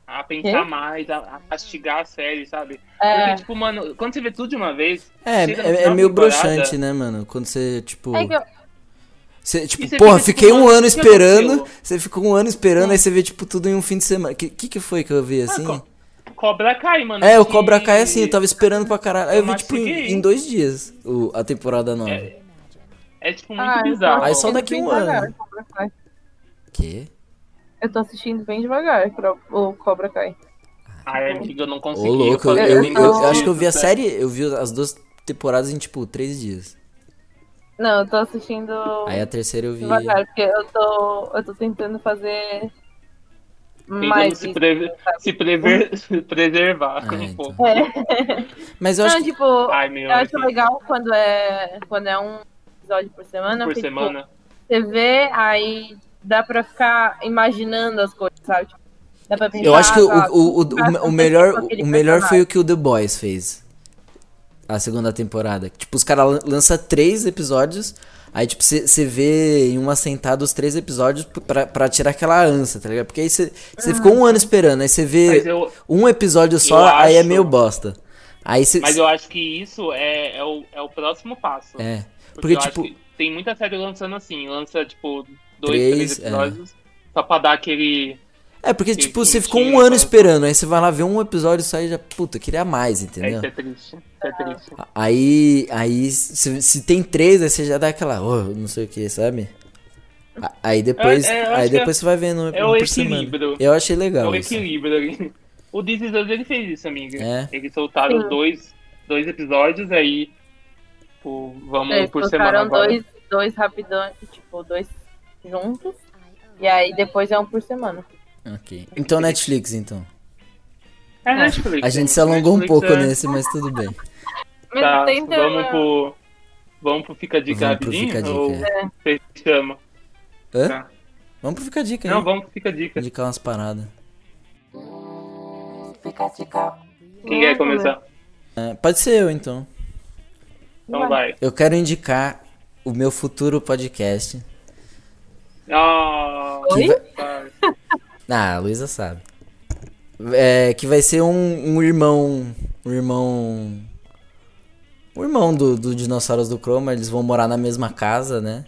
A pensar mais, a, a castigar a série, sabe? é, Porque, tipo, mano, quando você vê tudo de uma vez. É, chega no é, é final da meio temporada, broxante, né, mano? Quando você, tipo. é que eu- Uhum. Você, tipo, E você porra, fica, tipo, fiquei um mano, ano o que aconteceu? esperando. Você ficou um ano esperando, aí você vê, tipo, tudo em um fim de semana. Que que, que foi que eu vi assim? Ah, co- Cobra cai, mano. É, o que- Cobra Kai é assim, eu tava esperando pra caralho. Aí eu Eu vi, tipo, em, mastiguei. em dois dias o- a temporada nova. É, é, tipo, muito ah, eu tô bizarro. Aí só assistindo daqui bem um ano. devagar, Cobra Kai. Quê? Eu tô assistindo bem devagar Cro- o Cobra Kai. Ai, amigo, eu não Ô, consegui. louco, eu, falei, eu- nem eu- eu assisti acho que eu vi a isso, série, eu vi as duas temporadas em, tipo, três dias. Não, eu tô assistindo Aí é a terceira eu vi. devagar, porque eu tô, eu tô tentando fazer Tentando mais se, isso. preve- se prever- se preservar Ah, um então. pouco. É. Mas eu acho Não, que. tipo, Ai, meu. eu acho assim, legal quando é, quando é um episódio por semana, por porque tipo, semana. você vê, aí dá pra ficar imaginando as coisas, sabe? Tipo, dá pra pensar, Eu acho que o, sabe? o, o, o- o melhor, tá Com aquele o melhor foi personagem. o que o The Boys fez. A segunda temporada. Tipo, os caras lançam três episódios. Aí, tipo, você vê em uma sentada os três episódios pra, pra tirar aquela ânsia, tá ligado? Porque aí você ficou Uhum. um ano esperando, aí você Mas vê eu, um episódio só, eu aí é acho- meio bosta. Aí você. mas eu acho que isso é, é, o, é o próximo passo. É. Porque, Porque, eu tipo- acho que tem muita série lançando assim, lança tipo dois, Três, três, é. episódios só pra dar aquele. É, porque, Sim, tipo, sim, você ficou sim, um ano agora- esperando, aí você vai lá ver um episódio só e já, puta, queria mais, É, entendeu? Ah, isso é triste. Isso é triste. Aí, aí se, se tem três, aí você já dá aquela, oh, não sei o que, sabe? A- Aí depois, É, é, eu aí acho que depois você vai vendo um, é o por semana. equilíbrio. Eu achei É legal o isso. equilíbrio ali. O This Is Us, ele fez isso, amiga. É. Eles soltaram Sim. dois, dois episódios, aí. Tipo, vamos Eles por semana colocaram agora. É, dois, dois rapidões, tipo, dois juntos. E aí depois é um por semana. Ok. Então Netflix, então. É Netflix. A né? gente se alongou um Netflix pouco é- nesse, mas tudo bem. Mas Tá, tenta- vamos pro. Vamos pro Fica a Dica Vamos pro rapidinho? Fica a ou Dica. fechamos? Hã? Tá. Vamos pro Fica a Dica Não, aí. vamos pro Fica a Dica. Indicar umas paradas. Quem quer começar? É, pode ser eu, então. Então vai. Eu quero indicar o meu futuro podcast. Ah, Que vai... tá. Ah, a Luísa sabe. É, que vai ser um, um irmão. Um irmão. O irmão do, do Dinossauros do Chroma, eles vão morar na mesma casa, né?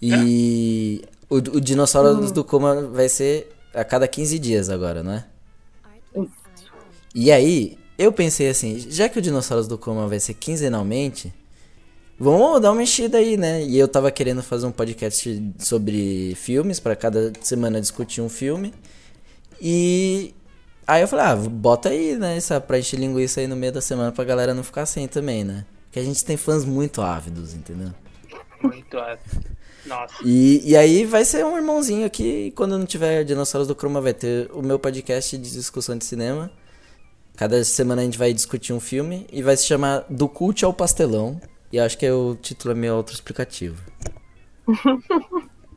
E o, o Dinossauros do Chroma vai ser a cada 15 dias agora, não é? E aí, eu pensei assim, já que o Dinossauros do Chroma vai ser quinzenalmente, vamos dar uma mexida aí, né? E eu tava querendo fazer um podcast sobre filmes, pra cada semana discutir um filme. E aí eu falei, ah, bota aí, né, essa, pra encher linguiça aí no meio da semana pra galera não ficar sem também, né? Porque a gente tem fãs muito ávidos, entendeu? Muito ácido. Nossa. E, e aí vai ser um irmãozinho aqui. e Quando não tiver Dinossauros do Chroma, vai ter o meu podcast de discussão de cinema. Cada semana a gente vai discutir um filme e vai se chamar Do Cult ao Pastelão. E acho que é o título é meio autoexplicativo.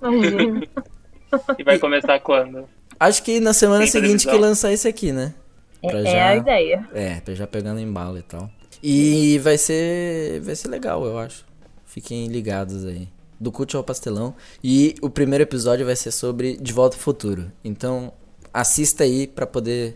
Imagina. E vai começar quando? Acho que na semana Tem seguinte que televisão? lançar esse aqui, né? Pra É, já- é a ideia. É, pra já pegando embalo e tal. E vai ser. Vai ser legal, eu acho. Fiquem ligados aí. Do Cult ao Pastelão. E o primeiro episódio vai ser sobre De Volta ao Futuro. Então, assista aí pra poder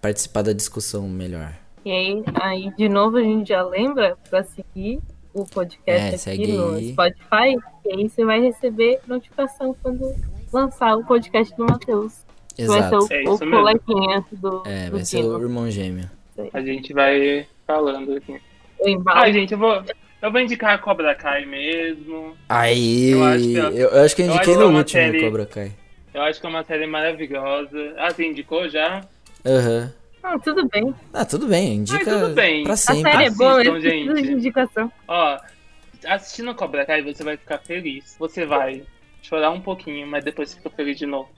participar da discussão melhor. E aí, aí, de novo, a gente já lembra pra seguir o podcast É, segue aqui no aí. Spotify. E aí você vai receber notificação quando lançar o podcast do Matheus. que Vai ser Exato. o, É o isso mesmo. coleguinha do, É, do vai ser Dino. o irmão gêmeo. A gente vai falando aqui. O embalo. Ah, gente, eu vou. Eu vou indicar a Cobra Kai mesmo. Aí! Eu acho que- Eu, eu acho que eu eu indiquei acho que é no uma último série- Cobra Kai. Eu acho que é uma série maravilhosa. Ah, você indicou já? Aham. Ah, tudo bem. Ah, tudo bem, indica tudo bem. pra A A sempre. série é boa, eu assistam, preciso de gente. indicação. Ó, assistindo Cobra Kai você vai ficar feliz. Você vai chorar um pouquinho, mas depois fica feliz de novo.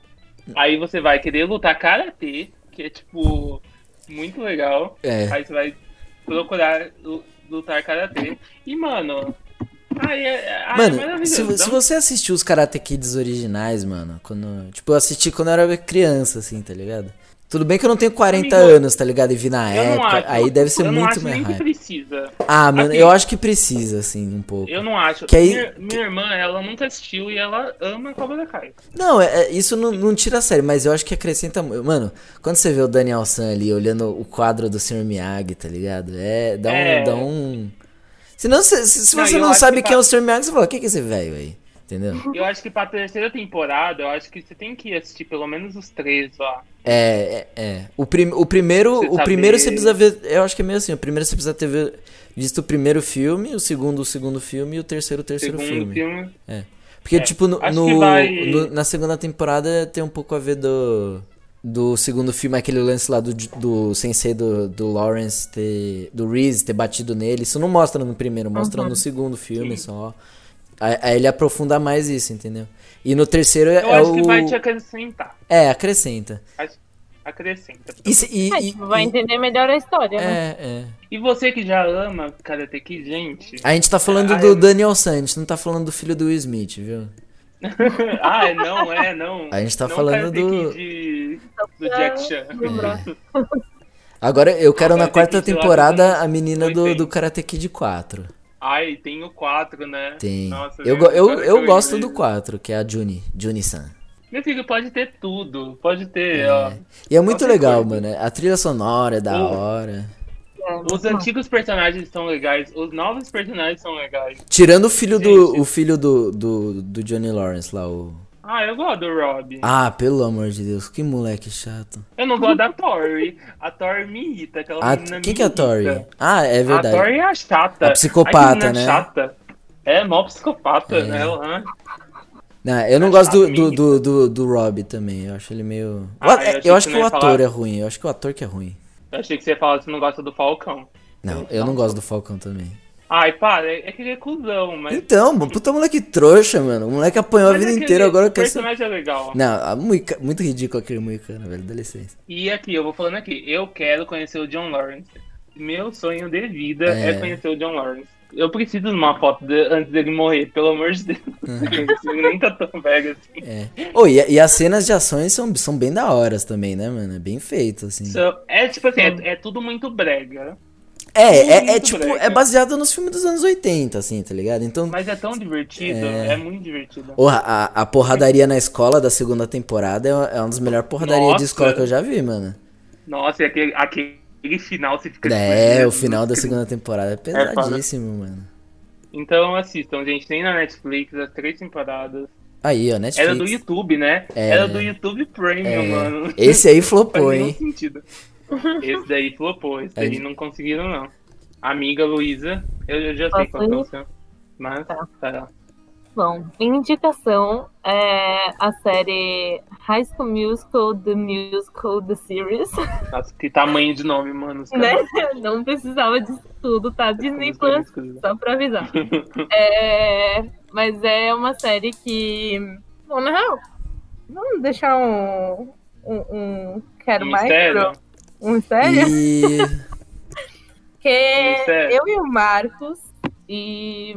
Aí você vai querer lutar karatê, que é tipo muito legal. É. Aí você vai procurar lu- lutar karatê. E mano, aí é, aí é Mano, maravilhoso. se, vo- Dá se um- você assistiu os Karate Kids originais, mano, quando. Tipo, eu assisti quando eu era criança, assim, tá ligado? Tudo bem que eu não tenho 40 Amigo, anos, tá ligado? E vi na eu não época, acho, aí deve ser eu não muito acho mais nem que hype. precisa. Ah, mano, Assim, eu acho que precisa, assim, um pouco. Eu não acho. Que aí- minha, minha irmã, ela nunca assistiu e ela ama Cobra Kai. Não, é- é- isso não, não tira a sério, mas eu acho que acrescenta. mu- Mano, quando você vê o Daniel San ali olhando o quadro do Sr. Miyagi, tá ligado? É, dá um. É. Dá um... Senão, se, se, se Não, você eu não, acho sabe que quem é o tá- Sr. Miyagi, você fala, o que que é esse velho aí? Entendeu? Eu acho que pra terceira temporada, eu acho que você tem que assistir pelo menos os três lá. É, é, é. O, prim, o primeiro, Você o sabe- primeiro você precisa ver, eu acho que é meio assim, o primeiro você precisa ter vi- visto o primeiro filme, o segundo o segundo filme e o terceiro o terceiro Segundo filme. filme. É, Porque tipo no, acho no- que vai- no- na segunda temporada tem um pouco a ver do do segundo filme, aquele lance lá do, do sensei do, do Lawrence ter, do Reese ter batido nele, isso não mostra no primeiro, mostra no segundo filme só. Aí, aí ele aprofunda mais isso, entendeu? E no terceiro Eu é acho o que vai te acrescentar. é, acrescenta. Acho- Acrescenta. E, se- e- Ah, e- tipo, vai e- entender melhor a história, né? É, é. E você que já ama Karate Kid, gente. A gente tá falando Ah, do eu- Daniel San, a gente não tá falando do filho do Will Smith, viu? ah, é, não, é, não. A gente tá Não falando Karate do- Uhum. Kid do Jack Chan. É, Lembrar. Agora, eu quero na Karate quarta Kid lá temporada do- a menina do, Oitenta. do Karate Kid 4. Ai, tem o 4, né? Tem. Nossa, eu né? go- eu, Agora que eu gosto do lembrei. 4, que é a Juni, Juni San. Meu filho, pode ter tudo. Pode ter, ó. E é muito Qualquer legal, coisa. mano. A trilha sonora é da Oh. hora. É. Os antigos personagens são legais. Os novos personagens são legais. Tirando o filho do Gente. o filho do, do, do Johnny Lawrence lá, o. Ah, eu gosto do Rob. Ah, pelo amor de Deus, que moleque chato. Eu não gosto da Tori. A Tori me irrita. Aquela Ah, menina quem me que é a Tori? irrita. Ah, é verdade. A Tori é a chata. A psicopata, Ai, que menina né? chata. É, mó psicopata, É. né? Ela, hã? Não, eu não Ah, gosto do, tá, do, mim. do, do, do Rob também. Eu acho ele meio. Ah, Ué, eu é- eu, achei que acho você que não o ia ator falar. é ruim. Eu acho que o ator que é ruim. Eu achei que você ia falar que você não gosta do Falcão. Não, eu Então. não gosto do Falcão também. Ai, para, é que ele é cuzão, mas. Então, mano, puta moleque trouxa, mano. O moleque apanhou a mas vida é que inteira, ele- agora O quer ser. personagem é legal. Não, a muica- muito ridículo aquele moicano, velho. Dá licença. E aqui, eu vou falando aqui, eu quero conhecer o John Lawrence. Meu sonho de vida É. é, conhecer o John Lawrence. Eu preciso de uma foto de- antes dele morrer, pelo amor de Deus. Ele nem tá tão velho assim. É. Oh, e, e as cenas de ações são, são bem da horas também, né, mano? É bem feito, assim. So, é tipo assim, é, é tudo muito brega, É, é, é muito tipo, brega. é baseado nos filmes dos anos 80, assim, tá ligado? Então, mas é tão divertido, É. é, muito divertido. Porra, a, a porradaria na escola da segunda temporada é, é uma das melhores porradarias de Nossa. escola que eu já vi, mano. Nossa, e aquele, aquele final você fica. É, tipo, o final da incrível. segunda temporada é foda. pesadíssimo, mano. Então assistam, gente, tem na Netflix as três temporadas. Aí, ó, Era do Netflix. YouTube, né? É. Era do YouTube Premium, mano. Esse aí Faz flopou, nenhum hein? sentido. Esse daí flopou, esse É. daí não conseguiram, não. Amiga Luísa, eu, eu já sei Posso qual que é o ir? seu. Mas, tá. Bom, minha indicação é a série High School Musical, The Musical, The Series. Nossa, que tá, tamanho de nome, mano. os Né? caras. Não precisava disso tudo, tá? Disney Os caras Plus, escolheram. só pra avisar. É, mas é uma série que. Bom, na real, vamos deixar um. Um, um quero Um mais mistério? pro- um É. mistério? E. Porque Mistério. eu e o Marcos e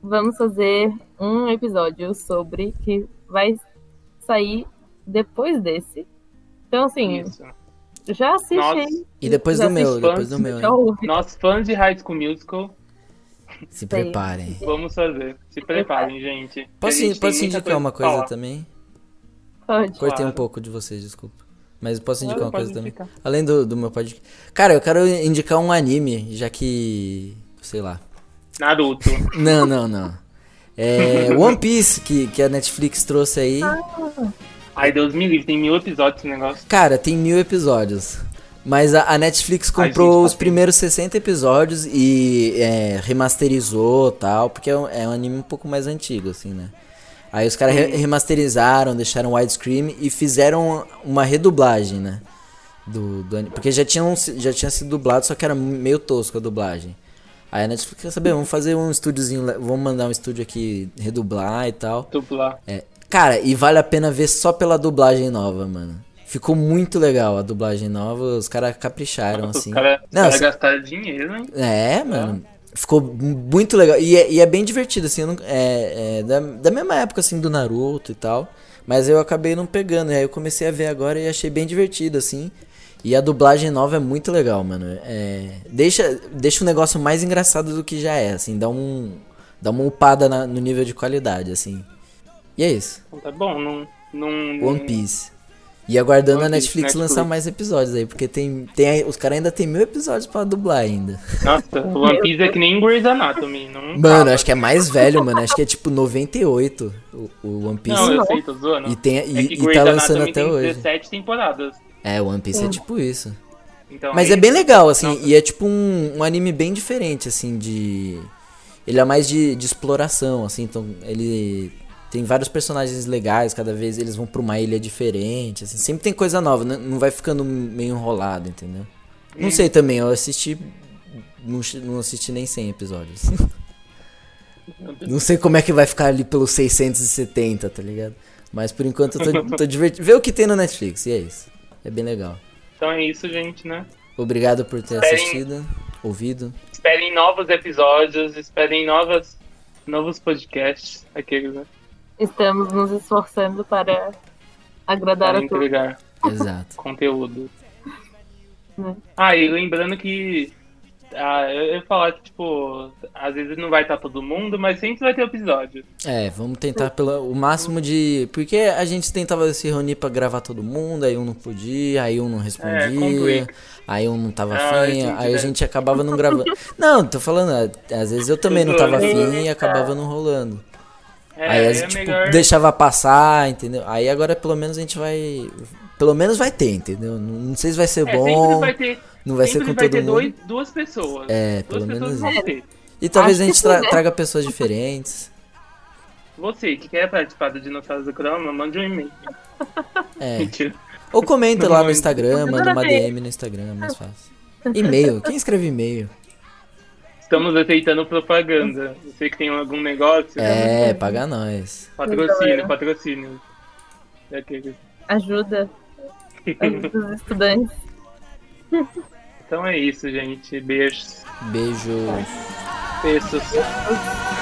vamos fazer um episódio sobre que vai sair depois desse. Então, assim, Isso. já assisti. Nossa. E depois Já do meu, assisti depois do meu, já hein? ouvi. Nós, fãs de High School Musical, Se preparem. vamos fazer. Se preparem, gente. Posso, A gente tem posso muita indicar uma pra coisa falar. também? Pode. Cortei um Claro. pouco de vocês, desculpa. Mas posso indicar Claro, uma coisa pode também? indicar. Além do, do meu podcast. Cara, eu quero indicar um anime, já que. Sei lá. Naruto. Não, não, não. É One Piece, que, que a Netflix trouxe aí. Ah, Ai, Deus me livre, tem mil episódios esse negócio. Cara, tem mil episódios. Mas a, a Netflix A comprou gente tá os primeiros 60 episódios e é, remasterizou tal, porque é um, é um anime um pouco mais antigo, assim, né? Aí os caras re- remasterizaram, deixaram widescreen e fizeram uma redublagem, né? Do, do anime. Porque já, tinham, se- já tinha sido dublado, só que era meio tosco a dublagem. Aí a Netflix quer saber, vamos fazer um estúdiozinho, le- vamos mandar um estúdio aqui redublar e tal. Dupla. É. Cara, e vale a pena ver só pela dublagem nova, mano. Ficou muito legal a dublagem nova, os caras capricharam, Nossa, assim. Os caras os Não, caras se- gastaram dinheiro, hein? É, mano. Ficou mu- muito legal. E é, e é bem divertido, assim. eu não- é, é da, da mesma época, assim, do Naruto e tal. Mas eu acabei não pegando. E aí eu comecei a ver agora e achei bem divertido, assim. E a dublagem nova é muito legal, mano. É, deixa, deixa o negócio mais engraçado do que já é, assim. Dá, um, dá uma upada na- no nível de qualidade, assim. E é isso. Então tá bom, não. não One Piece. E aguardando One a Piece, Netflix, Netflix. lançar mais episódios aí, porque tem, tem os caras ainda tem mil episódios pra dublar ainda. Nossa, One Piece é que nem Grey's Anatomy. Não Mano, acho que é mais velho, mano. Acho que é tipo 98 o, o One Piece. Não, eu sei, tô zoando. E, tem, é e, que e Grey's tá lançando Anatomy até tem Hum. hoje. 17 temporadas. É, One Piece é tipo isso. Então, Mas aí- é bem legal, assim, Nossa. e é tipo um, um anime bem diferente, assim, de. Ele é mais de, de exploração, assim, então ele tem vários personagens legais, cada vez eles vão pra uma ilha diferente, assim, sempre tem coisa nova, né? não vai ficando meio enrolado, entendeu? Não sei Uhum. também, eu assisti. Não, chi- não assisti nem 100 episódios. não sei como é que vai ficar ali pelos 670, tá ligado? Mas por enquanto eu tô, tô divertido. Vê o que tem no Netflix, e é isso. É bem legal. Então é isso, gente, né? Obrigado por ter Esperem- assistido, ouvido. Esperem novos episódios, esperem novas, novos podcasts. Aqueles, né? Estamos nos esforçando para agradar Para a todos. entregar Exato. conteúdo. Né? Ah, e lembrando que. Ah, eu eu ia falar que, tipo, às vezes não vai estar todo mundo, mas sempre vai ter episódio. É, vamos tentar pelo o máximo de. Porque a gente tentava se reunir pra gravar todo mundo, aí um não podia, aí um não respondia, complica. aí um não tava É, Ah, afim, entendi, aí a né? gente acabava não gravando. Não, tô falando, a- às vezes eu também não tava afim e acabava não rolando. tá. É, aí a é gente tipo, melhor. deixava passar, entendeu? Aí agora pelo menos a gente vai. Pelo menos vai ter, entendeu? Não, não sei se vai ser É, sempre bom, vai ter, não vai ser sempre com vai todo ter mundo. dois, duas pessoas. É, duas pelo menos pessoas isso. vão ter. E talvez Acho a que gente tra- sim, né? traga pessoas diferentes. Você que quer participar do Dinossauros do Croma, mande um e-mail. É. Mentira. Ou comenta lá no Muito. Instagram, manda Nada uma a ver. DM no Instagram, é mais fácil. E-mail, quem escreve e-mail? Estamos aceitando propaganda. Você que tem algum negócio, É, paga nós. patrocínio, patrocínio. É aquele. Ajuda. Ajuda os estudantes. Então é isso, gente. Beijos. Tá. Beijo. Beijos.